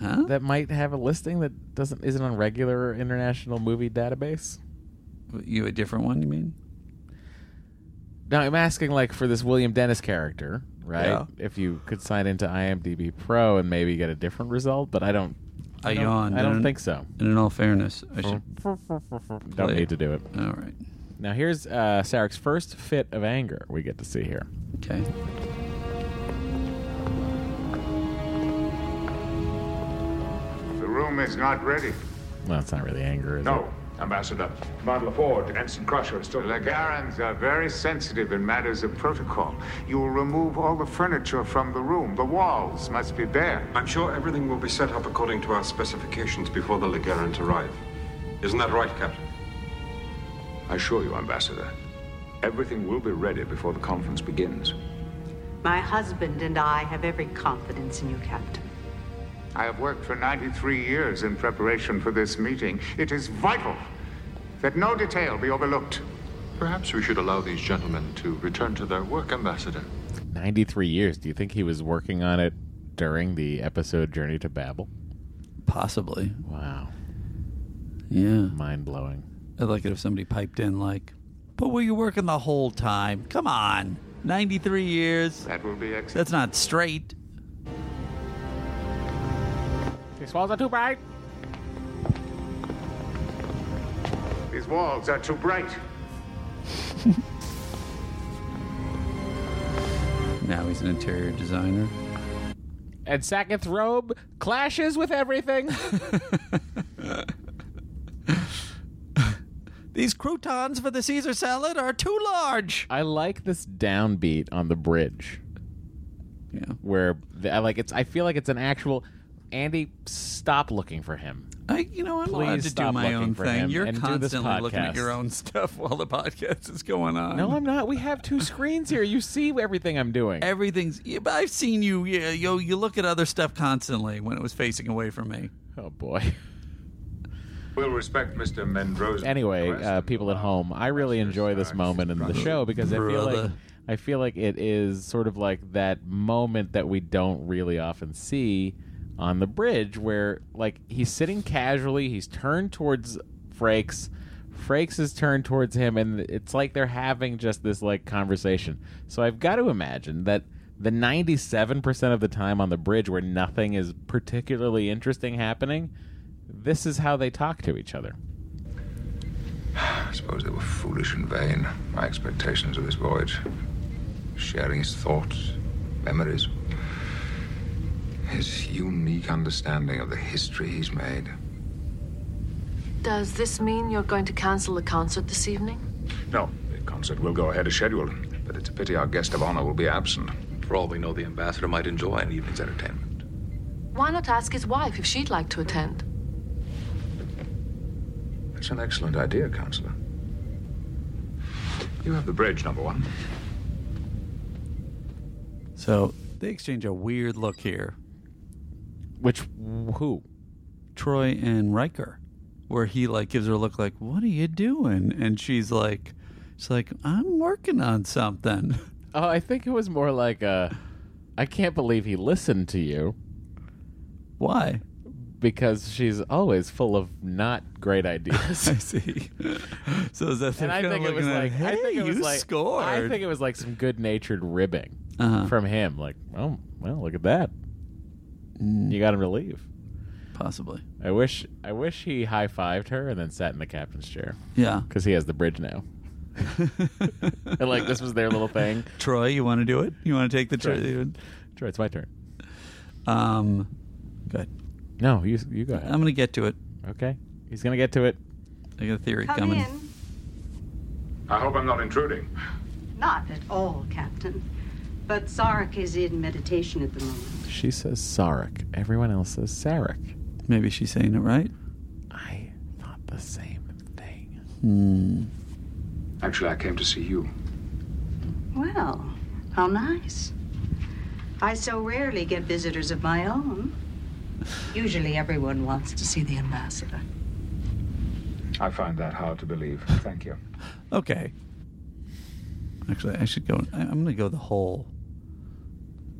Speaker 2: Huh?
Speaker 1: That might have a listing that doesn't isn't on regular international movie database.
Speaker 2: you a different one? You mean?
Speaker 1: Now I'm asking like for this William Dennis character, right?
Speaker 2: Yeah.
Speaker 1: If you could sign into IMDb Pro and maybe get a different result, but I don't.
Speaker 2: I,
Speaker 1: don't-
Speaker 2: yawned.
Speaker 1: I don't
Speaker 2: and-
Speaker 1: think so.
Speaker 2: And in all fairness, I should.
Speaker 1: Don't
Speaker 2: play
Speaker 1: need to do it.
Speaker 2: All right.
Speaker 1: Now here's uh, Sarek's first fit of anger we get to see here.
Speaker 2: Okay.
Speaker 8: The room is not ready.
Speaker 1: Well, it's not really anger, is it?
Speaker 8: No, Ambassador. Commander LaFord, Ensign Crusher still. Lagarans are very sensitive in matters of protocol. You will remove all the furniture from the room. The walls must be bare.
Speaker 13: I'm sure everything will be set up according to our specifications before the Legarant arrive. Isn't that right, Captain?
Speaker 11: I assure you, Ambassador, everything will be ready before the conference begins.
Speaker 17: My husband and I have every confidence in you, Captain.
Speaker 8: I have worked for 93 years in preparation for this meeting. It is vital that no detail be overlooked.
Speaker 13: Perhaps we should allow these gentlemen to return to their work, Ambassador.
Speaker 1: 93 years. Do you think he was working on it during the episode Journey to Babel?
Speaker 2: Possibly.
Speaker 1: Wow.
Speaker 2: Yeah.
Speaker 1: Mind blowing.
Speaker 2: I'd like it if somebody piped in, like, but were you working the whole time? Come on. 93 years.
Speaker 8: That will be excellent.
Speaker 2: That's not straight.
Speaker 1: These walls are
Speaker 2: <laughs>
Speaker 1: too bright.
Speaker 8: These walls are too bright.
Speaker 2: Now he's an interior <laughs> designer.
Speaker 1: And Saketh's robe clashes with everything.
Speaker 2: <laughs> These croutons for the Caesar salad are too large.
Speaker 1: I like this downbeat on the bridge.
Speaker 2: Yeah.
Speaker 1: Where the, I like it's I feel like it's an actual Andy stop looking for him.
Speaker 2: I, you know, I'm allowed
Speaker 1: Please
Speaker 2: to do
Speaker 1: stop
Speaker 2: my
Speaker 1: looking
Speaker 2: own
Speaker 1: for
Speaker 2: thing.
Speaker 1: him
Speaker 2: You're
Speaker 1: and do this
Speaker 2: constantly looking at
Speaker 1: podcast.
Speaker 2: your own stuff while the podcast is going on.
Speaker 1: No, I'm not. We
Speaker 2: <laughs>
Speaker 1: have two screens here. You see everything I'm doing.
Speaker 2: Everything's. Yeah, but I've seen you. Yeah, yo, you look at other stuff constantly when it was facing away from me.
Speaker 1: Oh boy.
Speaker 11: We'll respect Mr. Mendroza.
Speaker 1: Anyway, uh, people at home, I really enjoy this moment in the show because I feel like
Speaker 2: Brother.
Speaker 1: I feel like it is sort of like that moment that we don't really often see on the bridge where like he's sitting casually, he's turned towards Frakes. Frakes is turned towards him and it's like they're having just this like conversation. So I've got to imagine that the 97% of the time on the bridge where nothing is particularly interesting happening, this is how they talk to each other.
Speaker 10: I suppose they were foolish and vain. My expectations of this voyage, sharing his thoughts, memories, his unique understanding of the history he's made.
Speaker 21: Does this mean you're going to cancel the concert this evening?
Speaker 11: No, the concert will go ahead as scheduled, but it's a
Speaker 10: pity our guest of honor will be absent.
Speaker 22: For all we know, the ambassador might enjoy an evening's entertainment.
Speaker 21: Why not ask his wife if she'd like to attend?
Speaker 10: That's an excellent idea, Counselor. You have the bridge, number one.
Speaker 2: So they exchange a weird look here.
Speaker 1: Which who?
Speaker 2: Troy and Riker, where he like gives her a look like, "What are you doing?" And she's like, "She's like, I'm working on something."
Speaker 1: Oh, I think it was more like uh, I I can't believe he listened to you
Speaker 2: Why?
Speaker 1: because she's always full of not great
Speaker 2: <laughs>
Speaker 1: ideas. I
Speaker 2: see. So is <laughs> that
Speaker 1: and I
Speaker 2: kinda
Speaker 1: think it was
Speaker 2: looking at,
Speaker 1: like I think
Speaker 2: "Hey,
Speaker 1: it was
Speaker 2: you
Speaker 1: like I
Speaker 2: scored."
Speaker 1: think it was like some good natured ribbing
Speaker 2: Uh-huh.
Speaker 1: from him. Like, oh well, look at that. You got him to leave.
Speaker 2: Mm. Possibly.
Speaker 1: I wish I wish he high fived her and then sat in the captain's chair.
Speaker 2: <laughs> Yeah.
Speaker 1: because he has the bridge now. and like this was their little thing.
Speaker 2: <laughs> Troy, you want to do it? You want to take the
Speaker 1: Troy.
Speaker 2: turn?
Speaker 1: Troy, it's my turn.
Speaker 2: Um, good.
Speaker 1: No, you you go ahead.
Speaker 2: I'm gonna get to it.
Speaker 1: Okay, he's gonna get to it.
Speaker 2: I got a theory
Speaker 17: Come
Speaker 2: coming.
Speaker 17: in.
Speaker 11: I hope I'm not intruding.
Speaker 17: Not at all, Captain. But Sarek is in meditation at the moment.
Speaker 1: She says Sarek. Everyone else says Sarek.
Speaker 2: Maybe she's saying it right.
Speaker 1: I thought the same thing.
Speaker 2: Hmm.
Speaker 10: Actually, I came to see you.
Speaker 17: Well, how nice. I so rarely get visitors of my own. Usually everyone wants to see the ambassador.
Speaker 10: I find that hard to believe. Thank you.
Speaker 2: Okay. Actually, I should go. I- I'm gonna go the whole,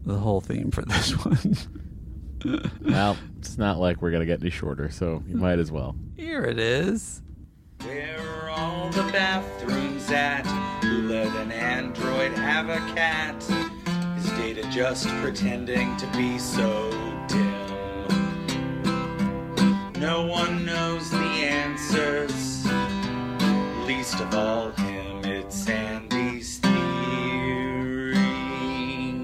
Speaker 2: the whole theme for <laughs> this one.
Speaker 1: <laughs> well, it's not like we're gonna get any shorter, so
Speaker 2: <laughs>
Speaker 1: you might as well.
Speaker 2: Here it is.
Speaker 3: Where are all the bathrooms at? Who let an android have a cat? Is data just pretending to be so dim? No one knows the answers, least of all him. It's Sandy's theory.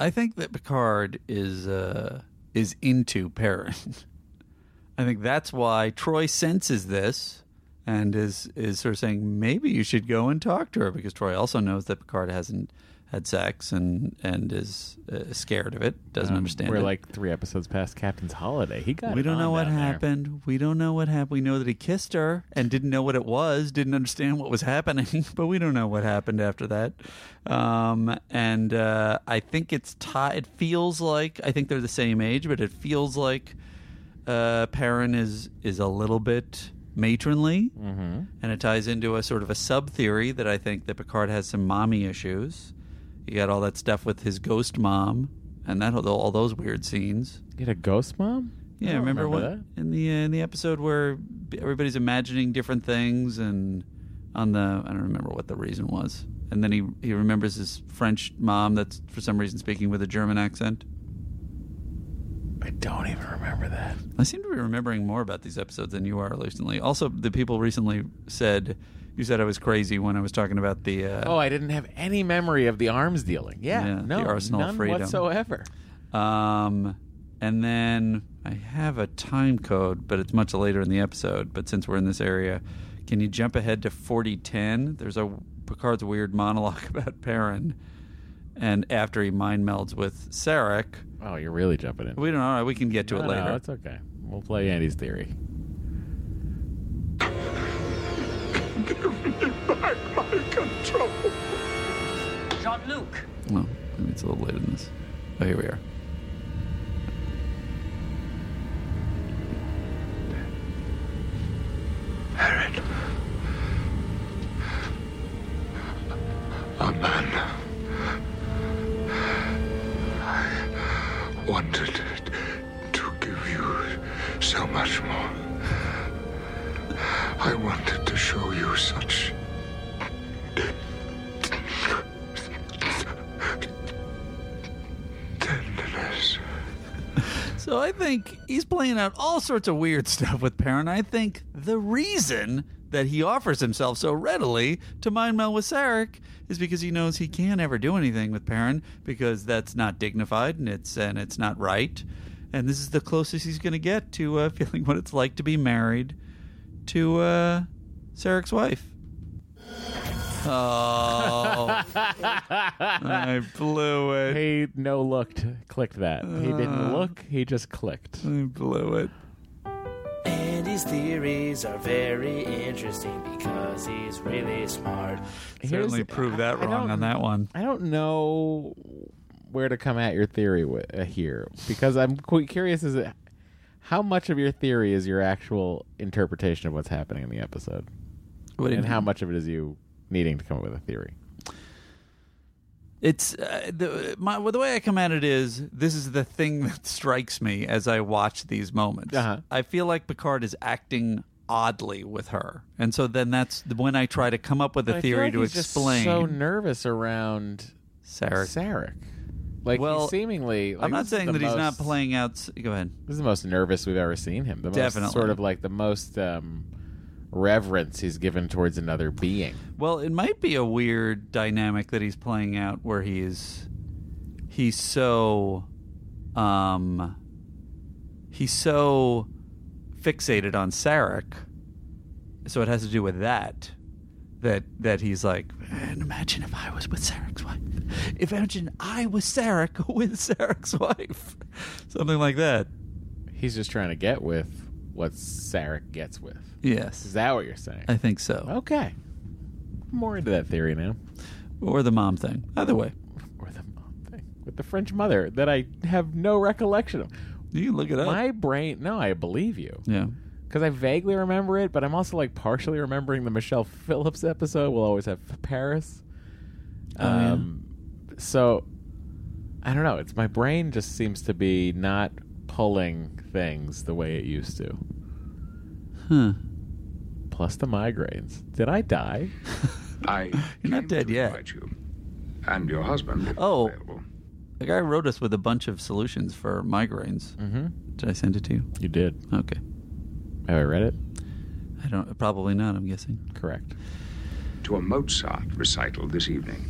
Speaker 2: I think that Picard is uh, is into Perrin. <laughs> I think that's why Troy senses this and is is sort of saying maybe you should go and talk to her because Troy also knows that Picard hasn't had sex and and is uh, scared of it, doesn't
Speaker 1: Um,
Speaker 2: understand.
Speaker 1: We're
Speaker 2: it.
Speaker 1: like three episodes past Captain's Holiday. He got.
Speaker 2: we
Speaker 1: it
Speaker 2: don't
Speaker 1: on
Speaker 2: know what
Speaker 1: down there.
Speaker 2: happened. We don't know what happened. We know that he kissed her and didn't know what it was, didn't understand what was happening, <laughs> but we don't know what happened after that. Um, and uh, I think it's tied. It feels like I think they're the same age, but it feels like uh, Perrin is is a little bit matronly,
Speaker 1: Mhm.
Speaker 2: and it ties into a sort of a sub theory that I think that Picard has some mommy issues. You got all that stuff with his ghost mom, and that all those weird scenes.
Speaker 1: Get a ghost mom? I
Speaker 2: Yeah,
Speaker 1: don't
Speaker 2: remember,
Speaker 1: Oh, remember
Speaker 2: what in the uh, in the episode where b- everybody's imagining different things and on the I don't remember what the reason was. And then he he remembers his French mom that's for some reason speaking with a German accent.
Speaker 1: I don't even remember that.
Speaker 2: I seem to be remembering more about these episodes than you are recently. Also, the people recently said you said I was crazy when I was talking about the uh,
Speaker 1: Oh, I didn't have any memory of the arms dealing. Yeah,
Speaker 2: Yeah, the
Speaker 1: no,
Speaker 2: arsenal of
Speaker 1: none
Speaker 2: freedom.
Speaker 1: whatsoever.
Speaker 2: Um, and then I have a time code, but it's much later in the episode. But since we're in this area, can you jump ahead to forty ten? There's a Picard's weird monologue <laughs> about Perrin, and after he mind melds with Sarek.
Speaker 1: Oh, you're really jumping in.
Speaker 2: We don't know. We can get to
Speaker 1: No,
Speaker 2: it
Speaker 1: no,
Speaker 2: later.
Speaker 1: it's okay. We'll play Andy's theory.
Speaker 8: Back my control.
Speaker 23: Jean Luc,
Speaker 2: Well, maybe it's a little later than this. Oh, here we are.
Speaker 8: Herod. A man. I wanted to give you so much more. I wanted to show you such. Tenderness.
Speaker 2: So I think he's playing out all sorts of weird stuff with Perrin. I think the reason that he offers himself so readily to mind meld with Sarek is because he knows he can't ever do anything with Perrin because that's not dignified and it's and it's not right. And this is the closest he's going to get to uh, <laughs> feeling what it's like to be married to uh, Sarek's wife. Oh, <laughs> I blew it.
Speaker 1: He no looked, clicked that. he didn't
Speaker 2: Uh.
Speaker 1: look, he just clicked.
Speaker 2: I blew it.
Speaker 5: Andy's theories are very interesting because he's really smart.
Speaker 2: Certainly proved that
Speaker 1: I
Speaker 2: wrong
Speaker 1: don't-
Speaker 2: on that one.
Speaker 1: I don't know where to come at your theory wi- uh, here because I'm qu- curious is it, how much of your theory is your actual interpretation of what's happening in the episode?
Speaker 2: What do you
Speaker 1: and how
Speaker 2: mean?
Speaker 1: much of it is you needing to come up with a theory?
Speaker 2: It's uh, the my, well, the way I come at it is this is the thing <laughs> that strikes me as I watch these moments.
Speaker 1: Uh-huh.
Speaker 2: I feel like Picard is acting oddly with her, and so then that's the- when I try to come up with
Speaker 1: But
Speaker 2: a
Speaker 1: I feel
Speaker 2: theory
Speaker 1: like
Speaker 2: to
Speaker 1: he's just
Speaker 2: explain.
Speaker 1: so nervous around
Speaker 2: Sarek.
Speaker 1: Sarek. Like he
Speaker 2: Well,
Speaker 1: seemingly like,
Speaker 2: I'm not
Speaker 1: this is
Speaker 2: saying
Speaker 1: the
Speaker 2: that he's not
Speaker 1: most-
Speaker 2: playing out. s- Go ahead.
Speaker 1: This is the most nervous we've ever seen him. The most
Speaker 2: Definitely.
Speaker 1: sort of like the most um, reverence he's given towards another being.
Speaker 2: Well, it might be a weird dynamic that he's playing out where he is he's so um he's so fixated on Sarek. So it has to do with that. That that he's like and imagine if I was with Sarek's wife. Imagine I was Sarek <laughs> with Sarek's wife. <laughs> Something like that.
Speaker 1: He's just trying to get with what Sarek gets with.
Speaker 2: Yes.
Speaker 1: Is that what you're saying?
Speaker 2: I think so.
Speaker 1: Okay. More into that theory now.
Speaker 2: Or the mom thing. Either
Speaker 1: <laughs>
Speaker 2: way.
Speaker 1: With the French mother that I have no recollection of.
Speaker 2: You can look it up.
Speaker 1: My brain, no, I believe you.
Speaker 2: Yeah.
Speaker 1: Because I vaguely remember it, but I'm also like partially remembering the Michelle Phillips episode. We'll always have Paris.
Speaker 2: Oh, yeah.
Speaker 1: Um, So I don't know. It's my brain just seems to be not pulling things the way it used to.
Speaker 2: Huh.
Speaker 1: Plus the migraines. Did I die?
Speaker 10: I.
Speaker 2: <laughs> You're not dead yet.
Speaker 10: I'm your husband.
Speaker 2: Oh, the guy wrote us with a bunch of solutions for migraines.
Speaker 1: Mm-hmm.
Speaker 2: <laughs> Did I send it to you?
Speaker 1: You did.
Speaker 2: Okay.
Speaker 1: Have I read it?
Speaker 2: I don't. Probably not. I'm guessing.
Speaker 1: Correct.
Speaker 10: To a Mozart recital this evening.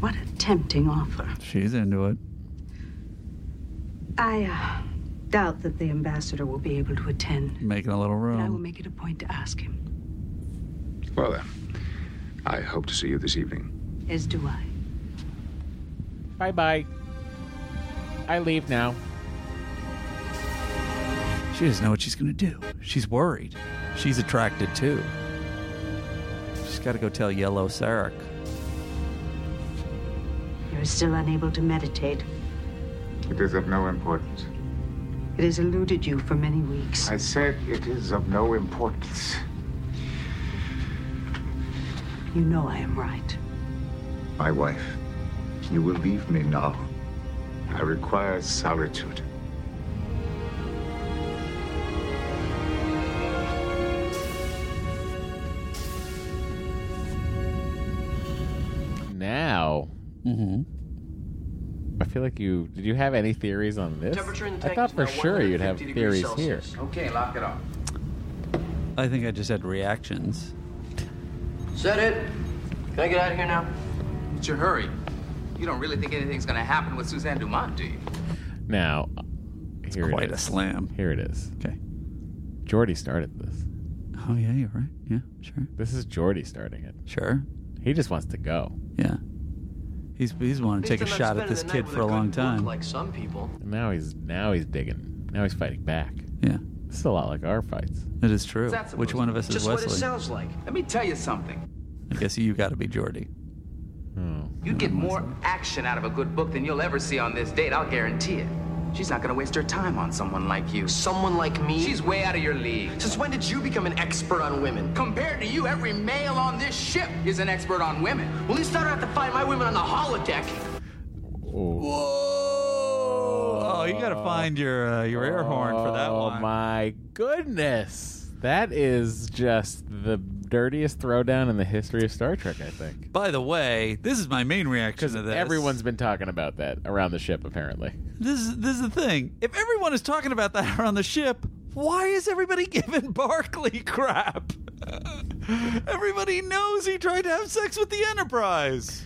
Speaker 17: What a tempting offer.
Speaker 2: She's into it.
Speaker 17: I uh, doubt that the ambassador will be able to attend,
Speaker 2: Making a little
Speaker 17: but I will
Speaker 2: room.
Speaker 17: make it a point to ask him,
Speaker 10: Well, then, I hope to see you this evening.
Speaker 17: as do I.
Speaker 1: Bye bye. I leave now.
Speaker 2: She doesn't know what she's gonna do. She's worried. She's attracted too. She's got to go tell Yellow Sarek.
Speaker 17: You're still unable to meditate.
Speaker 8: It is of no importance.
Speaker 17: It has eluded you for many weeks.
Speaker 8: I said it is of no importance.
Speaker 17: You know I am right.
Speaker 8: My wife, you will leave me now. I require solitude.
Speaker 1: Now.
Speaker 2: Mm-hmm.
Speaker 1: I feel like you. Did you have any theories on this?
Speaker 20: Temperature in the
Speaker 1: I
Speaker 20: tank
Speaker 1: thought
Speaker 20: is
Speaker 1: for
Speaker 20: now
Speaker 1: sure you'd have
Speaker 20: 150
Speaker 1: theories
Speaker 20: degrees
Speaker 1: here.
Speaker 20: Celsius. Okay, lock it up.
Speaker 2: I think I just had reactions.
Speaker 20: Set it. Can I get out of here now? What's your hurry? You don't really think anything's gonna happen with Suzanne Dumont, do you?
Speaker 1: Now, here
Speaker 2: quite
Speaker 1: it
Speaker 2: a
Speaker 1: is.
Speaker 2: slam.
Speaker 1: Here it is.
Speaker 2: Okay.
Speaker 1: Jordy started this.
Speaker 2: Oh yeah, you're right. Yeah, sure.
Speaker 1: This is Jordy starting it.
Speaker 2: Sure.
Speaker 1: He just wants to go.
Speaker 2: Yeah. He's he's wanted to take a shot at this kid for a long time.
Speaker 20: Like some people.
Speaker 1: Now he's now he's digging. Now he's fighting back.
Speaker 2: Yeah.
Speaker 1: This is a lot like our fights.
Speaker 2: That is true.
Speaker 20: What's that supposed
Speaker 2: Which
Speaker 20: to
Speaker 2: one of
Speaker 20: be?
Speaker 2: us is
Speaker 20: Just
Speaker 2: Wesley?
Speaker 20: what it sounds like. Let me tell you something.
Speaker 2: I guess you got to be Jordy.
Speaker 20: You get more action out of a good book than you'll ever see on this date, I'll guarantee it. She's not gonna waste her time on someone like you. Someone like me? She's way out of your league. Since when did you become an expert on women? Compared to you, every male on this ship is an expert on women. Well, at least I don't have to find my women on the holodeck.
Speaker 2: Oh, you got to find your uh, your air horn for that
Speaker 1: Oh
Speaker 2: one.
Speaker 1: my goodness. That is just the dirtiest throwdown in the history of Star Trek, I think.
Speaker 2: By the way, this is my main reaction to this.
Speaker 1: Everyone's been talking about that around the ship apparently.
Speaker 2: This is this is the thing. If everyone is talking about that <laughs> on the ship, why is everybody <laughs> giving Barclay crap? <laughs> everybody knows he tried to have sex with the Enterprise.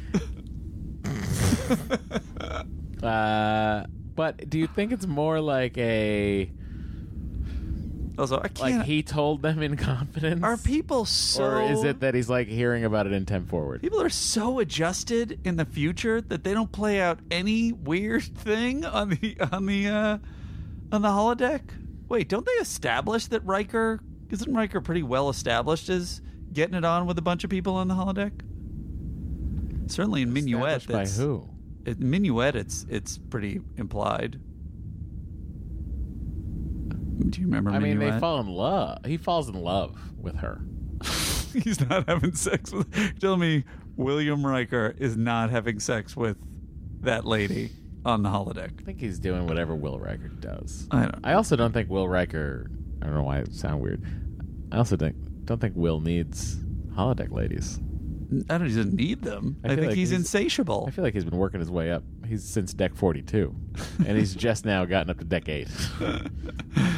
Speaker 1: Uh, but do you think it's more like a
Speaker 2: Also, I can't.
Speaker 1: Like he told them in confidence.
Speaker 2: Are people so?
Speaker 1: Or is it that he's like hearing about it in temp forward?
Speaker 2: people are so adjusted in the future that they don't play out any weird <laughs> thing on the on the uh, on the holodeck? Wait, don't they establish that Riker isn't Riker pretty well established as getting it on with a bunch of people on the holodeck? Certainly in Minuet.
Speaker 1: Established by
Speaker 2: that's-
Speaker 1: who?
Speaker 2: At Minuet, it's it's pretty implied. Do you remember?
Speaker 1: I mean, they
Speaker 2: Minuet?
Speaker 1: fall in love. He falls in love with her.
Speaker 2: <laughs> He's <laughs> not having sex with. Tell me, William Riker is not having sex with that lady on the holodeck.
Speaker 1: I think he's doing whatever Will Riker does.
Speaker 2: I don't-
Speaker 1: also don't think Will Riker. I don't know why it sound weird. I also think don't think Will needs holodeck ladies.
Speaker 2: I don't. He doesn't need them. I, think he's, insatiable.
Speaker 1: I feel like he's been working his way up. He's since
Speaker 2: <laughs>
Speaker 1: deck forty-two, and he's just now gotten up to
Speaker 13: <laughs>
Speaker 1: deck eight.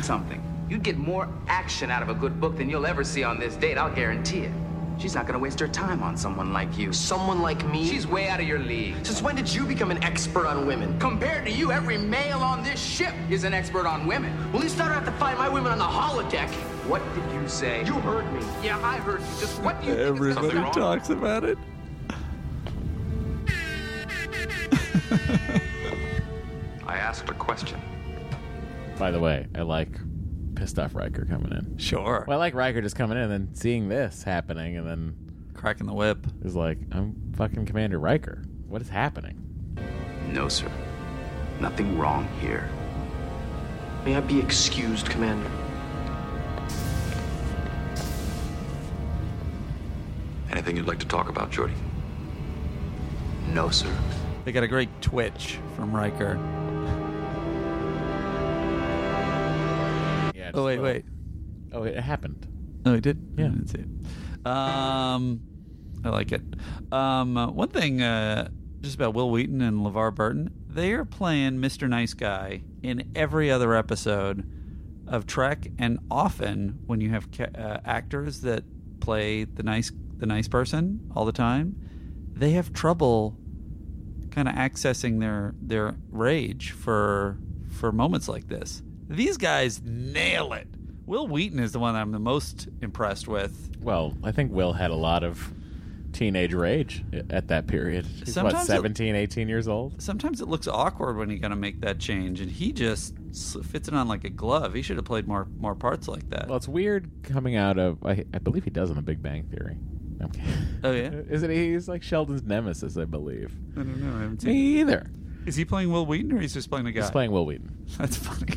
Speaker 20: Something. You'd get more action out of a good book than you'll ever see on this date, I'll guarantee it. She's not gonna waste her time on someone like you.
Speaker 6: Someone like me?
Speaker 20: She's way out of your league.
Speaker 6: Since when did you become an expert on women?
Speaker 20: Compared to you, every male on this ship is an expert on women.
Speaker 6: Well, at least I don't have to find my women on the holodeck.
Speaker 20: What did you say? You heard me. Yeah, I heard you. Just what do you think is
Speaker 2: Everybody
Speaker 20: gonna be wrong?
Speaker 2: talks about it.
Speaker 13: I asked a question.
Speaker 1: By the way, I like pissed off Riker coming in.
Speaker 2: Sure.
Speaker 1: Well, I like Riker just coming in and then seeing this happening, and then
Speaker 2: cracking the whip.
Speaker 1: Is like, I'm fucking Commander Riker. What is happening?
Speaker 6: No, sir. Nothing wrong here. May I be excused, Commander?
Speaker 22: Anything you'd like to talk about, Jordy?
Speaker 6: No, sir.
Speaker 2: They got a great twitch from Riker.
Speaker 1: Yeah.
Speaker 2: Oh wait, wait.
Speaker 1: Oh, it happened.
Speaker 2: Oh, he did. Yeah, that's it. Um, I like it. Um, uh, one thing uh, just about Will Wheaton and LeVar Burton, they are playing Mr. Nice Guy in every other episode of Trek, and often when you have ca- uh, actors that play the nice the nice person all the time, they have trouble kind of accessing their their rage for for moments like this. These guys nail it. Will Wheaton is the one I'm the most impressed with.
Speaker 1: Well, I think Will had a lot of teenage rage at that period. He's what,
Speaker 2: Sometimes it-
Speaker 1: 17, 18 years old?
Speaker 2: Sometimes it looks awkward when you got to make that change, and he just s- fits it on like a glove. He should have played more more parts like that.
Speaker 1: Well, it's weird coming out of. I, I believe he does in The Big Bang Theory. Okay.
Speaker 2: Oh yeah,
Speaker 1: Uh, isn't he? He's like Sheldon's <laughs> nemesis, I believe.
Speaker 2: I don't know. I haven't seen
Speaker 1: Me
Speaker 2: it.
Speaker 1: either.
Speaker 2: Is he playing Will Wheaton or he's just playing a guy?
Speaker 1: He's playing Will Wheaton.
Speaker 2: <laughs> That's funny.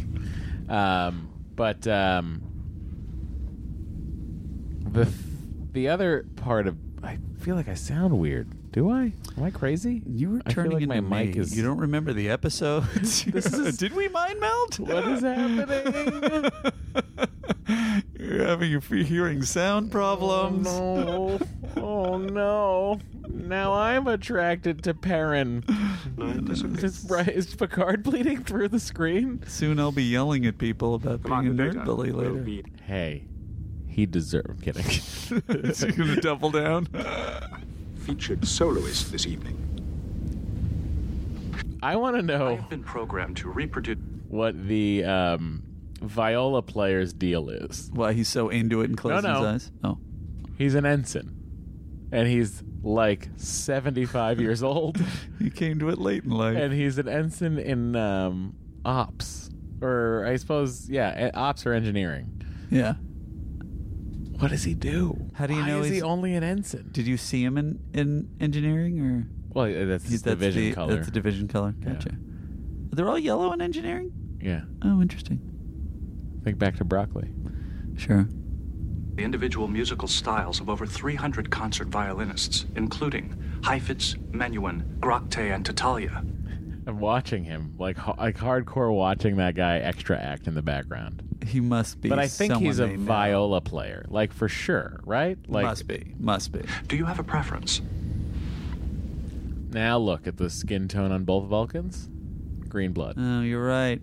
Speaker 1: Um, but um, the the other part of I feel like I sound weird. Do I? Am I crazy? You were
Speaker 2: turning
Speaker 1: I feel like
Speaker 2: into
Speaker 1: my mic
Speaker 2: me.
Speaker 1: is.
Speaker 2: You don't remember the episode?
Speaker 1: <laughs> This
Speaker 2: <laughs>
Speaker 1: is-
Speaker 2: Did we mind meld?
Speaker 1: What is happening?
Speaker 2: You're having a few hearing sound problems.
Speaker 1: Oh no! Oh no! Now I'm attracted
Speaker 2: <laughs>
Speaker 1: to Perrin. Is, Bri- is Picard bleeding through the screen?
Speaker 2: Soon I'll be yelling at people about being a nerd bully later.
Speaker 1: Hey, he <laughs> deserves. I'm kidding.
Speaker 2: <laughs> Is he gonna double down?
Speaker 11: Featured soloist this evening.
Speaker 1: I want to know. I've
Speaker 4: been programmed to reproduce.
Speaker 1: What the um, viola player's deal is?
Speaker 2: Why he's so into it and closes
Speaker 1: no, no.
Speaker 2: his eyes? Oh,
Speaker 1: he's an ensign, and he's like seventy-five years old.
Speaker 2: <laughs> He came to it late in life.
Speaker 1: and he's an ensign in um, ops, or I suppose, yeah, e- ops or engineering.
Speaker 2: Yeah.
Speaker 1: What does he do?
Speaker 2: How do you
Speaker 1: Why
Speaker 2: know
Speaker 1: is
Speaker 2: he's
Speaker 1: he only an ensign?
Speaker 2: Did you see him in, in engineering or?
Speaker 1: Well, yeah, that's his division
Speaker 2: the,
Speaker 1: color.
Speaker 2: That's the division color.
Speaker 1: Yeah.
Speaker 2: Gotcha. They're all yellow in engineering.
Speaker 1: Yeah.
Speaker 2: Oh, interesting.
Speaker 1: Think back to broccoli.
Speaker 2: Sure.
Speaker 4: The individual musical styles of over 300 concert violinists, including Heifetz, Menuhin, Grokte, and Tatalia.
Speaker 1: I'm watching him, like ho- like hardcore watching that guy extra act in the background.
Speaker 2: He must be.
Speaker 1: But I think he's a
Speaker 2: someone they know.
Speaker 1: viola player, like for sure, right? Like
Speaker 2: Must be. Must be.
Speaker 4: Do you have a preference?
Speaker 1: Now look at the skin tone on both Vulcans. Green blood.
Speaker 2: Oh, you're right.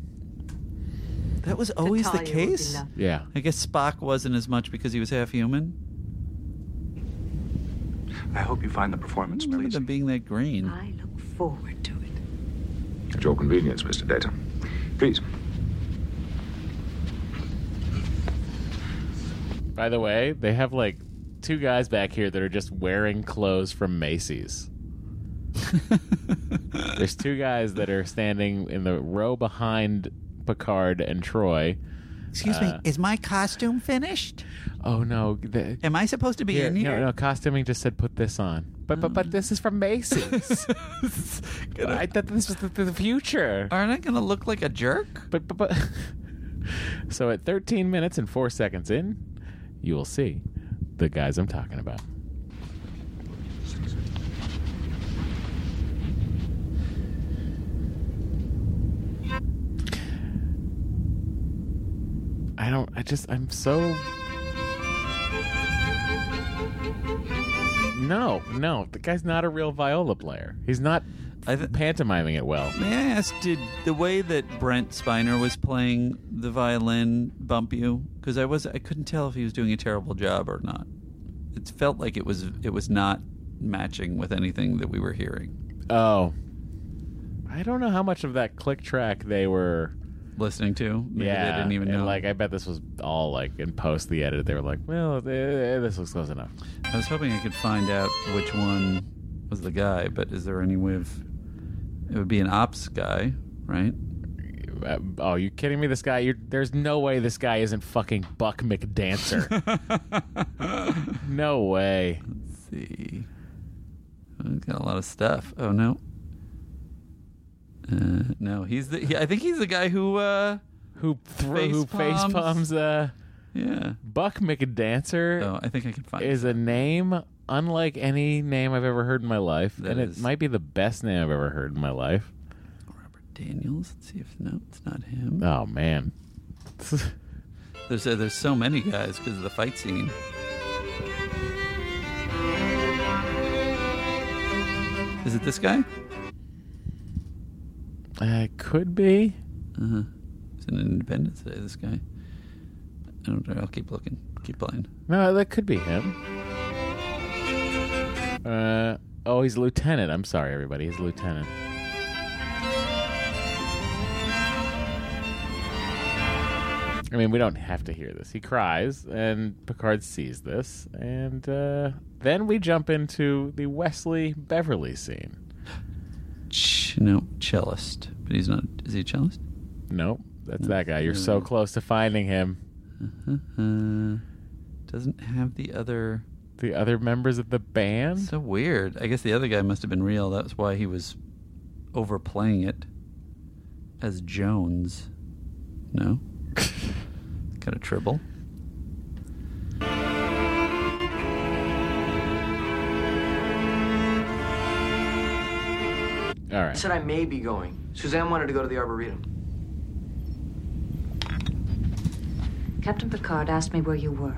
Speaker 2: That was always the
Speaker 1: Tatalia would be
Speaker 2: case.
Speaker 1: lovely. Yeah.
Speaker 2: I guess Spock wasn't as much because he was half human.
Speaker 4: I hope you find the performance
Speaker 2: pleasing. Remember them being that green.
Speaker 17: I look forward to it.
Speaker 10: At your convenience, Mr. Data. Please.
Speaker 1: By the way, they have like two guys back here that are just wearing clothes
Speaker 2: <laughs>
Speaker 1: from Macy's. There's two guys that are standing in the row behind Picard and Troy.
Speaker 2: Excuse me,
Speaker 1: Uh,
Speaker 2: is my costume finished?
Speaker 1: Oh no! The,
Speaker 2: Am I supposed to be
Speaker 1: Here,
Speaker 2: in here? Oh.
Speaker 1: No, no. Costuming just said put this on. But but but this is
Speaker 2: <laughs>
Speaker 1: from Macy's. I thought this was the, the future.
Speaker 2: Aren't I going to look like a jerk?
Speaker 1: But but but. <laughs> so at 13 minutes and four seconds in, you will see the guys I'm talking about. I don't. I just. I'm so. No, no. The guy's not a real viola player. He's not pantomiming it well.
Speaker 2: May I ask, did the way that Brent Spiner was playing the violin bump you? Because I was I couldn't tell if he was doing a terrible job or not. It felt like it was it was not matching with anything that we were hearing.
Speaker 1: Oh, I don't know how much of that click track they were
Speaker 2: listening to. Maybe
Speaker 1: yeah,
Speaker 2: they didn't even
Speaker 1: and,
Speaker 2: know.
Speaker 1: Like, I bet this was all like in post the edit. They were like, "Well, eh, eh, this looks close enough."
Speaker 2: I was hoping I could find out which one was the guy, but is there any way of it would be an ops guy, right?
Speaker 1: Uh, oh, you kidding me? This guy, you're, there's no way this guy isn't fucking
Speaker 2: <laughs>
Speaker 1: Buck McDancer. no way.
Speaker 2: Let's see. He's got a lot of stuff. Oh no. Uh, no, he's the. He, I think he's the guy who uh,
Speaker 1: who threw who face palms uh
Speaker 2: yeah
Speaker 1: Buck McDancer.
Speaker 2: Oh, I think I can find
Speaker 1: is a name unlike any name I've ever heard in my life,
Speaker 2: That
Speaker 1: and
Speaker 2: is-
Speaker 1: it might be the best name I've ever heard in my life.
Speaker 2: Daniels. Let's see if no, it's not him.
Speaker 1: Oh man, <laughs>
Speaker 2: There's uh, there's so many guys because of the fight scene. Is it this guy?
Speaker 1: uh, could be.
Speaker 2: Uh-huh. He's an Independence Day. This guy. I don't know. I'll keep looking. Keep playing.
Speaker 1: No, that could be him. Uh oh, he's a lieutenant. I'm sorry, everybody. He's a lieutenant. I mean, we don't have to hear this. He cries, and Picard sees this, and uh, then we jump into the Wesley Beverly scene.
Speaker 2: Ch- no, cellist. But he's not. Is he a cellist?
Speaker 1: Nope, that's that guy. You're
Speaker 2: Mm-hmm.
Speaker 1: so close to finding him.
Speaker 2: Uh, doesn't have the other.
Speaker 1: The other members of the band.
Speaker 2: So weird. I guess the other guy must have been real. That's why he was overplaying it as Jones.
Speaker 1: <laughs>
Speaker 2: No. kind of tribble.
Speaker 1: All right.
Speaker 24: Said I may be going. Suzanne wanted to go to the Arboretum.
Speaker 17: Captain Picard asked me where you were.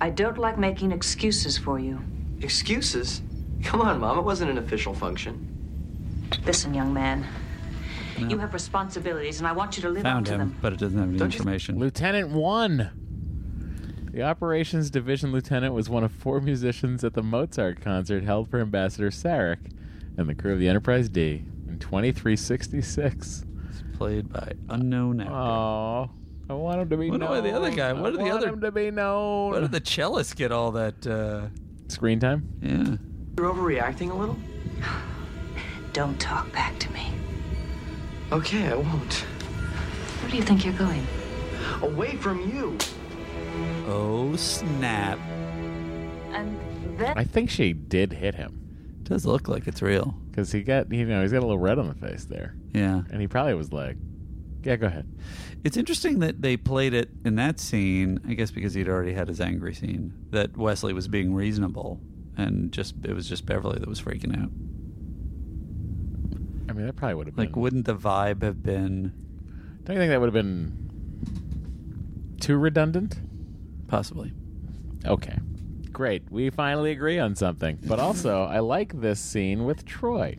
Speaker 17: I don't like making excuses for you.
Speaker 24: Excuses? Come on, Mom. It wasn't an official function.
Speaker 17: Listen, young man.
Speaker 2: No.
Speaker 17: You have responsibilities, and I want you to live up
Speaker 2: Found
Speaker 17: to
Speaker 2: him,
Speaker 17: them.
Speaker 2: but it doesn't have any
Speaker 17: Don't you-
Speaker 2: information.
Speaker 1: Lieutenant One. The operations division lieutenant was one of four musicians at the Mozart concert held for Ambassador Sarek and the crew of the Enterprise D in 2366.
Speaker 2: Played by unknown actor.
Speaker 1: Oh, I want him to be
Speaker 2: Wonder why
Speaker 1: known.
Speaker 2: the other guy-
Speaker 1: I
Speaker 2: what are the
Speaker 1: want
Speaker 2: other-
Speaker 1: him to be known?
Speaker 2: Where did the cellist get all that? Uh...
Speaker 1: Screen time?
Speaker 2: Yeah.
Speaker 24: You're overreacting a little?
Speaker 17: Don't talk back to me.
Speaker 24: Okay, I won't.
Speaker 17: Where do you think you're going?
Speaker 24: Away from you.
Speaker 2: Oh snap!
Speaker 17: And then
Speaker 1: I think she did hit him.
Speaker 2: Does look like it's real.
Speaker 1: Because he got, you know, he's got a little red on the face there.
Speaker 2: Yeah.
Speaker 1: And he probably was like, yeah, go ahead.
Speaker 2: It's interesting that they played it in that scene, I guess because he'd already had his angry scene, that Wesley was being reasonable and just it was just Beverly that was freaking out.
Speaker 1: I mean, that probably would have been.
Speaker 2: Like wouldn't the vibe have been
Speaker 1: Don't you think that would have been too redundant?
Speaker 2: possibly?
Speaker 1: Okay. Great. We finally agree on something. But
Speaker 17: <laughs>
Speaker 1: also, I like this scene with Troy.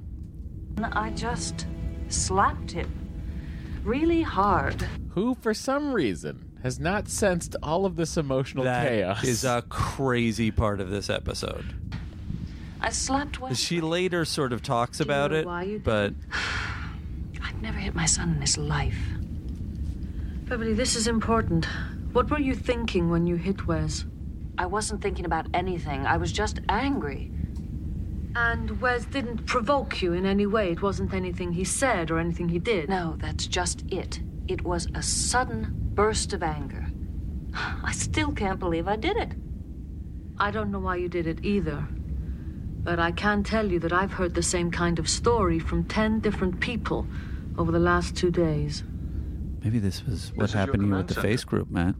Speaker 17: I just slapped him really hard.
Speaker 1: Who, for some reason, has not sensed all of this emotional
Speaker 2: That
Speaker 1: chaos.
Speaker 2: is a crazy part of this episode.
Speaker 17: I slapped Wesley.
Speaker 2: She later sort of talks about
Speaker 17: know
Speaker 2: it,
Speaker 17: why you-
Speaker 2: but
Speaker 17: I've never hit my son in his life. Beverly, this is important. What were you thinking when you hit Wes?
Speaker 21: I wasn't thinking about anything. I was just angry. And Wes didn't provoke you in any way. It wasn't anything he said or anything he did. No, that's just it. It was a sudden burst of anger. I still can't believe I did it. I don't know why you did it either. But I can tell you that I've heard the same kind of story from ten different people over the last two days.
Speaker 2: Maybe this was what
Speaker 21: This is your
Speaker 2: happened to you at the
Speaker 21: command
Speaker 2: face group, Matt.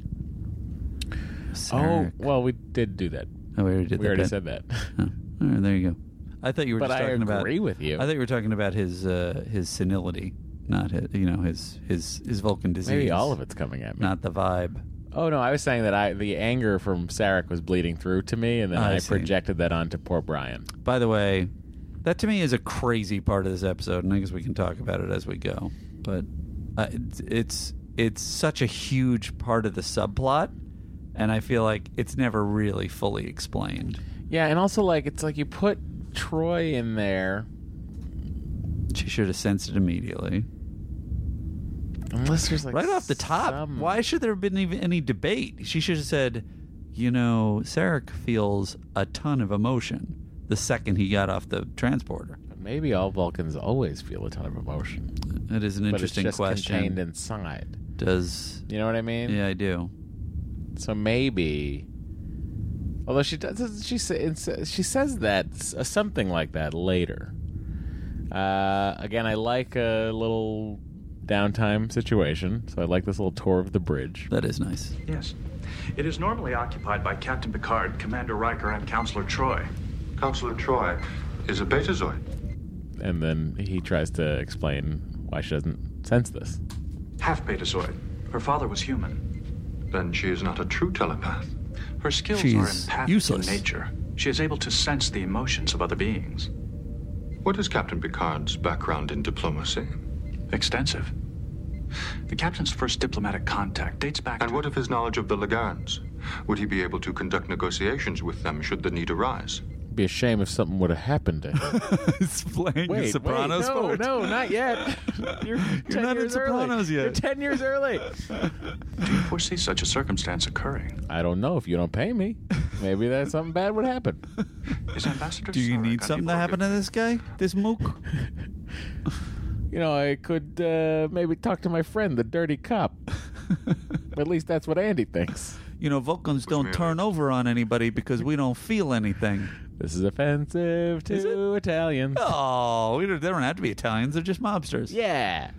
Speaker 1: Oh,
Speaker 2: Sarah.
Speaker 1: well, we did do that.
Speaker 2: Oh, we already did
Speaker 1: We
Speaker 2: that
Speaker 1: already
Speaker 2: bit.
Speaker 1: said that.
Speaker 2: Oh, all right, there you go. I thought you were
Speaker 1: But
Speaker 2: just
Speaker 1: I
Speaker 2: talking about.
Speaker 1: agree with you.
Speaker 2: I thought you were talking about his uh, his senility, not his you know his his his Vulcan disease.
Speaker 1: Maybe all of it's coming at me.
Speaker 2: Not the vibe.
Speaker 1: Oh no, I was saying that I the anger from Sarek was bleeding through to me, and then
Speaker 2: I
Speaker 1: I,
Speaker 2: see.
Speaker 1: projected that onto poor Brian.
Speaker 2: By the way, that to me is a crazy part of this episode, and I guess we can talk about it as we go. But uh, it's, it's it's such a huge part of the subplot, and I feel like it's never really fully explained.
Speaker 1: Yeah, and also like it's like you put Troy in there,
Speaker 2: She should have sensed it immediately.
Speaker 1: unless there's like
Speaker 2: right off the top. Why should there have been even any debate? She should have said, you know, Sarek feels a ton of emotion the second he got off the transporter.
Speaker 1: maybe all Vulcans always feel a ton of emotion.
Speaker 2: That is an
Speaker 1: But it's
Speaker 2: interesting
Speaker 1: just
Speaker 2: question.
Speaker 1: contained inside.
Speaker 2: Does
Speaker 1: You know what I mean?
Speaker 2: yeah, I do.
Speaker 1: So maybe, although she does, she sa- it sa- she says that s- uh, something like that later. Uh, again, I like a little downtime situation, so I like this little tour of the bridge.
Speaker 2: That is nice.
Speaker 4: Yes. It is normally occupied by Captain Picard, Commander Riker, and Counselor Troy.
Speaker 10: Counselor Troy is a Betazoid.
Speaker 1: And then he tries to explain why she doesn't sense this.
Speaker 4: Half Betazoid. Her father was human.
Speaker 10: Then she is not a true telepath.
Speaker 4: Her skills
Speaker 10: She's
Speaker 4: are empathic
Speaker 10: useless.
Speaker 4: in nature. She is able to sense the emotions of other beings.
Speaker 10: What is Captain Picard's background in diplomacy?
Speaker 4: Extensive. The captain's first diplomatic contact dates back
Speaker 10: And what of his knowledge of the Lagarans? Would he be able to conduct negotiations with them should the need arise?
Speaker 1: Be a shame if something would have happened
Speaker 2: <laughs>
Speaker 1: to him.
Speaker 2: It's playing
Speaker 1: Wait, wait,
Speaker 2: Sopranos
Speaker 1: no,
Speaker 2: part?
Speaker 1: no,
Speaker 2: <laughs>
Speaker 1: not yet. You're, 10
Speaker 2: not in
Speaker 1: years early.
Speaker 2: Sopranos yet.
Speaker 1: You're ten
Speaker 2: <laughs>
Speaker 1: years early.
Speaker 4: Do you foresee such a circumstance occurring?
Speaker 1: I don't know if you don't pay me. Maybe that something bad would happen.
Speaker 4: Is Ambassador
Speaker 2: Do you
Speaker 4: Sarek
Speaker 2: need something to happen to this guy? This mook?
Speaker 1: <laughs> You know, I could uh, maybe talk to my friend, the
Speaker 2: <laughs>
Speaker 1: dirty cop. At least that's what Andy thinks.
Speaker 2: You know, Vulcans don't turn over on anybody because we don't feel anything.
Speaker 1: <laughs> This is offensive to Italians.
Speaker 2: Oh, we don't, they don't have to be Italians. They're just mobsters. <laughs>
Speaker 1: Yeah.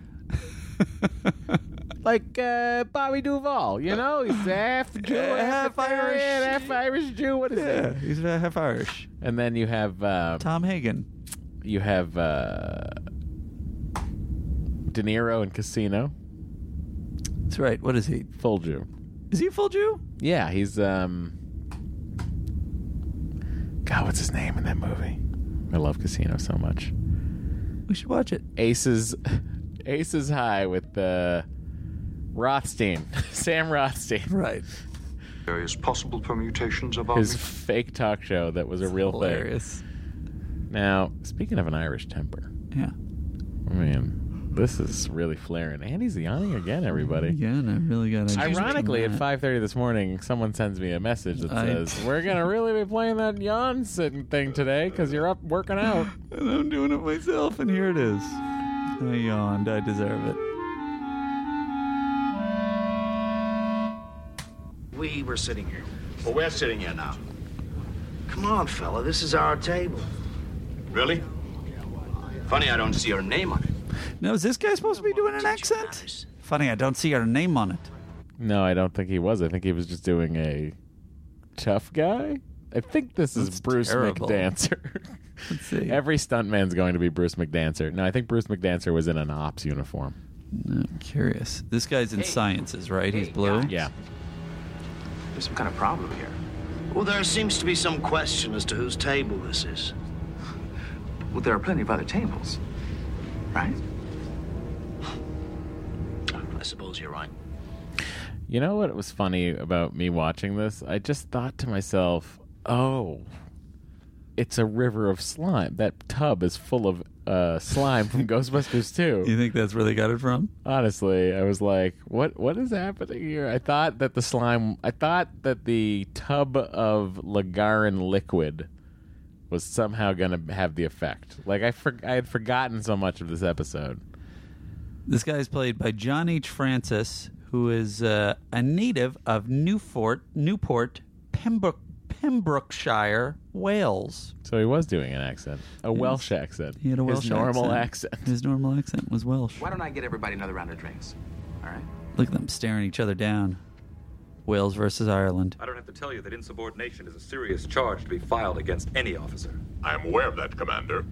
Speaker 1: like uh, Bobby Duval, you know? He's half
Speaker 2: <laughs>
Speaker 1: Jew, half, Irish. half Irish Jew. What is
Speaker 2: Yeah,
Speaker 1: that?
Speaker 2: he's half Irish.
Speaker 1: And then you have uh,
Speaker 2: Tom Hagen.
Speaker 1: you have uh, De Niro in Casino,
Speaker 2: That's right. What is he?
Speaker 1: full Jew.
Speaker 2: Is he a full Jew?
Speaker 1: Yeah, he's um. God, what's his name in that movie? I love Casino so much.
Speaker 2: We should watch it.
Speaker 1: Aces, <laughs> Aces High with uh, Rothstein, <laughs> Sam Rothstein.
Speaker 2: Right.
Speaker 10: Various possible permutations of
Speaker 1: His
Speaker 10: armies.
Speaker 1: fake talk show that was a real
Speaker 2: Hilarious.
Speaker 1: thing. Now, speaking of an Irish temper,
Speaker 2: Yeah.
Speaker 1: I mean, this is really flaring. Andy's yawning again, everybody.
Speaker 2: Yeah, and I really got to
Speaker 1: Ironically, at 5:30 this morning, someone sends me a message that
Speaker 2: I-
Speaker 1: says, "We're gonna really be playing that yawn sitting thing today because you're up
Speaker 2: <laughs>
Speaker 1: working out."
Speaker 2: And I'm doing it myself, and here it is. I yawned. I deserve it.
Speaker 5: We were sitting here.
Speaker 6: Well, we're sitting here now.
Speaker 5: Come on, fella, this is our table.
Speaker 6: Really? Funny I don't see your name on it.
Speaker 2: Now, is this guy supposed to be doing an accent? Funny, I don't see her name on it.
Speaker 1: No, I don't think he was. I think he was just doing a tough guy. I think this is
Speaker 2: That's
Speaker 1: Bruce
Speaker 2: terrible.
Speaker 1: McDancer.
Speaker 2: <laughs>
Speaker 1: <laughs>
Speaker 2: Let's see.
Speaker 1: Every stuntman's going to be Bruce McDancer. No, I think Bruce McDancer was in an ops uniform.
Speaker 2: I'm curious. This guy's in sciences, right? He's blue.
Speaker 1: Yeah.
Speaker 6: There's some kind of problem here.
Speaker 5: Well, there seems to be some question as to whose table this is.
Speaker 6: Well, there are plenty of other tables, right?
Speaker 5: I suppose you're right.
Speaker 1: You know what was funny about me watching this? I just thought to myself, oh, it's a river of slime. That tub is full of uh, slime from <laughs> Ghostbusters 2.
Speaker 2: You think that's where they got it from?
Speaker 1: Honestly, I was like, what what is happening here? I thought that the slime I thought that the tub of Lagarin liquid was somehow going to have the effect. Like I for, I had forgotten so much of this episode.
Speaker 2: This guy is played by John H. Francis, who is uh, a native of Newfort, Newport, Pembroke, Pembrokeshire, Wales.
Speaker 1: So he was doing an accent, a Welsh accent.
Speaker 2: He had a Welsh
Speaker 1: His normal
Speaker 2: accent. His normal accent was Welsh.
Speaker 20: Why don't I get everybody another round of drinks? All right.
Speaker 2: Look at them staring each other down. Wales versus Ireland.
Speaker 12: I don't have to tell you that insubordination is a serious charge to be filed against any officer.
Speaker 25: I am aware of that, Commander.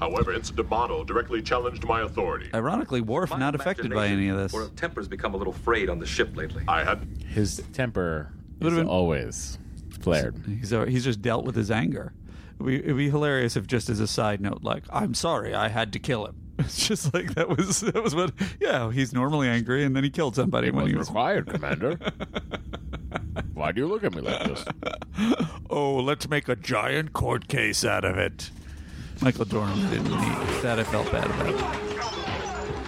Speaker 25: However, Incident Model directly challenged my authority.
Speaker 2: Ironically, Worf
Speaker 12: My
Speaker 2: not affected by any
Speaker 12: imagination
Speaker 2: of this.
Speaker 12: Or temper's become a little frayed on the ship lately.
Speaker 25: I had.
Speaker 1: His temper is always flared.
Speaker 2: He's al- he's just dealt with his anger. It'd be, it'd be hilarious if, just as a side note, like I'm sorry, I had to kill him. <laughs> It's just like that was that was what. Yeah, he's normally angry, and then he killed somebody when he was <laughs>
Speaker 1: required, Commander. Why do you look at me like this?
Speaker 2: <laughs> oh, let's make a giant court case out of it. Michael Dorn didn't need that. I felt bad about.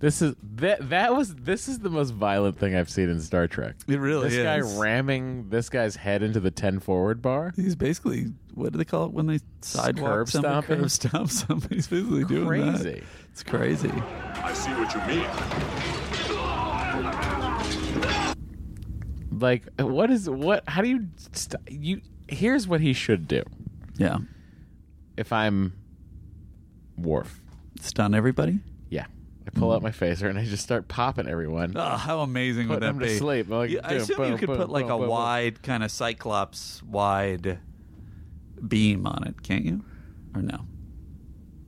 Speaker 1: This is that that was this is the most violent thing I've seen in Star Trek.
Speaker 2: It really
Speaker 1: this
Speaker 2: is.
Speaker 1: guy ramming this guy's head into the ten forward bar.
Speaker 2: He's basically what do they call it when they sidewalk
Speaker 1: Curb
Speaker 2: someone,
Speaker 1: stomping?
Speaker 2: curb stomp <laughs> somebody? He's basically doing that.
Speaker 1: Crazy.
Speaker 2: It's crazy.
Speaker 25: I see what you mean.
Speaker 1: Like what is what? How do you st- you? Here's what he should do.
Speaker 2: Yeah.
Speaker 1: If I'm Worf,
Speaker 2: stun everybody. Mm.
Speaker 1: Yeah, I pull out my phaser and I just start popping everyone.
Speaker 2: Oh, how amazing would
Speaker 1: Putting
Speaker 2: that
Speaker 1: them
Speaker 2: be?
Speaker 1: to sleep. Like,
Speaker 2: Yeah, I
Speaker 1: boom,
Speaker 2: assume you
Speaker 1: boom,
Speaker 2: could
Speaker 1: boom,
Speaker 2: put like
Speaker 1: boom,
Speaker 2: a
Speaker 1: boom, boom.
Speaker 2: wide kind of Cyclops wide beam on it, can't you? Or no?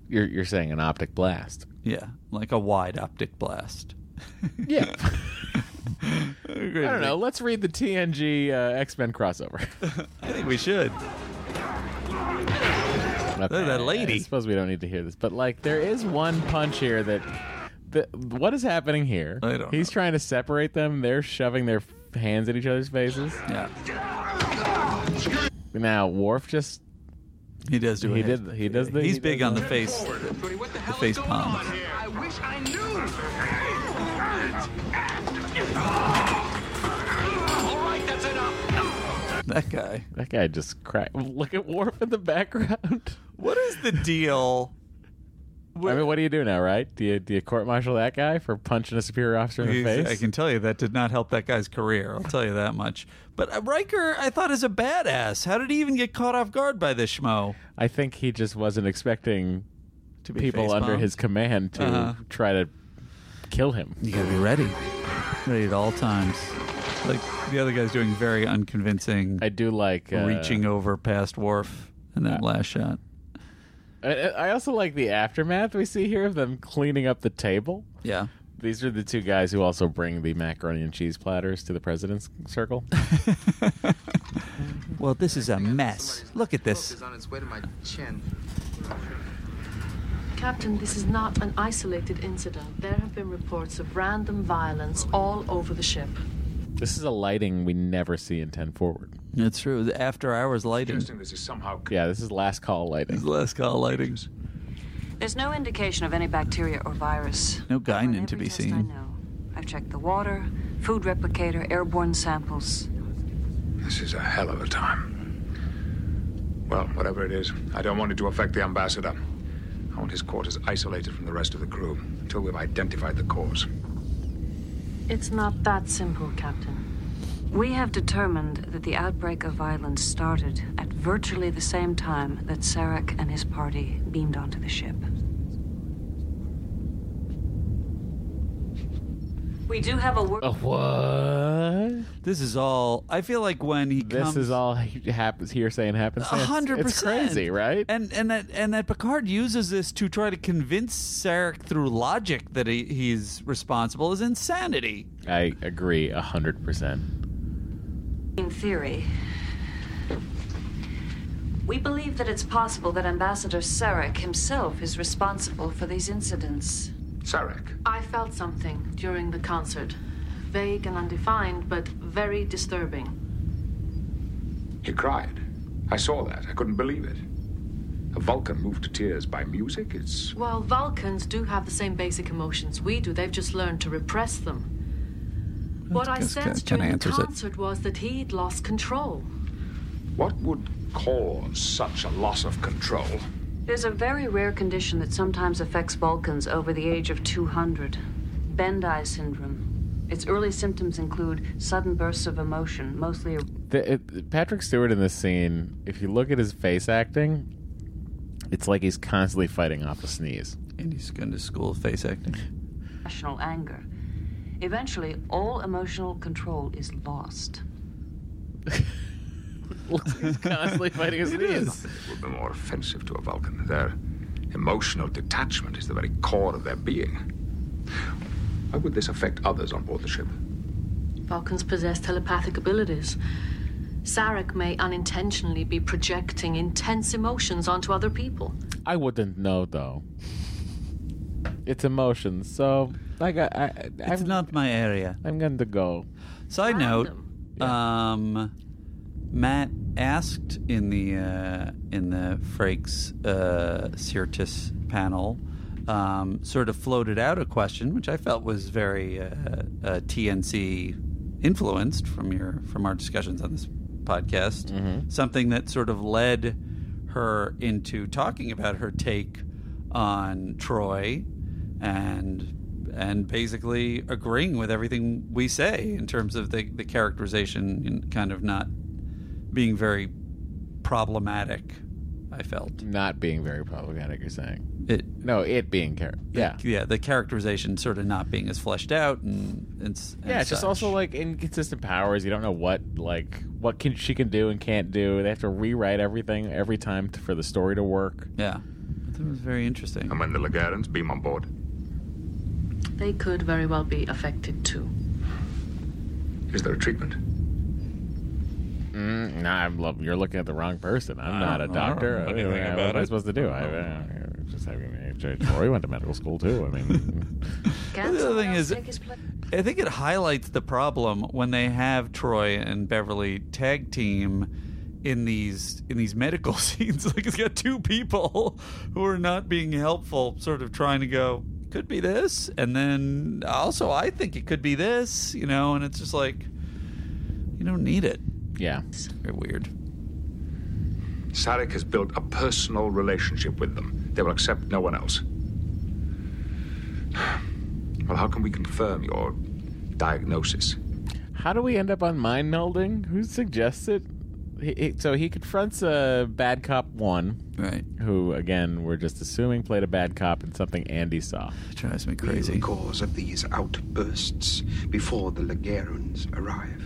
Speaker 1: You're you're saying an optic blast.
Speaker 2: Yeah, like a wide optic blast.
Speaker 1: Yeah. I don't know. Let's read the TNG uh, X Men crossover.
Speaker 2: <laughs> I think we should. that lady.
Speaker 1: I suppose we don't need to hear this, but like there is one punch here that. The, what is happening here?
Speaker 2: I don't
Speaker 1: He's trying to separate them. They're shoving their f- hands at each other's faces.
Speaker 2: Yeah.
Speaker 1: Now Worf just
Speaker 2: he does do
Speaker 1: he
Speaker 2: it.
Speaker 1: did he does the
Speaker 2: He's
Speaker 1: he
Speaker 2: big
Speaker 1: does
Speaker 2: on the
Speaker 1: that.
Speaker 2: face, the face palm.
Speaker 3: I wish I knew. All right, that's enough.
Speaker 2: That guy.
Speaker 1: That guy just cracked. Look at Worf in the background.
Speaker 2: What is the deal?
Speaker 1: I mean, what do you do now, right? Do you do you court martial that guy for punching a superior officer in the
Speaker 2: He's-
Speaker 1: face?
Speaker 2: I can tell you that did not help that guy's career. I'll tell you that much. But uh, Riker, I thought is a badass. How did he even get caught off guard by this schmo?
Speaker 1: I think he just wasn't expecting
Speaker 2: To be
Speaker 1: people under
Speaker 2: facepalmed?
Speaker 1: his command to
Speaker 2: Uh-huh.
Speaker 1: try to kill him.
Speaker 2: You gotta be ready, ready at all times. Like the other guy's doing very unconvincing.
Speaker 1: I do like uh,
Speaker 2: reaching over past Worf and then last shot.
Speaker 1: I, I also like the aftermath we see here of them cleaning up the table.
Speaker 2: Yeah.
Speaker 1: These are the two guys who also bring the macaroni and cheese platters to the president's circle.
Speaker 2: <laughs> Well, this is a mess. Look at this.
Speaker 20: on its way to my chin.
Speaker 21: Captain, this is not an isolated incident. There have been reports of random violence all over the ship.
Speaker 1: This is a lighting we never see in 10 Forward.
Speaker 2: That's true. The after hours lighting.
Speaker 8: Interesting this is somehow
Speaker 1: Yeah, this is last call lighting.
Speaker 2: Last call lighting.
Speaker 9: There's no indication of any bacteria or virus.
Speaker 2: No guinin to be
Speaker 9: I
Speaker 2: seen.
Speaker 9: know. I've checked the water, food replicator, airborne samples.
Speaker 10: This is a hell of a time.
Speaker 11: Well, whatever it is, I don't want it to affect the ambassador. I want his quarters isolated from the rest of the crew until we've identified the cause.
Speaker 21: It's not that simple, Captain.
Speaker 9: We have determined that the outbreak of violence started at virtually the same time that Sarek and his party beamed onto the ship. We do have a work.
Speaker 1: what?
Speaker 2: This is all. I feel like when he
Speaker 1: This
Speaker 2: comes,
Speaker 1: is all he- happens hearsay and happens.
Speaker 2: A hundred
Speaker 1: It's
Speaker 2: percent
Speaker 1: crazy, right?
Speaker 2: And and that and that Picard uses this to try to convince Sarek through logic that he, he's responsible is insanity.
Speaker 1: I agree a hundred percent.
Speaker 9: In theory, we believe that it's possible that Ambassador Sarek himself is responsible for these incidents.
Speaker 11: Sarek.
Speaker 21: I felt something during the concert. vague and undefined, but very disturbing.
Speaker 11: He cried. I saw that. I couldn't believe it. A Vulcan moved to tears by music? It's.
Speaker 21: While Vulcans do have the same basic emotions we do, they've just learned to repress them. What I
Speaker 11: That's- that
Speaker 21: sensed
Speaker 11: kinda
Speaker 21: during the
Speaker 11: answers it.
Speaker 21: concert was that he'd lost control.
Speaker 11: What would cause such a loss of control?
Speaker 9: There's a very rare condition that sometimes affects Vulcans over the age of 200 Bendai syndrome. Its early symptoms include sudden bursts of emotion, mostly.
Speaker 1: The, it, Patrick Stewart in this scene, if you look at his face acting, it's like he's constantly fighting off a sneeze.
Speaker 2: And he's going to school of face acting.
Speaker 9: irrational anger. Eventually, all emotional control is lost.
Speaker 1: He's constantly fighting a sneeze.
Speaker 10: It would be more offensive to a Vulcan. Their emotional detachment is the very core of their being. How would this affect others on board the ship?
Speaker 21: Vulcans possess telepathic abilities. Sarek may unintentionally be projecting intense emotions onto other people.
Speaker 1: <laughs> I wouldn't know though. It's emotions, so like I, I
Speaker 2: It's not my area.
Speaker 1: I'm going to go.
Speaker 2: Side note, um, Matt asked in the uh, in the Frakes uh, Certus panel, um, sort of floated out a question, which I felt was very uh, uh, TNC influenced from your from our discussions on this podcast. Something that sort of led her into talking about her take on Troy and and basically agreeing with everything we say in terms of the, the characterization and kind of not being very problematic, I felt.
Speaker 1: Not being very problematic, you're saying.
Speaker 2: It,
Speaker 1: no, it being care. Yeah.
Speaker 2: yeah, the characterization sort of not being as fleshed out and, and s- and
Speaker 1: Yeah, it's just
Speaker 2: such.
Speaker 1: also like inconsistent powers. You don't know what like what can she can do and can't do. They have to rewrite everything every time t- for the story to work.
Speaker 2: Yeah, that was very interesting.
Speaker 10: And when the Lagarans beam on board,
Speaker 21: They could very well be affected too.
Speaker 10: is there a treatment?
Speaker 1: Mm, nah, I'm lo- you're looking at the wrong person. I'm
Speaker 26: I
Speaker 1: not a
Speaker 26: don't know. I don't know
Speaker 1: doctor. I
Speaker 26: anything
Speaker 1: mean, what
Speaker 26: about
Speaker 1: am I
Speaker 26: it.
Speaker 1: supposed to do? I, I just having Troy went to medical school too. I mean,
Speaker 2: The other thing is, I think it highlights the problem when they have Troy and Beverly tag team in these in these medical <laughs> scenes. Like it's got two people <laughs> who are not being helpful, sort of trying to go could be this, and then also I think it could be this, you know. And it's just like you don't need it.
Speaker 1: Yeah,
Speaker 2: very weird.
Speaker 11: Sarek has built a personal relationship with them. They will accept no one else. Well, how can we confirm your diagnosis?
Speaker 1: how do we end up on mind melding? Who suggests it? He, he, so he confronts a bad cop one,
Speaker 2: right?
Speaker 1: Who again we're just assuming played a bad cop in something Andy saw.
Speaker 2: drives me
Speaker 13: The cause of these outbursts before the Lagarans arrive.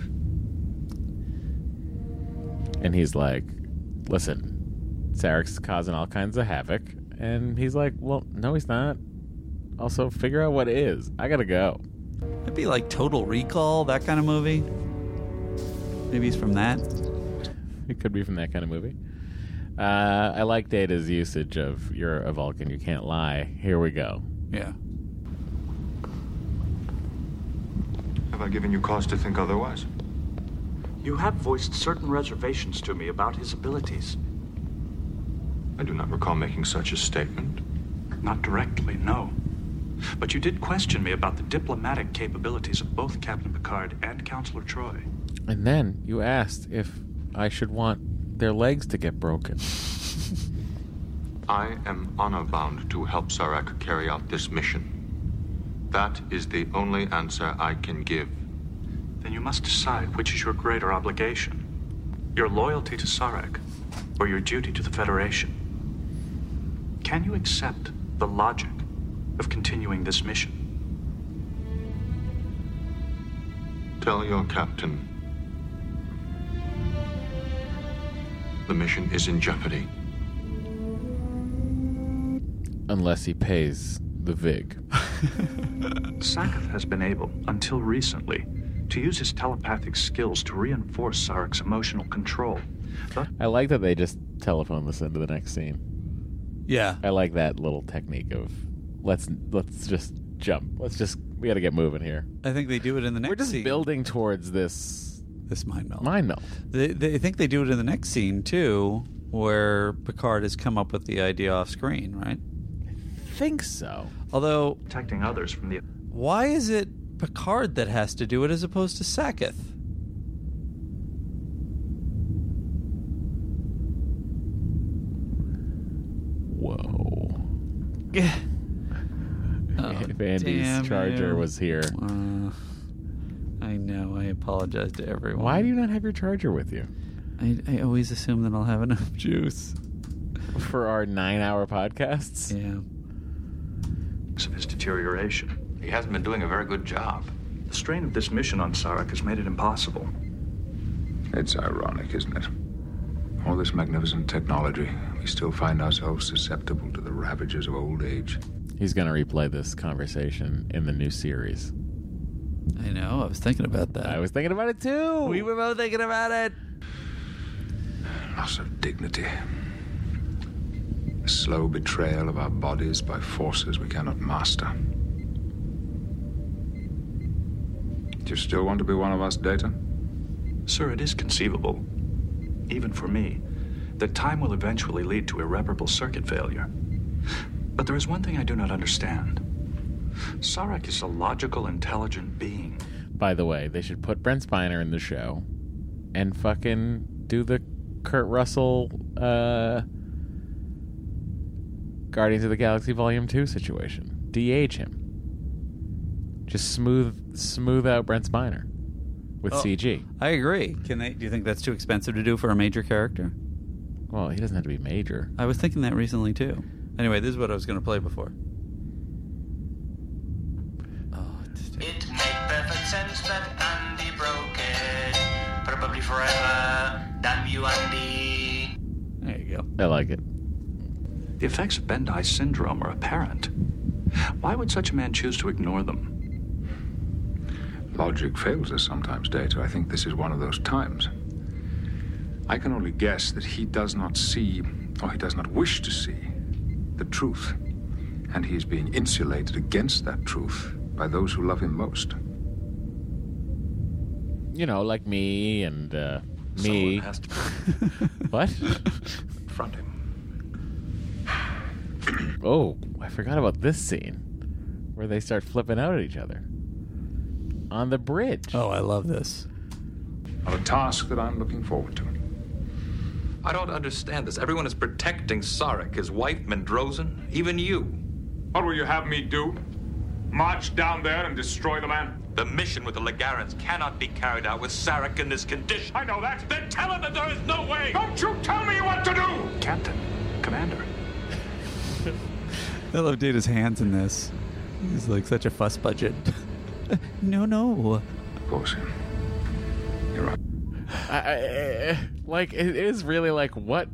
Speaker 1: And he's like, listen, Sarek's causing all kinds of havoc. And he's like, well, no, he's not. Also, figure out what it is. I gotta go.
Speaker 2: It'd be like Total Recall, that kind of movie. Maybe he's from that.
Speaker 1: It could be from that kind of movie. Uh, I like Data's usage of you're a Vulcan, you can't lie. Here we go.
Speaker 2: Yeah.
Speaker 14: Have I given you cause to think otherwise? You have voiced certain reservations to me about his abilities.
Speaker 22: I do not recall making such a statement.
Speaker 4: Not directly, no. But you did question me about the diplomatic capabilities of both Captain Picard and Counselor Troy.
Speaker 1: And then you asked if I should want their legs to get broken.
Speaker 14: I am honor bound to help Sarek carry out this mission. That is the only answer I can give.
Speaker 4: Then you must decide which is your greater obligation your loyalty to Sarek or your duty to the Federation. Can you accept the logic of continuing this mission?
Speaker 14: Tell your captain. The mission is in jeopardy.
Speaker 1: Unless he pays the VIG.
Speaker 4: Sakath has been able, until recently, to use his telepathic skills to reinforce Sarek's emotional control.
Speaker 1: I like that they just telephone this into the next scene.
Speaker 2: Yeah.
Speaker 1: I like that little technique of let's let's just jump. Let's just we got to get moving here.
Speaker 2: I think they do it in the next.
Speaker 1: We're just
Speaker 2: scene.
Speaker 1: building towards this
Speaker 2: this mind melt.
Speaker 1: Mind melt.
Speaker 2: They, they think they do it in the next scene too, where Picard has come up with the idea off screen, right?
Speaker 1: Think so.
Speaker 2: Although
Speaker 4: protecting others from the
Speaker 2: Why is it Picard that has to do it as opposed to Sacketh?
Speaker 1: Whoa.
Speaker 2: Oh. Yeah.
Speaker 1: <laughs> if Andy's charger was here.
Speaker 2: I know. I apologize to everyone.
Speaker 1: Why do you not have your charger with you?
Speaker 2: I, I always assume that I'll have enough juice
Speaker 1: for our nine-hour podcasts.
Speaker 2: Yeah.
Speaker 4: of his deterioration.
Speaker 13: He hasn't been doing a very good job.
Speaker 4: The strain of this mission on Sarek has made it impossible.
Speaker 10: It's ironic, isn't it? All this magnificent technology, we still find ourselves susceptible to the ravages of old age.
Speaker 1: He's going to replay this conversation in the new series.
Speaker 2: I know. I was thinking about that.
Speaker 1: I was thinking about it too.
Speaker 2: We were both thinking about it.
Speaker 10: Loss of dignity. The slow betrayal of our bodies by forces we cannot master. Do you still want to be one of us, Data?
Speaker 4: Sir, it is conceivable, even for me, that time will eventually lead to irreparable circuit failure. But there is one thing I do not understand. Sarek is a logical, intelligent being.
Speaker 1: By the way, they should put Brent Spiner in the show and fucking do the Kurt Russell uh, Guardians of the Galaxy Volume 2 situation. DH him. Just smooth smooth out Brent Spiner with
Speaker 2: Oh.
Speaker 1: CG.
Speaker 2: I agree. Can they? Do you think that's too expensive to do for a major character?
Speaker 1: Well, he doesn't have to be major.
Speaker 2: I was thinking that recently too. Anyway, this is what I was going to play before.
Speaker 3: It made perfect sense that Andy broke it. Probably forever. Damn you, Andy.
Speaker 2: There you go.
Speaker 1: I like it.
Speaker 4: The effects of Bendai syndrome are apparent. Why would such a man choose to ignore them?
Speaker 10: Logic fails us sometimes, Data. I think this is one of those times. I can only guess that he does not see, or he does not wish to see, the truth. And he is being insulated against that truth by those who love him most.
Speaker 1: You know, like me and uh, me. <laughs> what?
Speaker 4: Front him.
Speaker 1: <sighs> Oh, I forgot about this scene where they start flipping out at each other on the bridge.
Speaker 2: Oh, I love this.
Speaker 10: On a task that I'm looking forward to.
Speaker 12: I don't understand this. Everyone is protecting Sarek, his wife, Mendrozen, even you.
Speaker 22: What will you have me do? March down there and destroy the man?
Speaker 12: The mission with the Lagarans cannot be carried out with Sarek in this condition.
Speaker 22: I know that. Then tell him that there is no way. Don't you tell me what to do.
Speaker 4: Captain, Commander.
Speaker 2: I love Data's hands in this. He's like such a fuss budget. <laughs> no, no.
Speaker 10: Of course. You're right.
Speaker 1: I, I, I- like it is really like what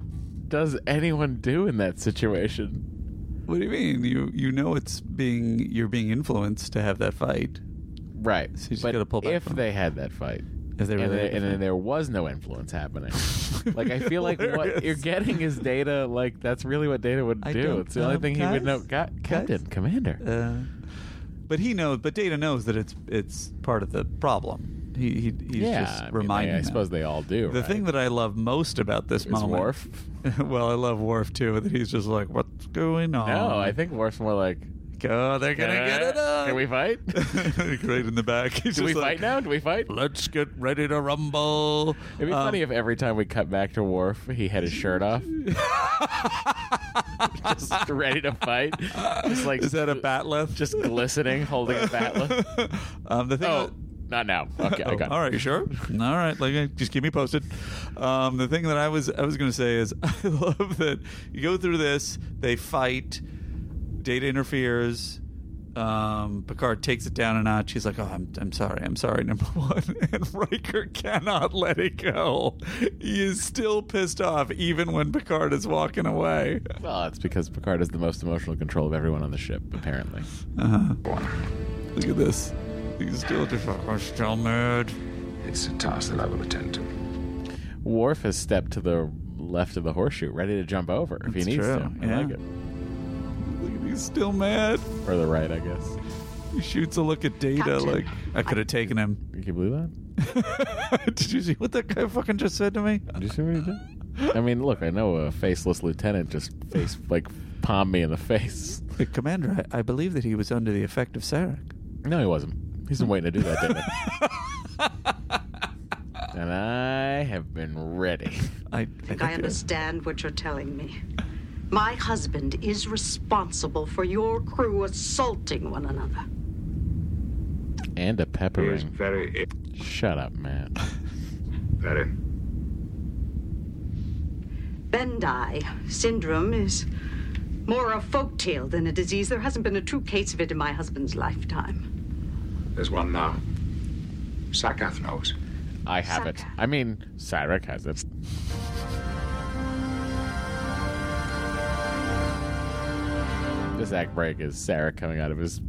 Speaker 1: does anyone do in that situation?
Speaker 2: What do you mean? You you know it's being you're being influenced to have that fight.
Speaker 1: Right.
Speaker 2: So you just gotta pull back
Speaker 1: if
Speaker 2: from it.
Speaker 1: they had that fight,
Speaker 2: If they
Speaker 1: and,
Speaker 2: really
Speaker 1: there-
Speaker 2: had the
Speaker 1: and then
Speaker 2: fight.
Speaker 1: there was no influence happening.
Speaker 2: <laughs>
Speaker 1: like I feel like what
Speaker 2: Hilarious.
Speaker 1: you're getting is data. Like that's really what data would
Speaker 2: I
Speaker 1: do.
Speaker 2: don't-
Speaker 1: It's the only
Speaker 2: um,
Speaker 1: thing he would know.
Speaker 2: guys?
Speaker 1: Got, Captain, Commander.
Speaker 2: Uh, but he knows. But Data knows that it's it's part of the problem. He, he he's
Speaker 1: Yeah, I
Speaker 2: just
Speaker 1: mean, like,
Speaker 2: reminding.
Speaker 1: I
Speaker 2: them.
Speaker 1: suppose they all do,
Speaker 2: The
Speaker 1: right?
Speaker 2: thing that I love most about this
Speaker 1: Is
Speaker 2: moment,
Speaker 1: Worf?
Speaker 2: <laughs> well, I love Worf too. That he's just like, what's going on?
Speaker 1: No, I think Worf's more like.
Speaker 2: Oh, they're gonna
Speaker 1: "Can
Speaker 2: get
Speaker 1: I-
Speaker 2: it up.
Speaker 1: Can we fight?
Speaker 2: <laughs> Great in the back. He's
Speaker 1: Do we
Speaker 2: just like,
Speaker 1: fight now? Do we fight?
Speaker 2: Let's get ready to rumble.
Speaker 1: It'd be
Speaker 2: Um,
Speaker 1: funny if every time we cut back to Worf, he had his shirt off, <laughs> just ready to fight. Just like
Speaker 2: Is that a batleth?
Speaker 1: Just glistening, holding a batleth.
Speaker 2: <laughs> um, the thing. Oh,
Speaker 1: Oh, not now. Okay, I got. it.
Speaker 2: All right, you sure? All right, like uh, just keep me posted. Um, the thing that I was I was going to say is <laughs> I love that you go through this, they fight, Data interferes. Um, Picard takes it down a notch. He's like, "Oh, I'm, I'm sorry, I'm sorry." Number <laughs> one, and Riker cannot let it go. He is still pissed off, even when Picard is walking away.
Speaker 1: Well, Uh, it's because Picard has the most emotional control of everyone on the ship, apparently.
Speaker 2: Uh-huh. Look at this. He's still just like, "I'm still mad."
Speaker 10: It's a task that I will attend to.
Speaker 1: Worf has stepped to the left of the horseshoe, ready to jump over if he
Speaker 2: That's
Speaker 1: needs
Speaker 2: true,
Speaker 1: to. I
Speaker 2: yeah.
Speaker 1: like it.
Speaker 2: Look at- He's still mad.
Speaker 1: Or the right, I guess.
Speaker 2: He shoots a look at Data
Speaker 17: Captain,
Speaker 2: like I could have taken him.
Speaker 1: You can believe that?
Speaker 2: <laughs> Did you see what that guy fucking just said to me?
Speaker 1: Did you see what he did? I mean, look, I know a faceless lieutenant just face like palmed me in the face.
Speaker 2: Like, Commander, I, I believe that he was under the effect of Sarek.
Speaker 1: No, he wasn't. He's been waiting to do
Speaker 2: <laughs>
Speaker 1: that, didn't he? and I have been ready.
Speaker 2: I,
Speaker 17: think I understand what you're telling me. My husband is responsible for your crew assaulting one another.
Speaker 1: And a
Speaker 8: He is
Speaker 1: peppering.
Speaker 8: very.
Speaker 1: Shut up, man.
Speaker 8: Very.
Speaker 17: Bendai syndrome is more a folktale than a disease. There hasn't been a true case of it in my husband's lifetime.
Speaker 10: There's one now. Sakath knows.
Speaker 1: I have it. I mean, Sarek has it. This act break is Sarek coming out of his.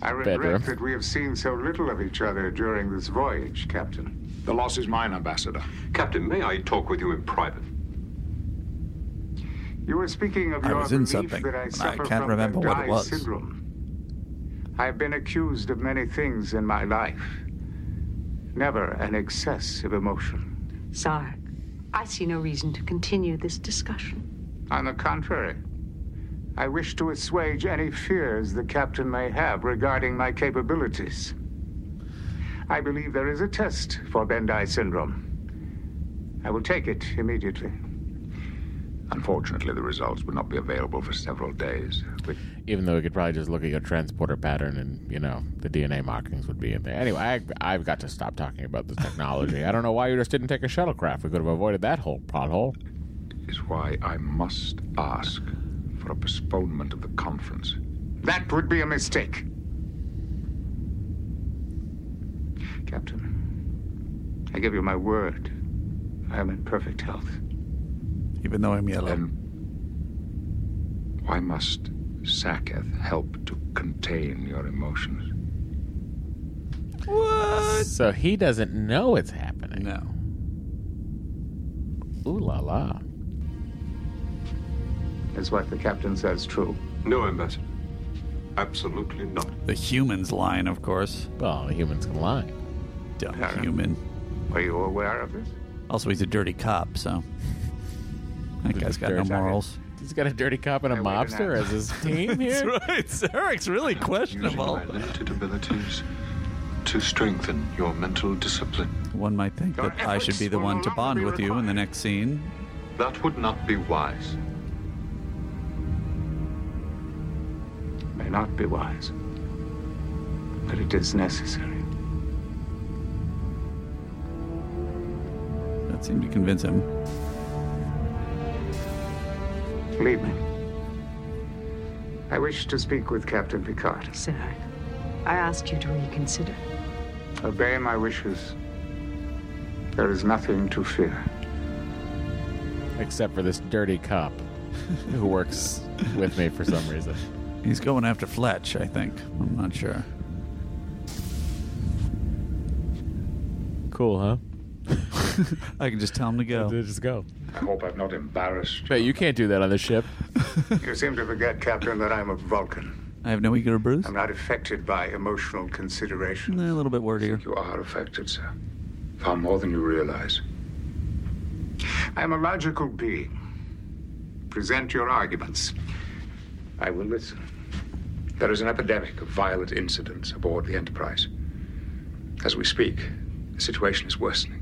Speaker 8: I regret
Speaker 1: Bedroom.
Speaker 8: that we have seen so little of each other during this voyage, Captain.
Speaker 11: The loss is mine, Ambassador.
Speaker 13: Captain, may I talk with you in private?
Speaker 8: You were speaking of
Speaker 2: I
Speaker 8: your
Speaker 2: was in
Speaker 8: belief
Speaker 2: something,
Speaker 8: that I
Speaker 2: and I
Speaker 8: suffer
Speaker 2: can't
Speaker 8: from
Speaker 2: remember what it
Speaker 8: Bandai
Speaker 2: was.
Speaker 8: Syndrome. I've been accused of many things in my life. Never an excess of emotion.
Speaker 17: Sark, I see no reason to continue this discussion.
Speaker 8: On the contrary, I wish to assuage any fears the captain may have regarding my capabilities. I believe there is a test for Bendai syndrome. I will take it immediately.
Speaker 10: Unfortunately, the results would not be available for several days. But
Speaker 1: Even though we could probably just look at your transporter pattern and, you know, the DNA markings would be in there. Anyway, I, I've got to stop talking about this technology. I don't know why you just didn't take a shuttlecraft. We could have avoided that whole pothole.
Speaker 10: is why I must ask for a postponement of the conference.
Speaker 8: That would be a mistake. Captain, I give you my word. I am in perfect health.
Speaker 2: Even though I'm yellow.
Speaker 10: Why must Sakath help to contain your emotions?
Speaker 2: What?
Speaker 1: So he doesn't know it's happening.
Speaker 2: No.
Speaker 1: Ooh la la.
Speaker 8: Is what the captain says true?
Speaker 13: No, Ambassador. Absolutely not.
Speaker 2: The humans lying, of course.
Speaker 1: Well, the humans can lie.
Speaker 2: Dumb human.
Speaker 8: Are you aware of this?
Speaker 2: Also, he's a dirty cop, so that guy's got no
Speaker 1: Dirty.
Speaker 2: morals.
Speaker 1: He's got <laughs> a dirty cop and a mobster
Speaker 2: <laughs>
Speaker 1: as his team
Speaker 2: That's
Speaker 1: here.
Speaker 2: right. Sarek's really questionable.
Speaker 25: my limited abilities to strengthen your mental discipline.
Speaker 2: One might think that I should be the one to bond with you in the next scene.
Speaker 25: That would not be wise.
Speaker 8: May not be wise, but it is necessary.
Speaker 2: That seemed to convince him.
Speaker 8: Leave me. I wish to speak with Captain Picard.
Speaker 17: Sark, I ask you to reconsider.
Speaker 8: Obey my wishes. There is nothing to fear.
Speaker 1: Except for this dirty cop <laughs> who works with me for some reason.
Speaker 2: He's going after Fletch, I think. I'm not sure.
Speaker 1: Cool, huh?
Speaker 2: I can just tell him to go.
Speaker 1: Just go.
Speaker 10: I hope I've not embarrassed
Speaker 1: But you can't do that on the ship.
Speaker 8: <laughs> you seem to forget, Captain, that I'm a Vulcan.
Speaker 2: I have no ego to bruise.
Speaker 8: I'm not affected by emotional consideration.
Speaker 2: Nah, a little bit wordier.
Speaker 10: You are affected, sir. Far more than you realize.
Speaker 8: I'm a logical being. Present your arguments. I will listen.
Speaker 10: There is an epidemic of violent incidents aboard the Enterprise. As we speak, the situation is worsening.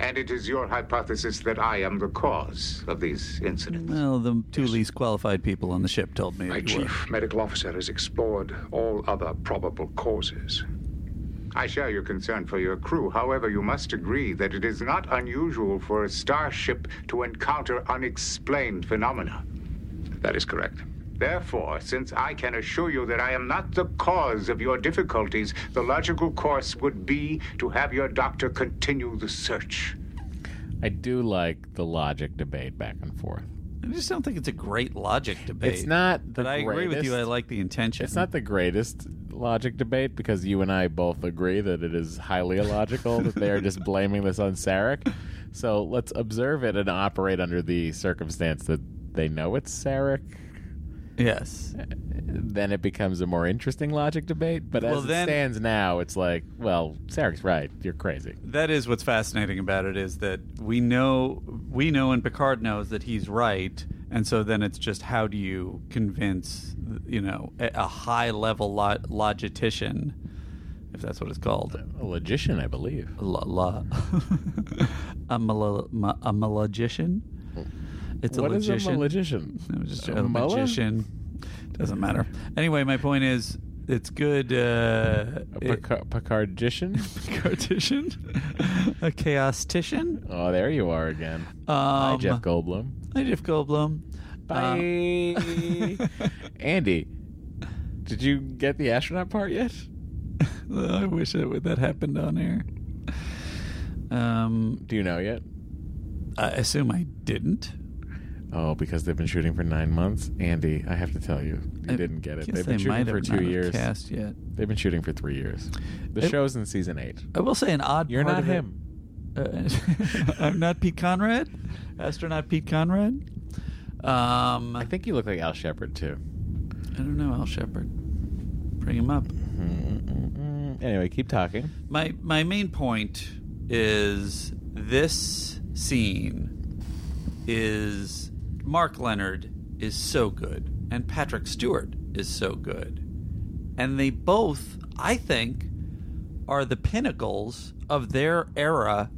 Speaker 8: And it is your hypothesis that I am the cause of these incidents.
Speaker 2: Well, the two least qualified people on the ship told me.
Speaker 10: My
Speaker 2: that you were.
Speaker 10: chief medical officer has explored all other probable causes.
Speaker 8: I share your concern for your crew. However, you must agree that it is not unusual for a starship to encounter unexplained phenomena.
Speaker 10: That is correct.
Speaker 8: Therefore, since I can assure you that I am not the cause of your difficulties, the logical course would be to have your doctor continue the search.
Speaker 1: I do like the logic debate back and forth.
Speaker 2: I just don't think it's a great logic debate.
Speaker 1: It's not the
Speaker 2: But I agree with you.
Speaker 1: greatest.
Speaker 2: I like the intention.
Speaker 1: It's not the greatest logic debate because you and I both agree that it is highly illogical that they
Speaker 2: <laughs>
Speaker 1: are just blaming this on Sarek. So let's observe it and operate under the circumstance that they know it's Sarek.
Speaker 2: Yes.
Speaker 1: Then it becomes a more interesting logic debate. But as
Speaker 2: Well,
Speaker 1: it
Speaker 2: then-
Speaker 1: stands now, it's like, well, Sarek's right. You're crazy.
Speaker 2: That is what's fascinating about it is that we know we know and Picard knows that he's right, and so then it's just how do you convince you know a, a high level lo- logitician, if that's what it's called,
Speaker 1: a logician, I believe.
Speaker 2: La, la. I'm <laughs> a, lo- ma- I'm a logician. It's a
Speaker 1: What is a
Speaker 2: logician.
Speaker 1: logician?
Speaker 2: No, it's just
Speaker 1: A
Speaker 2: a,
Speaker 1: mullah?
Speaker 2: magician. Doesn't matter. Anyway, my point is, it's good. Uh,
Speaker 1: A
Speaker 2: it-
Speaker 1: Picard- Picardician?
Speaker 2: <laughs> Picardician? <laughs> a chaostician?
Speaker 1: Oh, there you are again. Hi,
Speaker 2: Um,
Speaker 1: Jeff Goldblum.
Speaker 2: Hi, Jeff Goldblum.
Speaker 1: Bye. Andy, did you get the astronaut part yet?
Speaker 2: <laughs> Uh, I wish that that happened on air. Um,
Speaker 1: Do you know yet?
Speaker 2: I assume I didn't.
Speaker 1: Oh, because they've been shooting for nine months. Andy, I have to tell you, you
Speaker 2: I
Speaker 1: didn't get it.
Speaker 2: guess
Speaker 1: They've been
Speaker 2: they
Speaker 1: shooting
Speaker 2: might
Speaker 1: for
Speaker 2: have
Speaker 1: two
Speaker 2: not have
Speaker 1: years.
Speaker 2: cast yet.
Speaker 1: They've been shooting for three years. The
Speaker 2: It-
Speaker 1: show's in season eight.
Speaker 2: I will say an odd.
Speaker 1: You're
Speaker 2: part
Speaker 1: not
Speaker 2: of it-
Speaker 1: him.
Speaker 2: Uh, <laughs> I'm not Pete Conrad, astronaut Pete Conrad. Um, I
Speaker 1: think you look like Al Shepard too.
Speaker 2: I don't know Al Shepard. Bring him up.
Speaker 1: Anyway, keep talking.
Speaker 2: My my main point is this scene is Mark Leonard is so good and Patrick Stewart is so good. And they both, I think, are the pinnacles of their era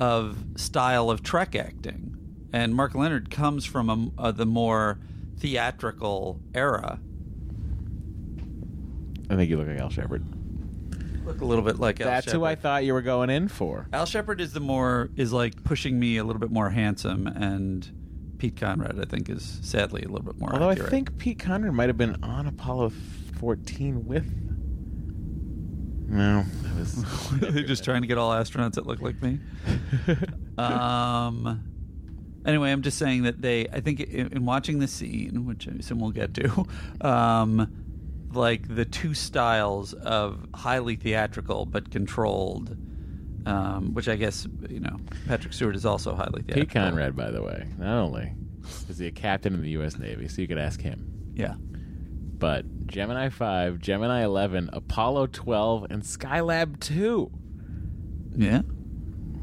Speaker 2: of style of Trek acting. And Mark Leonard comes from a, uh, the more theatrical era.
Speaker 1: I think you look like Al Shepard.
Speaker 2: Look a little bit like Al
Speaker 1: That's who I thought you were going in for.
Speaker 2: Al Shepard is the more is like pushing me a little bit more handsome, and Pete Conrad I think is sadly a little bit more.
Speaker 1: Although I
Speaker 2: accurate.
Speaker 1: think Pete Conrad might have been on Apollo 14 with. No, that
Speaker 2: <laughs>
Speaker 1: was. <laughs>
Speaker 2: they're just trying to get all astronauts that look like me. um. Anyway, I'm just saying that they. I think in, in watching the scene, which I assume we'll get to, <laughs> um, like the two styles of highly theatrical but controlled. Um, which I guess you know, Patrick Stewart is also highly theatrical.
Speaker 1: Pete Conrad, by the way, not only is he a captain in the U.S. Navy, so you could ask him.
Speaker 2: Yeah.
Speaker 1: But Gemini 5, Gemini 11, Apollo 12, and Skylab 2.
Speaker 2: Yeah.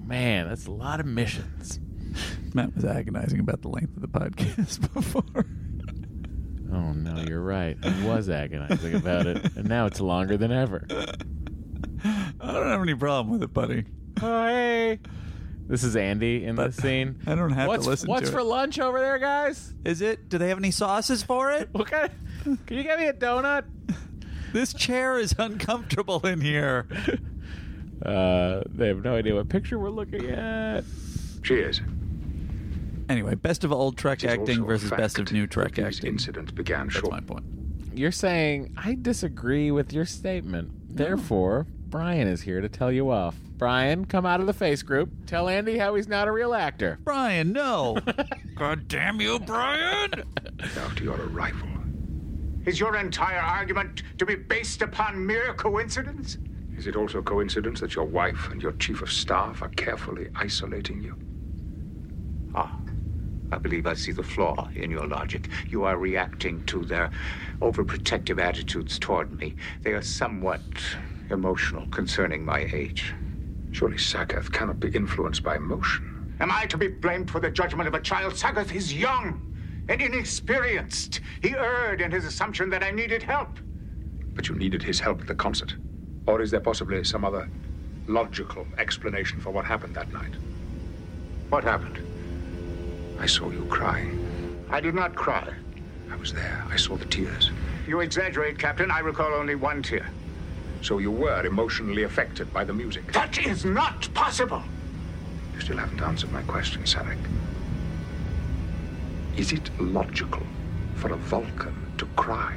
Speaker 1: Man, that's a lot of missions.
Speaker 2: Matt was agonizing about the length of the podcast <laughs> before.
Speaker 1: Oh,
Speaker 2: Uh,
Speaker 1: no, you're right. I was agonizing about it, and now it's longer than ever.
Speaker 2: I don't have any problem with it, buddy.
Speaker 1: Hey! This is Andy in the scene.
Speaker 2: I don't have
Speaker 1: what's,
Speaker 2: to listen
Speaker 1: What's
Speaker 2: to
Speaker 1: for lunch over there, guys?
Speaker 2: it. Is it? Do they have any sauces for it?
Speaker 1: <laughs> What kind of, can you get me a donut?
Speaker 2: This chair is uncomfortable in
Speaker 1: <laughs>
Speaker 2: here.
Speaker 1: Uh, they have no idea what picture we're looking at.
Speaker 10: Cheers.
Speaker 2: Anyway, best of old Trek
Speaker 10: is
Speaker 2: acting
Speaker 10: also a
Speaker 2: versus best of new Trek
Speaker 10: These
Speaker 2: acting.
Speaker 10: incidents began
Speaker 2: That's
Speaker 10: shortly.
Speaker 2: my point.
Speaker 1: You're saying I disagree with your statement. Therefore, Brian is here to tell you off. Brian, come out of the face group. Tell Andy how he's not a real actor.
Speaker 2: Brian,
Speaker 1: <laughs>
Speaker 2: no. God damn you, Brian!
Speaker 10: After your arrival.
Speaker 8: Is your entire argument to be based upon mere coincidence?
Speaker 10: Is it also coincidence that your wife and your chief of staff are carefully isolating you?
Speaker 8: I believe I see the flaw in your logic. You are reacting to their overprotective attitudes toward me. They are somewhat emotional concerning my age.
Speaker 10: Surely Sakath cannot be influenced by emotion.
Speaker 8: Am I to be blamed for the judgment of a child? Sagath is young and inexperienced. He erred in his assumption that I needed help.
Speaker 10: But you needed his help at the concert. Or is there possibly some other logical explanation for what happened that night?
Speaker 8: What happened?
Speaker 10: I saw you crying.
Speaker 8: I did not cry.
Speaker 10: I was there. I saw the tears.
Speaker 8: You exaggerate, Captain. I recall only one tear.
Speaker 10: So you were emotionally affected by the music.
Speaker 8: That is not possible.
Speaker 10: You still haven't answered my question, Sarek. Is it logical for a Vulcan to cry?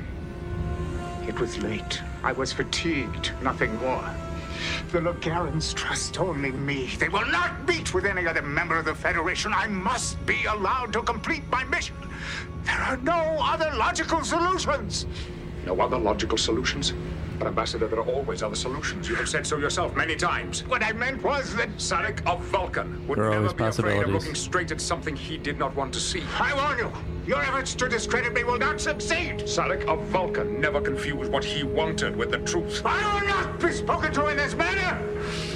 Speaker 8: It was late. I was fatigued, nothing more. The Logarans trust only me. They will not meet with any other member of the Federation. I must be allowed to complete my mission. There are no other logical solutions.
Speaker 10: No other logical solutions? But, Ambassador, there are always other solutions. You have said so yourself many times.
Speaker 8: What I meant was that
Speaker 10: Sarek of Vulcan,
Speaker 11: would
Speaker 2: There
Speaker 11: never
Speaker 2: are always
Speaker 11: be afraid of
Speaker 2: possibilities.
Speaker 11: looking straight at something he did not want to see.
Speaker 8: I warn you, your efforts to discredit me will not succeed.
Speaker 11: Sarek of Vulcan never confused what he wanted with the truth.
Speaker 8: I will not be spoken to in this manner.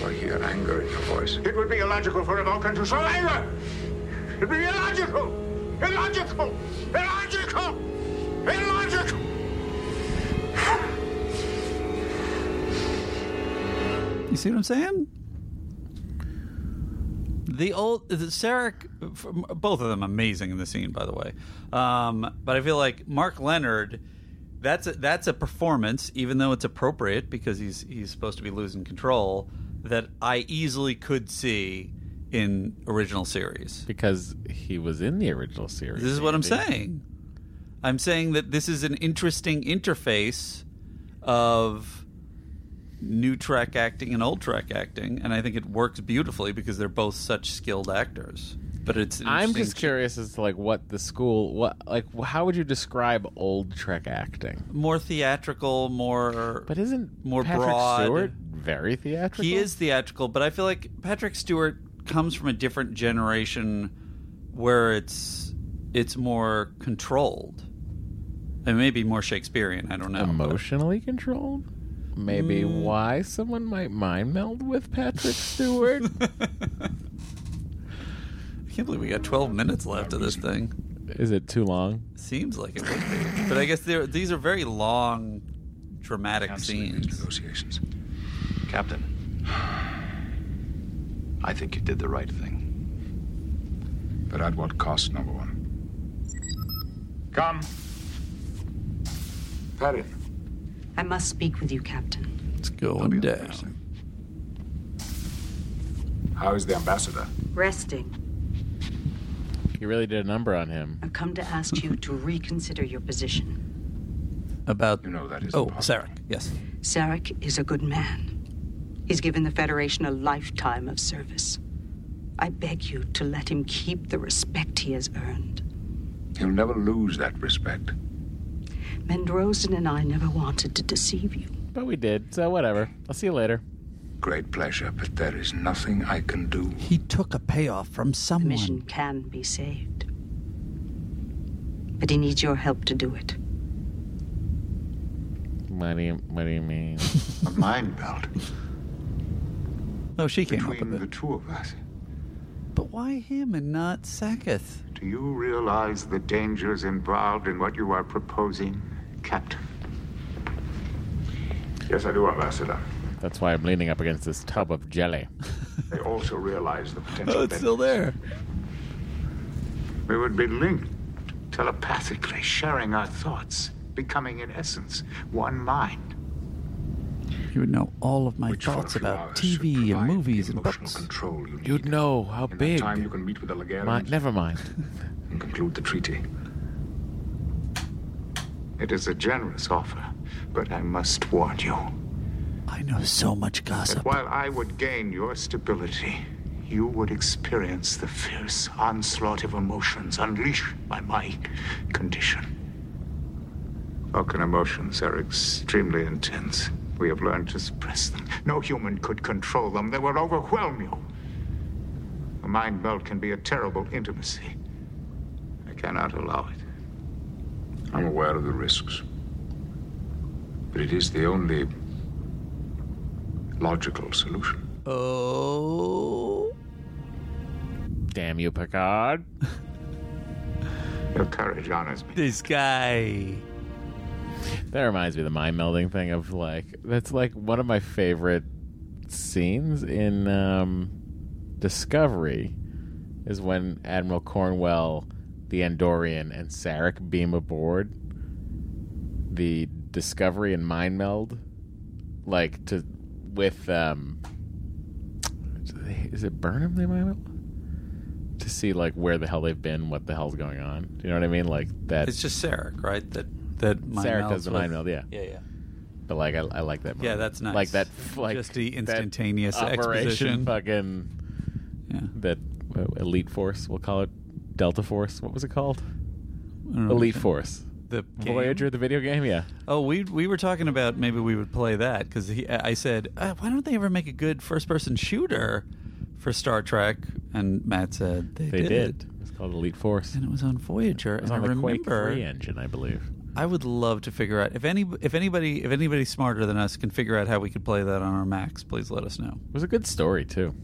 Speaker 11: I hear anger in your voice.
Speaker 8: It would be illogical for a Vulcan to show anger. It would be illogical, illogical, illogical, illogical.
Speaker 2: You see what I'm saying? The old the Sarek, f- both of them amazing in the scene, by the way. Um, but I feel like Mark Leonard, that's a, that's a performance, even though it's appropriate because he's he's supposed to be losing control. That I easily could see in original series.
Speaker 1: because he was in the original series.
Speaker 2: This is what I'm
Speaker 1: Andy.
Speaker 2: saying. I'm saying that this is an interesting interface of new Trek acting and old Trek acting, and I think it works beautifully because they're both such skilled actors. But it's an
Speaker 1: I'm
Speaker 2: interesting-
Speaker 1: just curious as to like what the school what like how would you describe old Trek acting?
Speaker 2: more theatrical, more but
Speaker 1: isn't
Speaker 2: more
Speaker 1: Patrick
Speaker 2: broad.
Speaker 1: Stewart very theatrical.
Speaker 2: He is theatrical, but I feel like Patrick Stewart comes from a different generation where it's it's more controlled. And maybe more Shakespearean, I don't know. Mm.
Speaker 1: emotionally controlled. Maybe
Speaker 2: Hmm.
Speaker 1: why someone might mind meld with
Speaker 2: <laughs>
Speaker 1: Patrick Stewart.
Speaker 2: I can't believe we got 12 minutes left of this thing.
Speaker 1: is it too long?
Speaker 2: Seems like it would be, but I guess they're- these are very long, dramatic scenes.
Speaker 10: Negotiations.
Speaker 15: Captain, I think you did the right thing.
Speaker 10: But at what cost, number one?
Speaker 22: Come.
Speaker 11: Perrin.
Speaker 17: I must speak with you, Captain.
Speaker 2: It's going down.
Speaker 11: How is the ambassador?
Speaker 17: Resting.
Speaker 1: You really did a number on him.
Speaker 17: I've come to ask you to reconsider your position.
Speaker 2: About
Speaker 10: you know that is
Speaker 2: oh Sarek, yes.
Speaker 17: Sarek is a good man. He's given the Federation a lifetime of service. I beg you to let him keep the respect he has earned.
Speaker 10: He'll never lose that respect.
Speaker 17: Mendrosen and I never wanted to deceive you.
Speaker 1: But we did, so whatever. I'll see you later.
Speaker 10: Great pleasure, but there is nothing I can do.
Speaker 2: He took a payoff from
Speaker 17: The
Speaker 2: someone.
Speaker 17: mission can be saved. But he needs your help to do it.
Speaker 1: What do you what do you mean?
Speaker 10: <laughs> A mind belt.
Speaker 2: No, she came
Speaker 10: Between the two of us.
Speaker 2: But why him and not Seketh?
Speaker 8: Do you realize the dangers involved in what you are proposing, Captain?
Speaker 11: Yes, I do, Ambassador.
Speaker 1: That's why I'm leaning up against this tub of jelly.
Speaker 11: They also realize the potential. benefits.
Speaker 2: there.
Speaker 8: We would be linked telepathically, sharing our thoughts, becoming, in essence, one mind.
Speaker 2: You would know all of my thoughts about TV and movies and books.
Speaker 10: Control you
Speaker 1: You'd know how
Speaker 10: In
Speaker 1: big.
Speaker 10: that time, you can meet with the Lagerans
Speaker 1: My, never mind.
Speaker 10: <laughs> and conclude the treaty.
Speaker 8: It is a generous offer, but I must warn you
Speaker 2: I know so much
Speaker 8: that
Speaker 2: gossip.
Speaker 8: while I would gain your stability, you would experience the fierce onslaught of emotions unleashed by my condition. Vulcan emotions are extremely intense. We have learned to suppress them. No human could control them. They would overwhelm you. A mind meld can be a terrible intimacy. I cannot allow it.
Speaker 10: I'm aware of the risks. But it is the only logical solution.
Speaker 2: Oh.
Speaker 1: Damn you, Picard.
Speaker 8: Your courage honors me.
Speaker 2: This guy.
Speaker 1: That reminds me of the mind melding thing of like that's like one of my favorite scenes in um, Discovery is when Admiral Cornwell, the Andorian, and Sarek beam aboard the Discovery and mind meld, like to with um, is it Burnham they mind meld to see like where the hell they've been, what the hell's going on. Do you know what I mean? Like that.
Speaker 2: It's just Sarek, right? That that mind
Speaker 1: Sarek
Speaker 2: melds
Speaker 1: does the
Speaker 2: with-
Speaker 1: mind meld, yeah.
Speaker 2: Yeah, yeah.
Speaker 1: But like, I, I like that.
Speaker 2: Yeah,
Speaker 1: moment.
Speaker 2: that's nice.
Speaker 1: Like that, f- like
Speaker 2: Just the
Speaker 1: that
Speaker 2: instantaneous
Speaker 1: operation.
Speaker 2: exposition.
Speaker 1: Fucking
Speaker 2: yeah.
Speaker 1: That uh, elite force, we'll call it Delta Force. What was it called?
Speaker 2: don't know.
Speaker 1: Elite Force.
Speaker 2: The
Speaker 1: Voyager, the video game. Yeah.
Speaker 2: Oh, we we were talking about maybe we would play that because I said, uh, why don't they ever make a good first person shooter for Star Trek, and Matt said they,
Speaker 1: They
Speaker 2: did.
Speaker 1: did. It's called Elite Force,
Speaker 2: and it was on Voyager.
Speaker 1: It was
Speaker 2: and
Speaker 1: on
Speaker 2: I
Speaker 1: the Quake
Speaker 2: remember-
Speaker 1: Three engine, I believe.
Speaker 2: I would love to figure out if any if anybody if anybody smarter than us can figure out how we could play that on our Macs, please let us know.
Speaker 1: It was a good story too.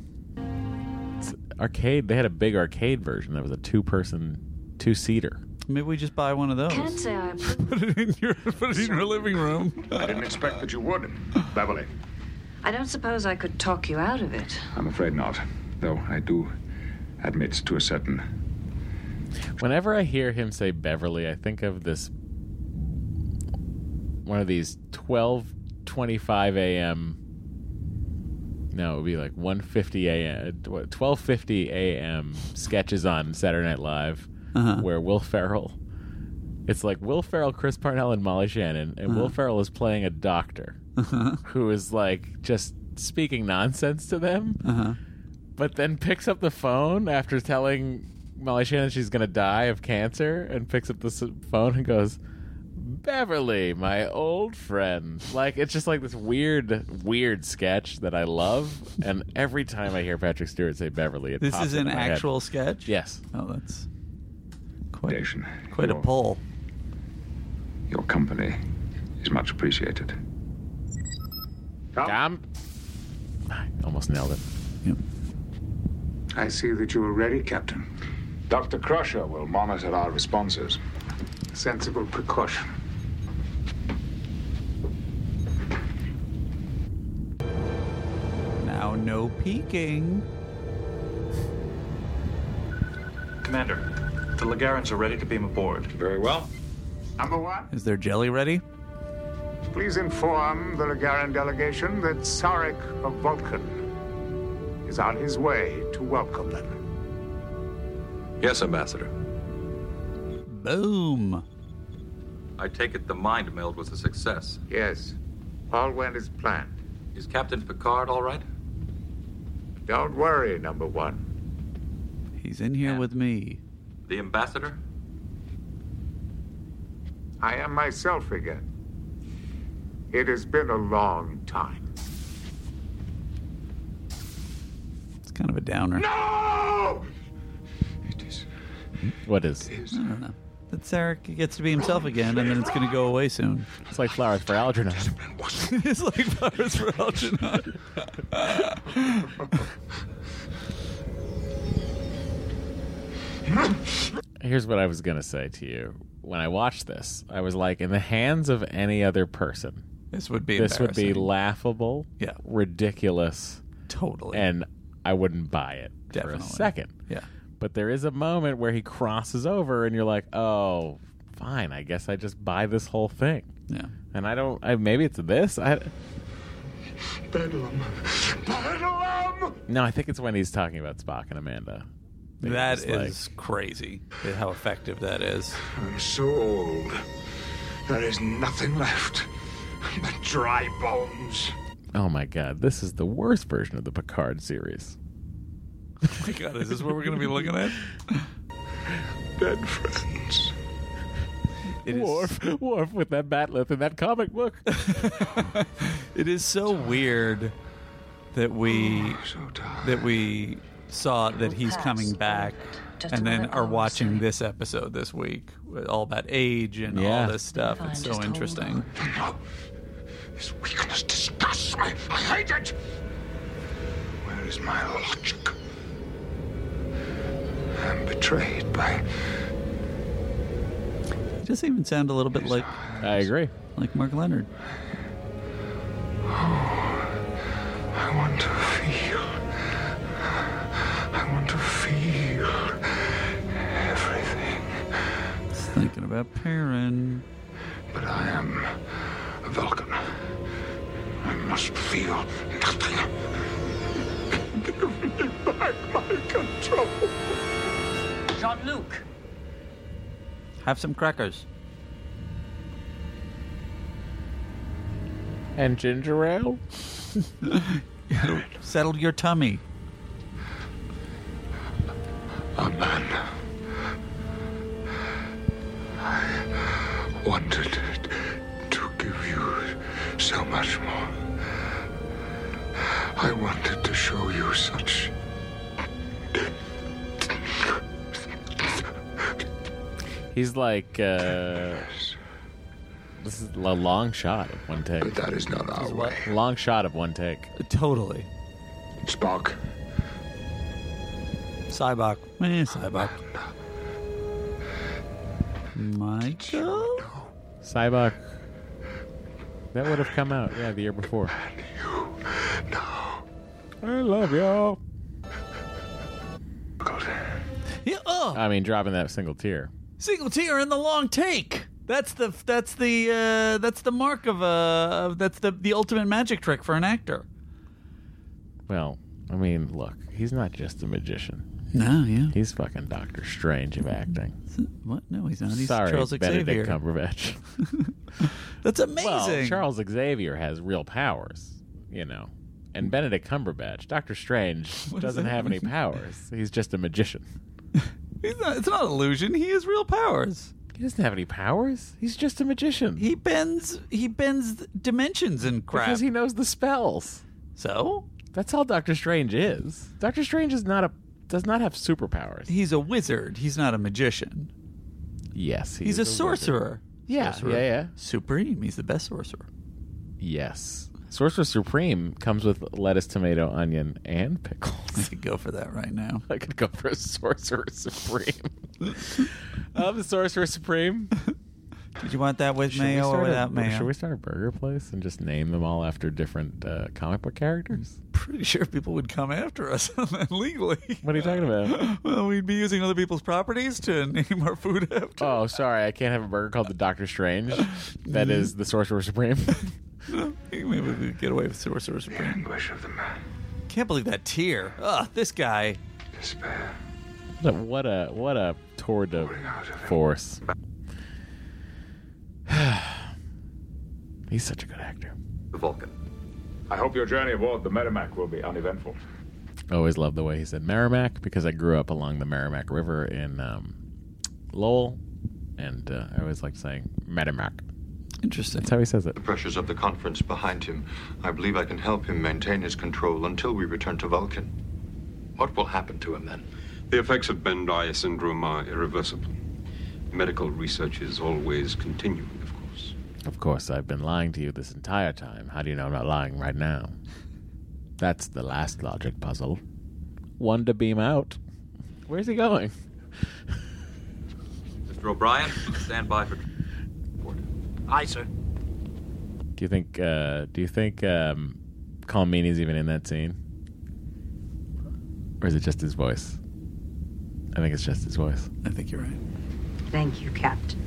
Speaker 1: It's arcade. They had a big arcade version that was a two-person, two-seater.
Speaker 2: Maybe we just buy one of those.
Speaker 9: Can't
Speaker 2: <laughs>
Speaker 9: say I approve.
Speaker 2: put it in your put it in your living room.
Speaker 10: I didn't expect that you would, Beverly.
Speaker 9: I don't suppose I could talk you out of it.
Speaker 10: I'm afraid not, though I do admit to a certain
Speaker 1: Whenever I hear him say Beverly, I think of this one of these 12:25 a.m. No, it would be like 1:50 a.m. 12:50 a.m. sketches on Saturday Night Live where Will Ferrell it's like Will Ferrell, Chris Parnell, and Molly Shannon, and Will
Speaker 2: Uh-huh.
Speaker 1: Ferrell is playing a doctor who is like just speaking nonsense to them,
Speaker 2: Uh-huh.
Speaker 1: but then picks up the phone after telling Molly Shannon she's going to die of cancer, and picks up the s- phone and goes, "Beverly, my old friend." Like it's just like this weird, weird sketch that I love, and every time I hear Patrick Stewart say Beverly, it
Speaker 2: This
Speaker 1: pops
Speaker 2: is
Speaker 1: into
Speaker 2: an
Speaker 1: my head.
Speaker 2: actual sketch.
Speaker 1: Yes.
Speaker 2: Oh, that's
Speaker 10: quite,
Speaker 2: quite a pull.
Speaker 10: Your company is much appreciated.
Speaker 1: Tom. I almost nailed it.
Speaker 10: I see that you are ready, Captain. Dr. Crusher will monitor our responses.
Speaker 8: Sensible precaution.
Speaker 2: Now no peeking.
Speaker 4: Commander, the Lagarans are ready to beam aboard.
Speaker 13: Very well.
Speaker 8: Number one,
Speaker 2: Is their jelly ready?
Speaker 8: please inform the Lagaran delegation that Sarek of Vulcan is on his way to welcome them.
Speaker 13: Yes, Ambassador.
Speaker 2: Boom.
Speaker 13: I take it the mind meld was a success.
Speaker 8: Yes, all went as planned.
Speaker 13: Is Captain Picard all right?
Speaker 8: Don't worry, number one.
Speaker 2: He's in here with me.
Speaker 13: The Ambassador?
Speaker 8: I am myself again. It has been a long time.
Speaker 2: It's kind of a downer.
Speaker 10: No! It is.
Speaker 1: What is?
Speaker 2: I don't know. That Sarek gets to be himself again, and then it's going to go away soon.
Speaker 1: It's like flowers for Algernon.
Speaker 2: <laughs> it's like flowers for Algernon.
Speaker 1: Here's what I was going to say to you. When I watched this, I was like, in the hands of any other person,
Speaker 2: This would be
Speaker 1: this would be
Speaker 2: embarrassing.
Speaker 1: laughable,
Speaker 2: Yeah.
Speaker 1: ridiculous,
Speaker 2: Totally.
Speaker 1: and I wouldn't buy it for
Speaker 2: Definitely.
Speaker 1: a second.
Speaker 2: Yeah.
Speaker 1: But there is a moment where he crosses over, and you're like, oh, fine. I guess I just buy this whole thing.
Speaker 2: Yeah.
Speaker 1: And I don't. I, maybe it's this. I
Speaker 2: <laughs>
Speaker 10: Bedlam. Bedlam!
Speaker 1: no. I think it's when he's talking about Spock and Amanda.
Speaker 2: That
Speaker 1: It's like-
Speaker 2: is crazy. How effective that is.
Speaker 10: I'm so old. There is nothing left but dry bones.
Speaker 1: Oh my god, this is the worst version of the Picard series.
Speaker 2: Oh my god, is this what we're going to be looking at?
Speaker 10: Dead friends.
Speaker 2: It is-
Speaker 1: Worf, Worf with that batleth in that comic book.
Speaker 2: It is so weird that
Speaker 10: Oh,
Speaker 2: we that we saw that he's coming back,
Speaker 9: Just
Speaker 2: and then
Speaker 9: another
Speaker 2: are watching this episode this week, all about age and
Speaker 1: Yeah.
Speaker 2: all this stuff.
Speaker 9: Fine,
Speaker 2: It's
Speaker 9: just
Speaker 2: so
Speaker 9: hold
Speaker 2: interesting.
Speaker 10: This weakness disgusts me. I hate it. Where is my logic? I'm betrayed by.
Speaker 2: It does even sound a little bit like
Speaker 1: I agree.
Speaker 2: like Mark Leonard.
Speaker 10: I want to feel. I want to feel everything.
Speaker 2: Just thinking about Perrin.
Speaker 10: But I am a Vulcan. I must feel nothing. Give me back my control.
Speaker 9: Jean Luc!
Speaker 2: Have some crackers.
Speaker 1: And
Speaker 2: <laughs>
Speaker 1: ginger ale?
Speaker 2: Settle your tummy.
Speaker 10: A man. I wanted to give you so much more. I wanted to show you such
Speaker 1: He's like, uh, this is a long shot of one take. But
Speaker 10: that is not our
Speaker 1: way. Long shot of one take.
Speaker 2: Totally.
Speaker 10: Spock.
Speaker 2: Cybok. Eh, Cybok. Michael?
Speaker 1: Cybok. That would have come out, yeah, the year before. I love y'all.
Speaker 2: Yeah, oh,
Speaker 1: I mean, dropping that single tear.
Speaker 2: single tear in the long take. That's the that's the uh, that's the mark of a of, that's the the ultimate magic trick for an <laughs> actor.
Speaker 1: Well, I mean, look, he's not just a magician.
Speaker 2: No, yeah.
Speaker 1: He's fucking Doctor Strange of acting.
Speaker 2: What? No, he's not. He's
Speaker 1: Sorry,
Speaker 2: Charles
Speaker 1: Benedict
Speaker 2: Xavier.
Speaker 1: Cumberbatch.
Speaker 2: <laughs> That's amazing.
Speaker 1: Well, Charles Xavier has real powers, you know. And Benedict Cumberbatch, Doctor Strange,
Speaker 2: <laughs> What does
Speaker 1: doesn't
Speaker 2: that
Speaker 1: have any
Speaker 2: mean?
Speaker 1: powers. He's just a magician.
Speaker 2: He's not, it's not illusion. He has real powers.
Speaker 1: He doesn't have any powers. He's just a magician.
Speaker 2: He bends. He bends dimensions and crap.
Speaker 1: Because he knows the spells.
Speaker 2: So
Speaker 1: that's all Doctor Strange is. Doctor Strange is not a does not have superpowers.
Speaker 2: he's a wizard. He's not a magician.
Speaker 1: Yes, he
Speaker 2: he's a,
Speaker 1: is a
Speaker 2: sorcerer.
Speaker 1: Yeah,
Speaker 2: Sorcerer.
Speaker 1: yeah, yeah.
Speaker 2: Supreme. He's the best sorcerer.
Speaker 1: Yes. Sorcerer Supreme comes with lettuce, tomato, onion, and pickles. I
Speaker 2: could <laughs> go for that right now.
Speaker 1: <laughs> I could go for a Sorcerer
Speaker 2: <laughs>
Speaker 1: Supreme. I'm the Sorcerer Supreme.
Speaker 2: Did you want that with
Speaker 1: we
Speaker 2: mayo or
Speaker 1: start a-
Speaker 2: without mayo?
Speaker 1: Should we start a burger place and just name them all after different uh, comic book characters?
Speaker 2: Pretty sure people would come <laughs> after us on that legally.
Speaker 1: What are you talking
Speaker 2: <laughs>
Speaker 1: about?
Speaker 2: Well, we'd be using other people's properties to <laughs> name our food after.
Speaker 1: oh, sorry, I can't have a burger called the Doctor Strange. That is the Sorcerer Supreme.
Speaker 2: <laughs> Maybe we could get away with Sorcerer Supreme.
Speaker 10: anguish of the man.
Speaker 1: Oh.
Speaker 2: Can't believe that tear. Ugh, this guy.
Speaker 10: Despair.
Speaker 1: But what a what a tour de force. <sighs> He's such a good actor.
Speaker 12: Vulcan.
Speaker 25: I hope your journey aboard the Merrimac will be uneventful.
Speaker 1: I always loved the way he said Merrimack because I grew up along the Merrimack River in um, Lowell, and uh, I always liked saying Merrimack.
Speaker 2: Interesting.
Speaker 1: That's how he says it.
Speaker 13: The pressures of the conference behind him. I believe I can help him maintain his control until we return to Vulcan. What will happen to him then?
Speaker 12: The effects of Bendaya syndrome are irreversible. Medical research is always continuing, of course.
Speaker 1: Of course, I've been lying to you this entire time. How do you know I'm not lying right now? That's the last logic puzzle. One to beam out. Where's he going?
Speaker 12: Mr. O'Brien, stand by for.
Speaker 5: Aye, sir.
Speaker 1: Do you think? Uh, do you think um, Colmeany's even in that scene, or is it just his voice? I think it's just his voice.
Speaker 2: I think you're right. <gasps>
Speaker 17: Thank you, Captain.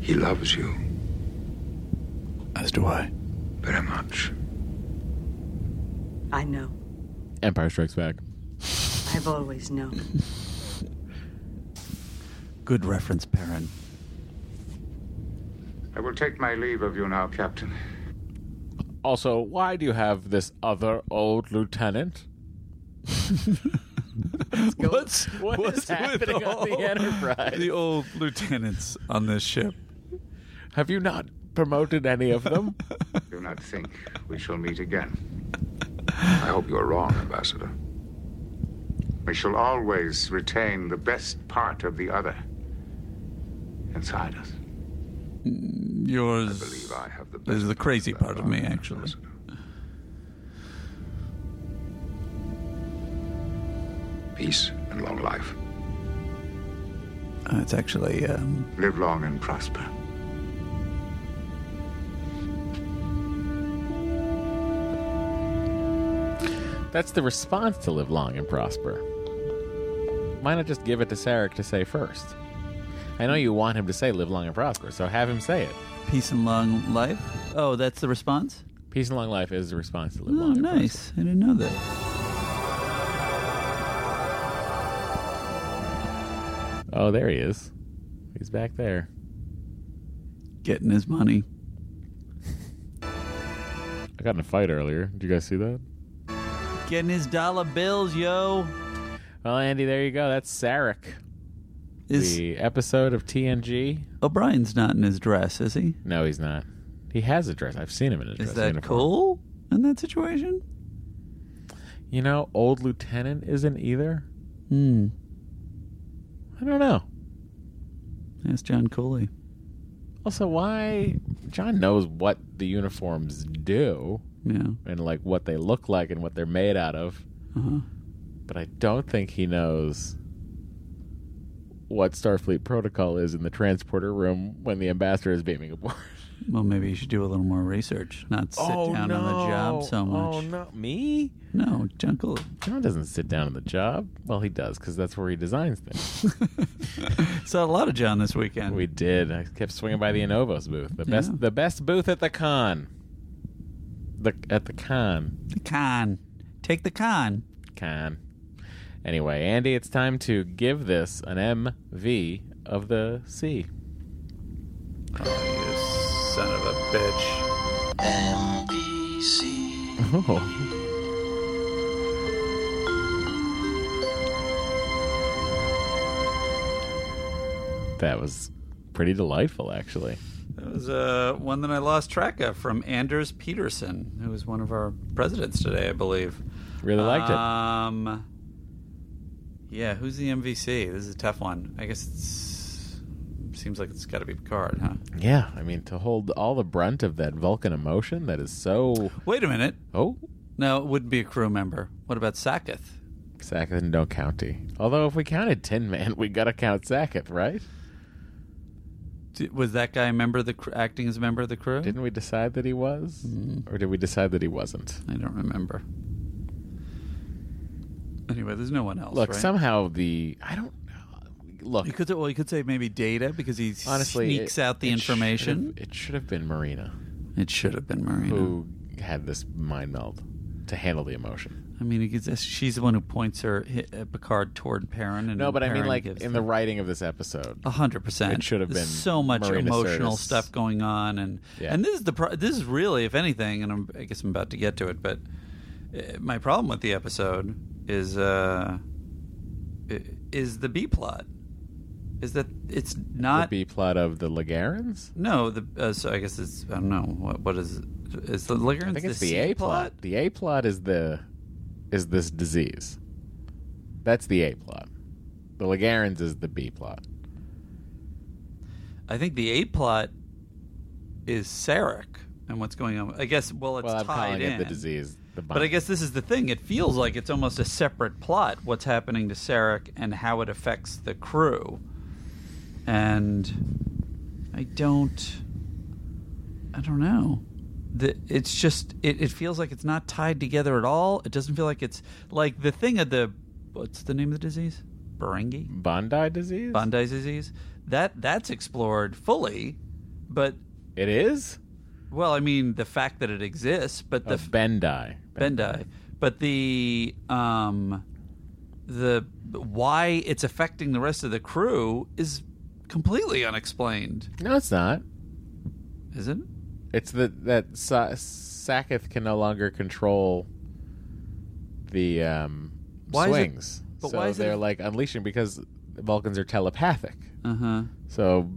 Speaker 10: He loves you.
Speaker 2: As do I.
Speaker 10: Very much.
Speaker 17: I know.
Speaker 1: Empire Strikes Back.
Speaker 17: I've always known.
Speaker 2: Good reference, Perrin.
Speaker 8: I will take my leave of you now, Captain.
Speaker 1: Also, why do you have this other old lieutenant?
Speaker 2: What's
Speaker 1: what's happening
Speaker 2: with
Speaker 1: on the
Speaker 2: all
Speaker 1: Enterprise?
Speaker 2: The old lieutenants on this ship.
Speaker 1: Have you not promoted any of them?
Speaker 8: Do not think we shall meet again.
Speaker 10: I hope you are wrong, Ambassador.
Speaker 8: We shall always retain the best part of the other inside us.
Speaker 2: Yours is the crazy part of me, actually.
Speaker 10: Peace and long life.
Speaker 2: Uh, it's actually. Um,
Speaker 8: Live long and prosper.
Speaker 1: That's the response to live long and prosper. Why not just give it to Sarek to say first? I know you want him to say live long and prosper, so have him say it.
Speaker 2: peace and long life. Oh, that's the response?
Speaker 1: Peace and long life is the response to live
Speaker 2: Oh,
Speaker 1: long and prosper.
Speaker 2: nice. I didn't know that.
Speaker 1: Oh, there he is. He's back there.
Speaker 2: Getting his money.
Speaker 1: <laughs> I got in a fight earlier. Did you guys see that?
Speaker 2: Getting his dollar bills, yo.
Speaker 1: Well, Andy, there you go. That's Sarek.
Speaker 2: Is-
Speaker 1: the episode of TNG.
Speaker 2: O'Brien's not in his dress, is he?
Speaker 1: No, he's not. He has a dress. I've seen him in a dress.
Speaker 2: Is that
Speaker 1: uniform.
Speaker 2: cool in that situation?
Speaker 1: You know, old lieutenant isn't either.
Speaker 2: Hmm.
Speaker 1: I don't know.
Speaker 2: That's John Cooley.
Speaker 1: Also, why John knows what the uniforms do,
Speaker 2: Yeah.
Speaker 1: and like what they look like and what they're made out of,
Speaker 2: Uh-huh.
Speaker 1: but I don't think he knows what Starfleet protocol is in the transporter room when the ambassador is beaming aboard.
Speaker 2: Well, maybe you should do a little more research. Not sit
Speaker 1: Oh,
Speaker 2: down on the job so
Speaker 1: no.
Speaker 2: much.
Speaker 1: Oh no, me?
Speaker 2: No, John Cooley.
Speaker 1: John doesn't sit down on the job. Well, he does because that's where he designs things.
Speaker 2: <laughs> Saw a lot of John this weekend.
Speaker 1: We did. I kept swinging by the Innovos booth, the best,
Speaker 2: Yeah.
Speaker 1: the best booth at the con. The at the con,
Speaker 2: The con. Take the con.
Speaker 1: con. Anyway, Andy, it's time to give this an MV of the C.
Speaker 2: Oh, Son of a bitch.
Speaker 3: NBC.
Speaker 1: Oh. That was pretty delightful, actually.
Speaker 2: That was uh, one that I lost track of from Anders Peterson, who was one of our presidents today, I believe.
Speaker 1: Really liked it.
Speaker 2: Um, yeah, who's the MVC? This is a tough one. I guess it's seems like it's got to be Picard, huh?
Speaker 1: Yeah, I mean, to hold all the brunt of that Vulcan emotion that is so.
Speaker 2: Wait a minute.
Speaker 1: Oh,
Speaker 2: No, it wouldn't be a crew member. What about Sacketh?
Speaker 1: Sackett and No County. Although, if we counted Tin Man, <laughs> we gotta count Sackett, right?
Speaker 2: D- Was that guy a member of the cr- acting as a member of the crew? Mm.
Speaker 1: Didn't we decide that he was? Or did we decide that he wasn't?
Speaker 2: Hmm. I don't remember. Anyway, there's no one else.
Speaker 1: Look,
Speaker 2: right?
Speaker 1: somehow the. I don't. Look.
Speaker 2: You could well, you could say maybe Data because he
Speaker 1: Honestly.
Speaker 2: sneaks
Speaker 1: it-
Speaker 2: out the
Speaker 1: it should
Speaker 2: information.
Speaker 1: have- It should have been Marina
Speaker 2: It should have been Marina.
Speaker 1: who had this mind meld to handle the emotion.
Speaker 2: I mean, it gets, she's the one who points her hi- uh, Picard toward Perrin. And
Speaker 1: No, but I mean,
Speaker 2: Perrin
Speaker 1: like,
Speaker 2: gives
Speaker 1: in the writing of this episode.
Speaker 2: A hundred percent.
Speaker 1: It should have
Speaker 2: There's
Speaker 1: been
Speaker 2: so much
Speaker 1: Marina
Speaker 2: emotional
Speaker 1: Sirtis.
Speaker 2: stuff going on, and
Speaker 1: Yeah.
Speaker 2: and this is the pro- this is really, if anything, and I'm, I guess I'm about to get to it, but uh, my problem with the episode is uh, i- is the B plot is that it's not
Speaker 1: the B plot of the Lagarans?
Speaker 2: no the uh, so I guess it's I don't know what what is is the Ligerans
Speaker 1: I think it's
Speaker 2: the,
Speaker 1: the,
Speaker 2: C
Speaker 1: A plot. The A plot is the is this disease. That's the A plot. The Lagarans is the B plot.
Speaker 2: I think the A plot is Sarek and what's going on. I guess well, it's
Speaker 1: well, I'm
Speaker 2: tied
Speaker 1: calling
Speaker 2: in
Speaker 1: it the disease. The
Speaker 2: But I guess this is the thing. It feels like it's almost a separate plot. What's happening to Sarek and how it affects the crew. And I don't. I don't
Speaker 1: Oh.
Speaker 2: know. The, it's just it, it feels like it's not tied together at all. It doesn't feel like it's like the thing of the what's the name of the disease? Berenghi.
Speaker 1: Bondi disease.
Speaker 2: Bondi's disease. That that's explored fully, but
Speaker 1: it is.
Speaker 2: Well, I mean the fact that it exists, but the
Speaker 1: The Bendai.
Speaker 2: Bendai. But the um the why it's affecting the rest of the crew is completely unexplained.
Speaker 1: No, it's not.
Speaker 2: Is it?
Speaker 1: It's the that Sa- Saketh can no longer control the um,
Speaker 2: Why is it-
Speaker 1: swings.
Speaker 2: but
Speaker 1: so
Speaker 2: why is it-
Speaker 1: they're like unleashing because Vulcans are telepathic.
Speaker 2: Uh-huh.
Speaker 1: So,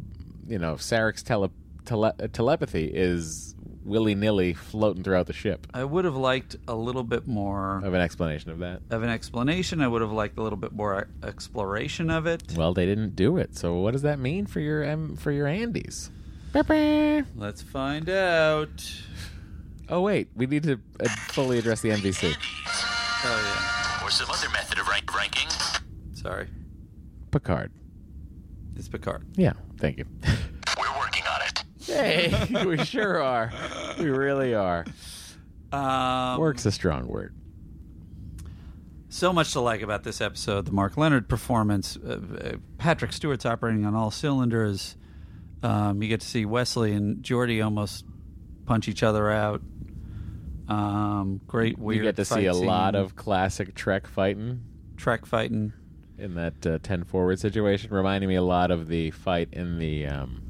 Speaker 1: you know, Sarek's tele- tele- telepathy is willy nilly floating throughout the ship.
Speaker 2: I would have liked a little bit more
Speaker 1: Of an explanation of that.
Speaker 2: of an explanation. I would have liked a little bit more exploration of it.
Speaker 1: Well, they didn't do it. So, what does that mean for your um, for your Andes? Ba-ba.
Speaker 2: Let's find out.
Speaker 1: Oh wait, we need to uh, fully address the MVC.
Speaker 2: Oh
Speaker 24: Or some other method of rank- ranking.
Speaker 2: yeah. Sorry.
Speaker 1: Picard.
Speaker 2: It's Picard.
Speaker 1: Yeah, thank you.
Speaker 24: We're working on it.
Speaker 1: Hey, <laughs> we sure are. We really are.
Speaker 2: Um,
Speaker 1: Work's a strong word.
Speaker 2: So much to like about this episode. The Mark Leonard performance, uh, uh, Patrick Stewart's operating on all cylinders. Um, you get to see Wesley and Geordi almost punch each other out. Um, great, weird.
Speaker 1: you get to see
Speaker 2: fight
Speaker 1: a lot
Speaker 2: scene.
Speaker 1: of classic Trek fighting
Speaker 2: Trek fighting.
Speaker 1: in that uh, ten forward situation, reminding me a lot of the fight in the um,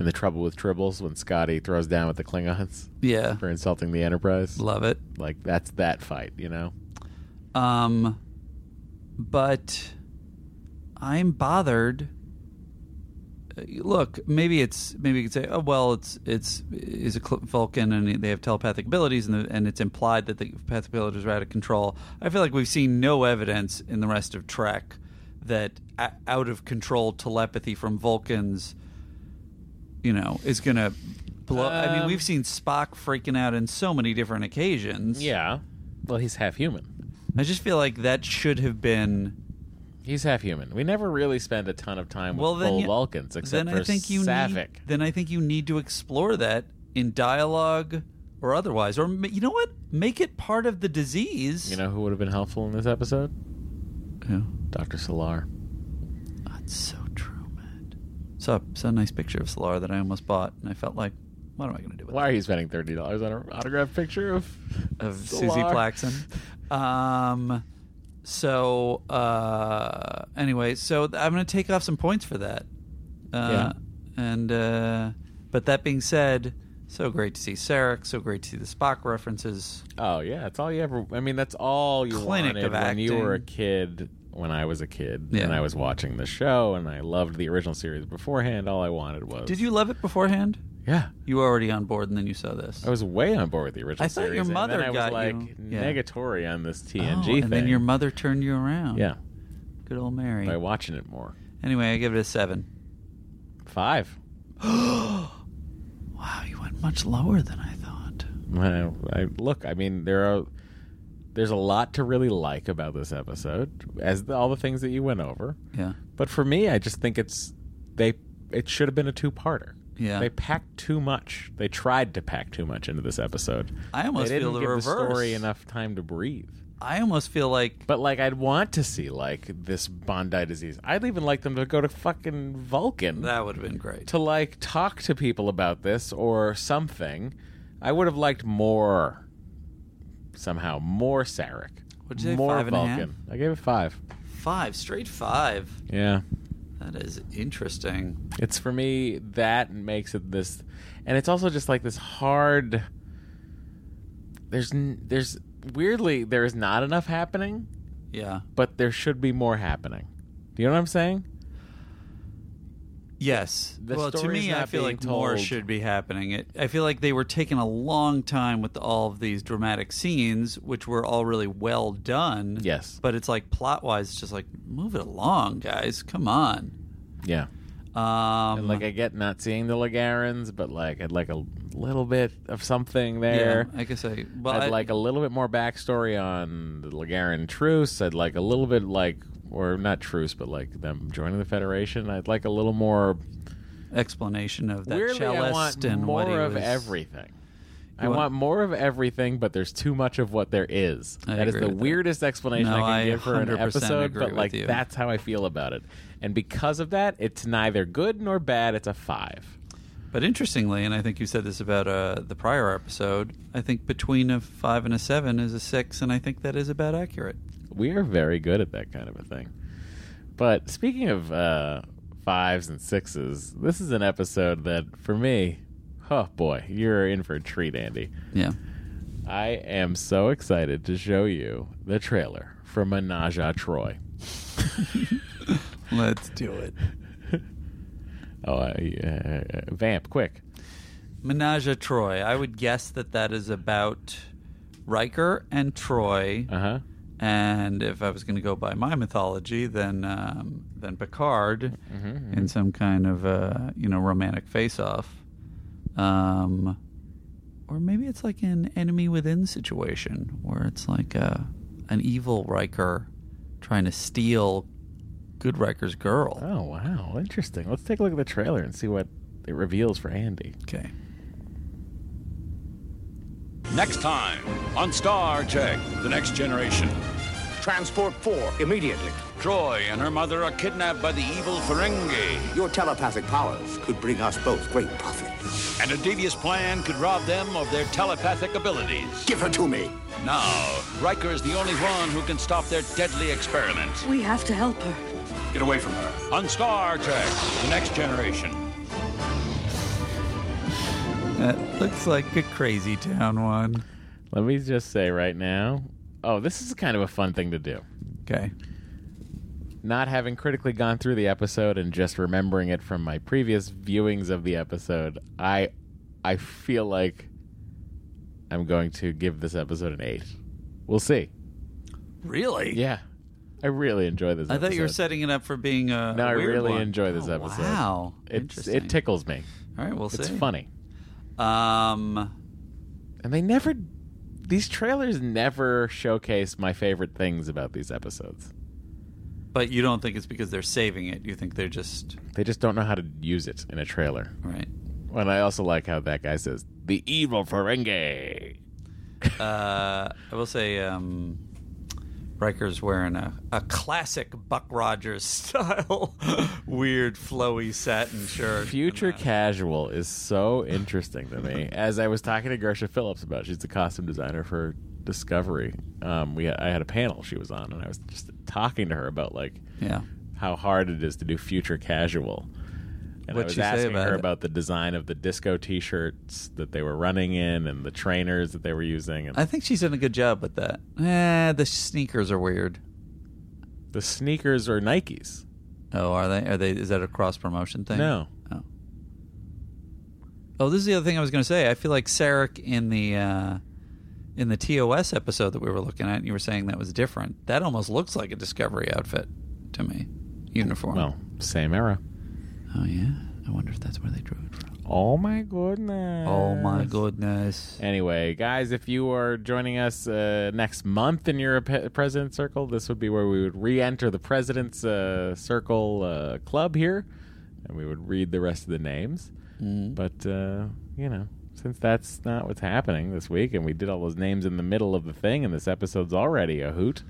Speaker 1: in the Trouble with Tribbles when Scotty throws down with the Klingons.
Speaker 2: Yeah.
Speaker 1: for insulting the Enterprise.
Speaker 2: Love it.
Speaker 1: Like that's that fight, you know.
Speaker 2: Um, but I'm bothered look, maybe it's maybe you could say, oh well, it's it's is a cl- Vulcan and they have telepathic abilities, and the, and it's implied that the telepathic abilities are out of control. I feel like we've seen no evidence in the rest of Trek that a- out of control telepathy from Vulcans, you know, is gonna blow. I mean,
Speaker 1: Um,
Speaker 2: we've seen Spock freaking out in so many different occasions.
Speaker 1: Yeah. Well, he's half human.
Speaker 2: I just feel like that should have been.
Speaker 1: He's half human. We never really spend a ton of time with
Speaker 2: Well, then
Speaker 1: full
Speaker 2: you-
Speaker 1: Vulcans, except
Speaker 2: then
Speaker 1: for
Speaker 2: I think you
Speaker 1: Savick.
Speaker 2: Need, then I think you need to explore that in dialogue or otherwise, or ma- you know what, make it part of the disease.
Speaker 1: You know who would have been helpful in this episode?
Speaker 2: Who?
Speaker 1: Dr. Solar.
Speaker 2: That's so true, man. Saw saw a nice picture of Solar that I almost bought, and I felt like, what am I going to do with
Speaker 1: Why are you spending thirty dollars on an autographed picture of
Speaker 2: of Susie Plaxon? Um, so uh, anyway, so th- I'm going to take off some points for that. Uh, And uh, but that being said, so great to see Sarek. So great to see the Spock references.
Speaker 1: Oh yeah, it's all you ever. I mean, that's all you
Speaker 2: Clinic
Speaker 1: wanted
Speaker 2: of
Speaker 1: when you
Speaker 2: acting.
Speaker 1: were a kid. When I was a kid,
Speaker 2: Yeah.
Speaker 1: and I was watching the show, and I loved the original series beforehand. All I wanted was
Speaker 2: Did you love it beforehand?
Speaker 1: Yeah.
Speaker 2: You were already on board, and then you saw this.
Speaker 1: I was way on board with the original.
Speaker 2: I thought your
Speaker 1: series, and then
Speaker 2: mother
Speaker 1: I was
Speaker 2: got
Speaker 1: like
Speaker 2: you- yeah.
Speaker 1: negatory on this
Speaker 2: Oh,
Speaker 1: TNG
Speaker 2: and
Speaker 1: thing.
Speaker 2: then your mother turned you around.
Speaker 1: Yeah.
Speaker 2: Good old Mary.
Speaker 1: by watching it more.
Speaker 2: Anyway, I give it a seven. <gasps>
Speaker 1: Five.
Speaker 2: wow, you went much lower than I thought.
Speaker 1: Well, I, look, I mean, there are there's a lot to really like about this episode, as the, all the things that you went over.
Speaker 2: Yeah.
Speaker 1: But for me, I just think it's they it should have been a two parter.
Speaker 2: Yeah.
Speaker 1: They packed too much. They tried to pack too much into this episode.
Speaker 2: I almost
Speaker 1: They didn't
Speaker 2: feel the
Speaker 1: give
Speaker 2: reverse.
Speaker 1: The story enough time to breathe.
Speaker 2: I almost feel like,
Speaker 1: but like I'd want to see like this Bondi disease. I'd even like them to go to fucking Vulcan.
Speaker 2: That would have been great
Speaker 1: to like talk to people about this or something. I would have liked more somehow more Sarek.
Speaker 2: What'd you say,
Speaker 1: More
Speaker 2: five and a
Speaker 1: Vulcan.
Speaker 2: half?
Speaker 1: I gave it five.
Speaker 2: Five, straight five.
Speaker 1: Yeah.
Speaker 2: That is interesting.
Speaker 1: It's for me that makes it this, and it's also just like this hard. There's n- there's weirdly there is not enough happening.
Speaker 2: Yeah.
Speaker 1: But there should be more happening. Do you know what I'm saying?
Speaker 2: Yes.
Speaker 1: The
Speaker 2: well, to
Speaker 1: story's
Speaker 2: me, I
Speaker 1: not
Speaker 2: feel
Speaker 1: being
Speaker 2: like more
Speaker 1: told.
Speaker 2: should be happening. It, I feel like they were taking a long time with all of these dramatic scenes, which were all really well done.
Speaker 1: Yes.
Speaker 2: But it's like plot wise, it's just like move it along, guys. Come on.
Speaker 1: Yeah.
Speaker 2: Um,
Speaker 1: like I get not seeing the Lagarans, but like I'd like a little bit of something there.
Speaker 2: Yeah, I guess I. Well,
Speaker 1: I'd
Speaker 2: I-
Speaker 1: like a little bit more backstory on the Lagaran truce. I'd like a little bit like, or not truce, but like them joining the Federation. I'd like a little more
Speaker 2: explanation of that
Speaker 1: Weirdly, I
Speaker 2: cellist
Speaker 1: want
Speaker 2: and
Speaker 1: more
Speaker 2: what he
Speaker 1: of
Speaker 2: was-
Speaker 1: everything. I
Speaker 2: You
Speaker 1: want,
Speaker 2: want-
Speaker 1: more of everything, but there's too much of what there is.
Speaker 2: I
Speaker 1: that is
Speaker 2: agree
Speaker 1: the
Speaker 2: with that.
Speaker 1: weirdest explanation
Speaker 2: No,
Speaker 1: I
Speaker 2: I
Speaker 1: can give for an
Speaker 2: 100%
Speaker 1: episode,
Speaker 2: agree
Speaker 1: but
Speaker 2: with
Speaker 1: like
Speaker 2: you.
Speaker 1: that's how I feel about it. And because of that, it's neither good nor bad. It's a five.
Speaker 2: But interestingly, and I think you said this about uh, the prior episode, I think between a five and a seven is a six, and I think that is about accurate.
Speaker 1: We are very good at that kind of a thing. But speaking of uh, fives and sixes, this is an episode that for me, oh boy, you're in for a treat, Andy.
Speaker 2: Yeah.
Speaker 1: I am so excited to show you the trailer for Menage a Troy.
Speaker 2: <laughs> Let's do it.
Speaker 1: <laughs> Oh, I, uh, vamp, quick.
Speaker 2: Menage a Troy. I would guess that that is about Riker and Troy. Uh
Speaker 1: huh.
Speaker 2: And if I was going to go by my mythology, then um, then Picard
Speaker 1: Mm-hmm.
Speaker 2: in some kind of uh, you know romantic face-off, um, or maybe it's like an enemy within situation where it's like a, an evil Riker trying to steal good Riker's girl.
Speaker 1: Oh, wow. Interesting. Let's take a look at the trailer and see what it reveals for Andy.
Speaker 2: Okay.
Speaker 6: Next time on Star Trek The Next Generation. Transport 4 immediately. Troy and her mother are kidnapped by the evil Ferengi. Your telepathic powers could bring us both great profit. And a devious plan could rob them of their telepathic abilities. Give her to me. Now, Riker is the only one who can stop their deadly experiment.
Speaker 9: We have to help her.
Speaker 6: Get away from her. On Star Trek The Next Generation.
Speaker 2: That looks like a crazy town one.
Speaker 1: Let me just say right now. Oh, this is kind of a fun thing to do.
Speaker 2: Okay.
Speaker 1: not having critically gone through the episode and just remembering it from my previous viewings of the episode, I I feel like I'm going to give this episode an eight. We'll see.
Speaker 2: Really?
Speaker 1: Yeah. I really enjoy this
Speaker 2: I
Speaker 1: episode.
Speaker 2: thought you were setting it up for being a.
Speaker 1: No,
Speaker 2: a
Speaker 1: I
Speaker 2: weird
Speaker 1: really
Speaker 2: one.
Speaker 1: enjoy this
Speaker 2: Oh,
Speaker 1: episode.
Speaker 2: Wow,
Speaker 1: It's, it tickles me.
Speaker 2: All right, we'll
Speaker 1: it's
Speaker 2: see.
Speaker 1: It's funny.
Speaker 2: Um,
Speaker 1: and they never. These trailers never showcase my favorite things about these episodes.
Speaker 2: But you don't think it's because they're saving it. You think they're just
Speaker 1: They just don't know how to use it in a trailer.
Speaker 2: Right.
Speaker 1: And I also like how that guy says, the evil Ferengi.
Speaker 2: uh, <laughs> I will say, um, Riker's wearing a, a classic Buck Rogers <laughs> style, weird flowy satin shirt.
Speaker 1: Future Casual is so interesting to me. As I was talking to Gersha Phillips about, she's the costume designer for Discovery. Um, we I had a panel she was on, and I was just talking to her about like
Speaker 2: Yeah.
Speaker 1: how hard it is to do Future Casual. And I
Speaker 2: What'd
Speaker 1: was
Speaker 2: she say
Speaker 1: asking
Speaker 2: about
Speaker 1: her
Speaker 2: it?
Speaker 1: about the design of the disco T-shirts that they were running in, and the trainers that they were using. And
Speaker 2: I think she's done a good job with that. Eh, the sneakers are weird.
Speaker 1: The sneakers are Nikes.
Speaker 2: Oh, are they? Are they? Is that a cross promotion thing?
Speaker 1: No.
Speaker 2: Oh. Oh, this is the other thing I was going to say. I feel like Sarek in the uh, in the TOS episode that we were looking at, and you were saying that was different. That almost looks like a Discovery outfit to me, uniform.
Speaker 1: Well, same era.
Speaker 2: Oh yeah. I wonder if that's where they drew it from.
Speaker 1: Oh my goodness.
Speaker 2: Oh my goodness.
Speaker 1: Anyway, guys, if you are joining us uh, next month in your pe- president's circle, this would be where we would re-enter the president's uh, circle uh, club here, and we would read the rest of the names.
Speaker 2: Mm-hmm.
Speaker 1: But uh, you know, since that's not what's happening this week, and we did all those names in the middle of the thing, and this episode's already a hoot.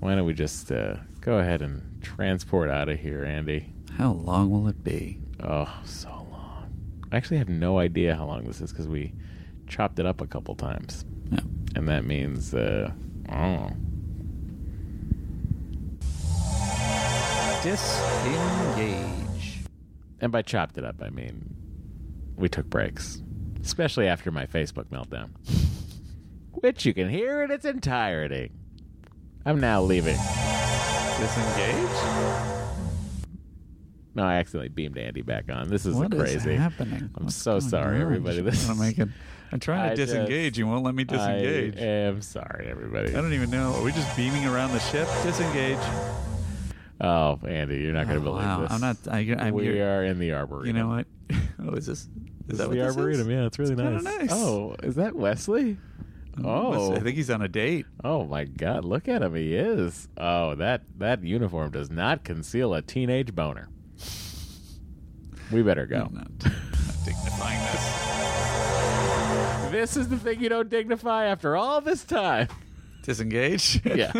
Speaker 1: Why don't we just uh, go ahead and transport out of here, Andy?
Speaker 2: How long will it be?
Speaker 1: Oh, so long. I actually have no idea how long this is because we chopped it up a couple times. And that means, uh, I don't know.
Speaker 2: Disengage.
Speaker 1: And by chopped it up, I mean we took breaks, especially after my Facebook meltdown, <laughs> which you can hear in its entirety. I'm now leaving.
Speaker 2: Disengage?
Speaker 1: No, I accidentally beamed Andy back on. This is
Speaker 2: What is
Speaker 1: crazy.
Speaker 2: happening?
Speaker 1: I'm so sorry,
Speaker 2: on?
Speaker 1: everybody. This
Speaker 2: I'm
Speaker 1: is-
Speaker 2: making- I'm trying to
Speaker 1: I just-
Speaker 2: disengage. You won't let me disengage.
Speaker 1: I am sorry, everybody.
Speaker 2: I don't even know. Are we just beaming around the ship? Disengage.
Speaker 1: Oh, Andy, you're not going to believe
Speaker 2: e- wow.
Speaker 1: this.
Speaker 2: I'm not- I- I'm-
Speaker 1: we
Speaker 2: you're-
Speaker 1: are in the arboretum.
Speaker 2: You know what? <laughs> Oh, is this? Is
Speaker 1: This
Speaker 2: that
Speaker 1: is
Speaker 2: what
Speaker 1: the
Speaker 2: this
Speaker 1: arboretum.
Speaker 2: Is?
Speaker 1: Yeah, it's really
Speaker 2: kinda
Speaker 1: nice. Oh, is that Wesley? Oh,
Speaker 2: Wesley, I think he's on a date.
Speaker 1: Oh my God, look at him. He is. Oh, that that uniform does not conceal a teenage boner. We better go.
Speaker 2: dignifying
Speaker 1: this. This is the thing you don't dignify after all this time. <laughs>
Speaker 2: Disengage.
Speaker 1: Yeah.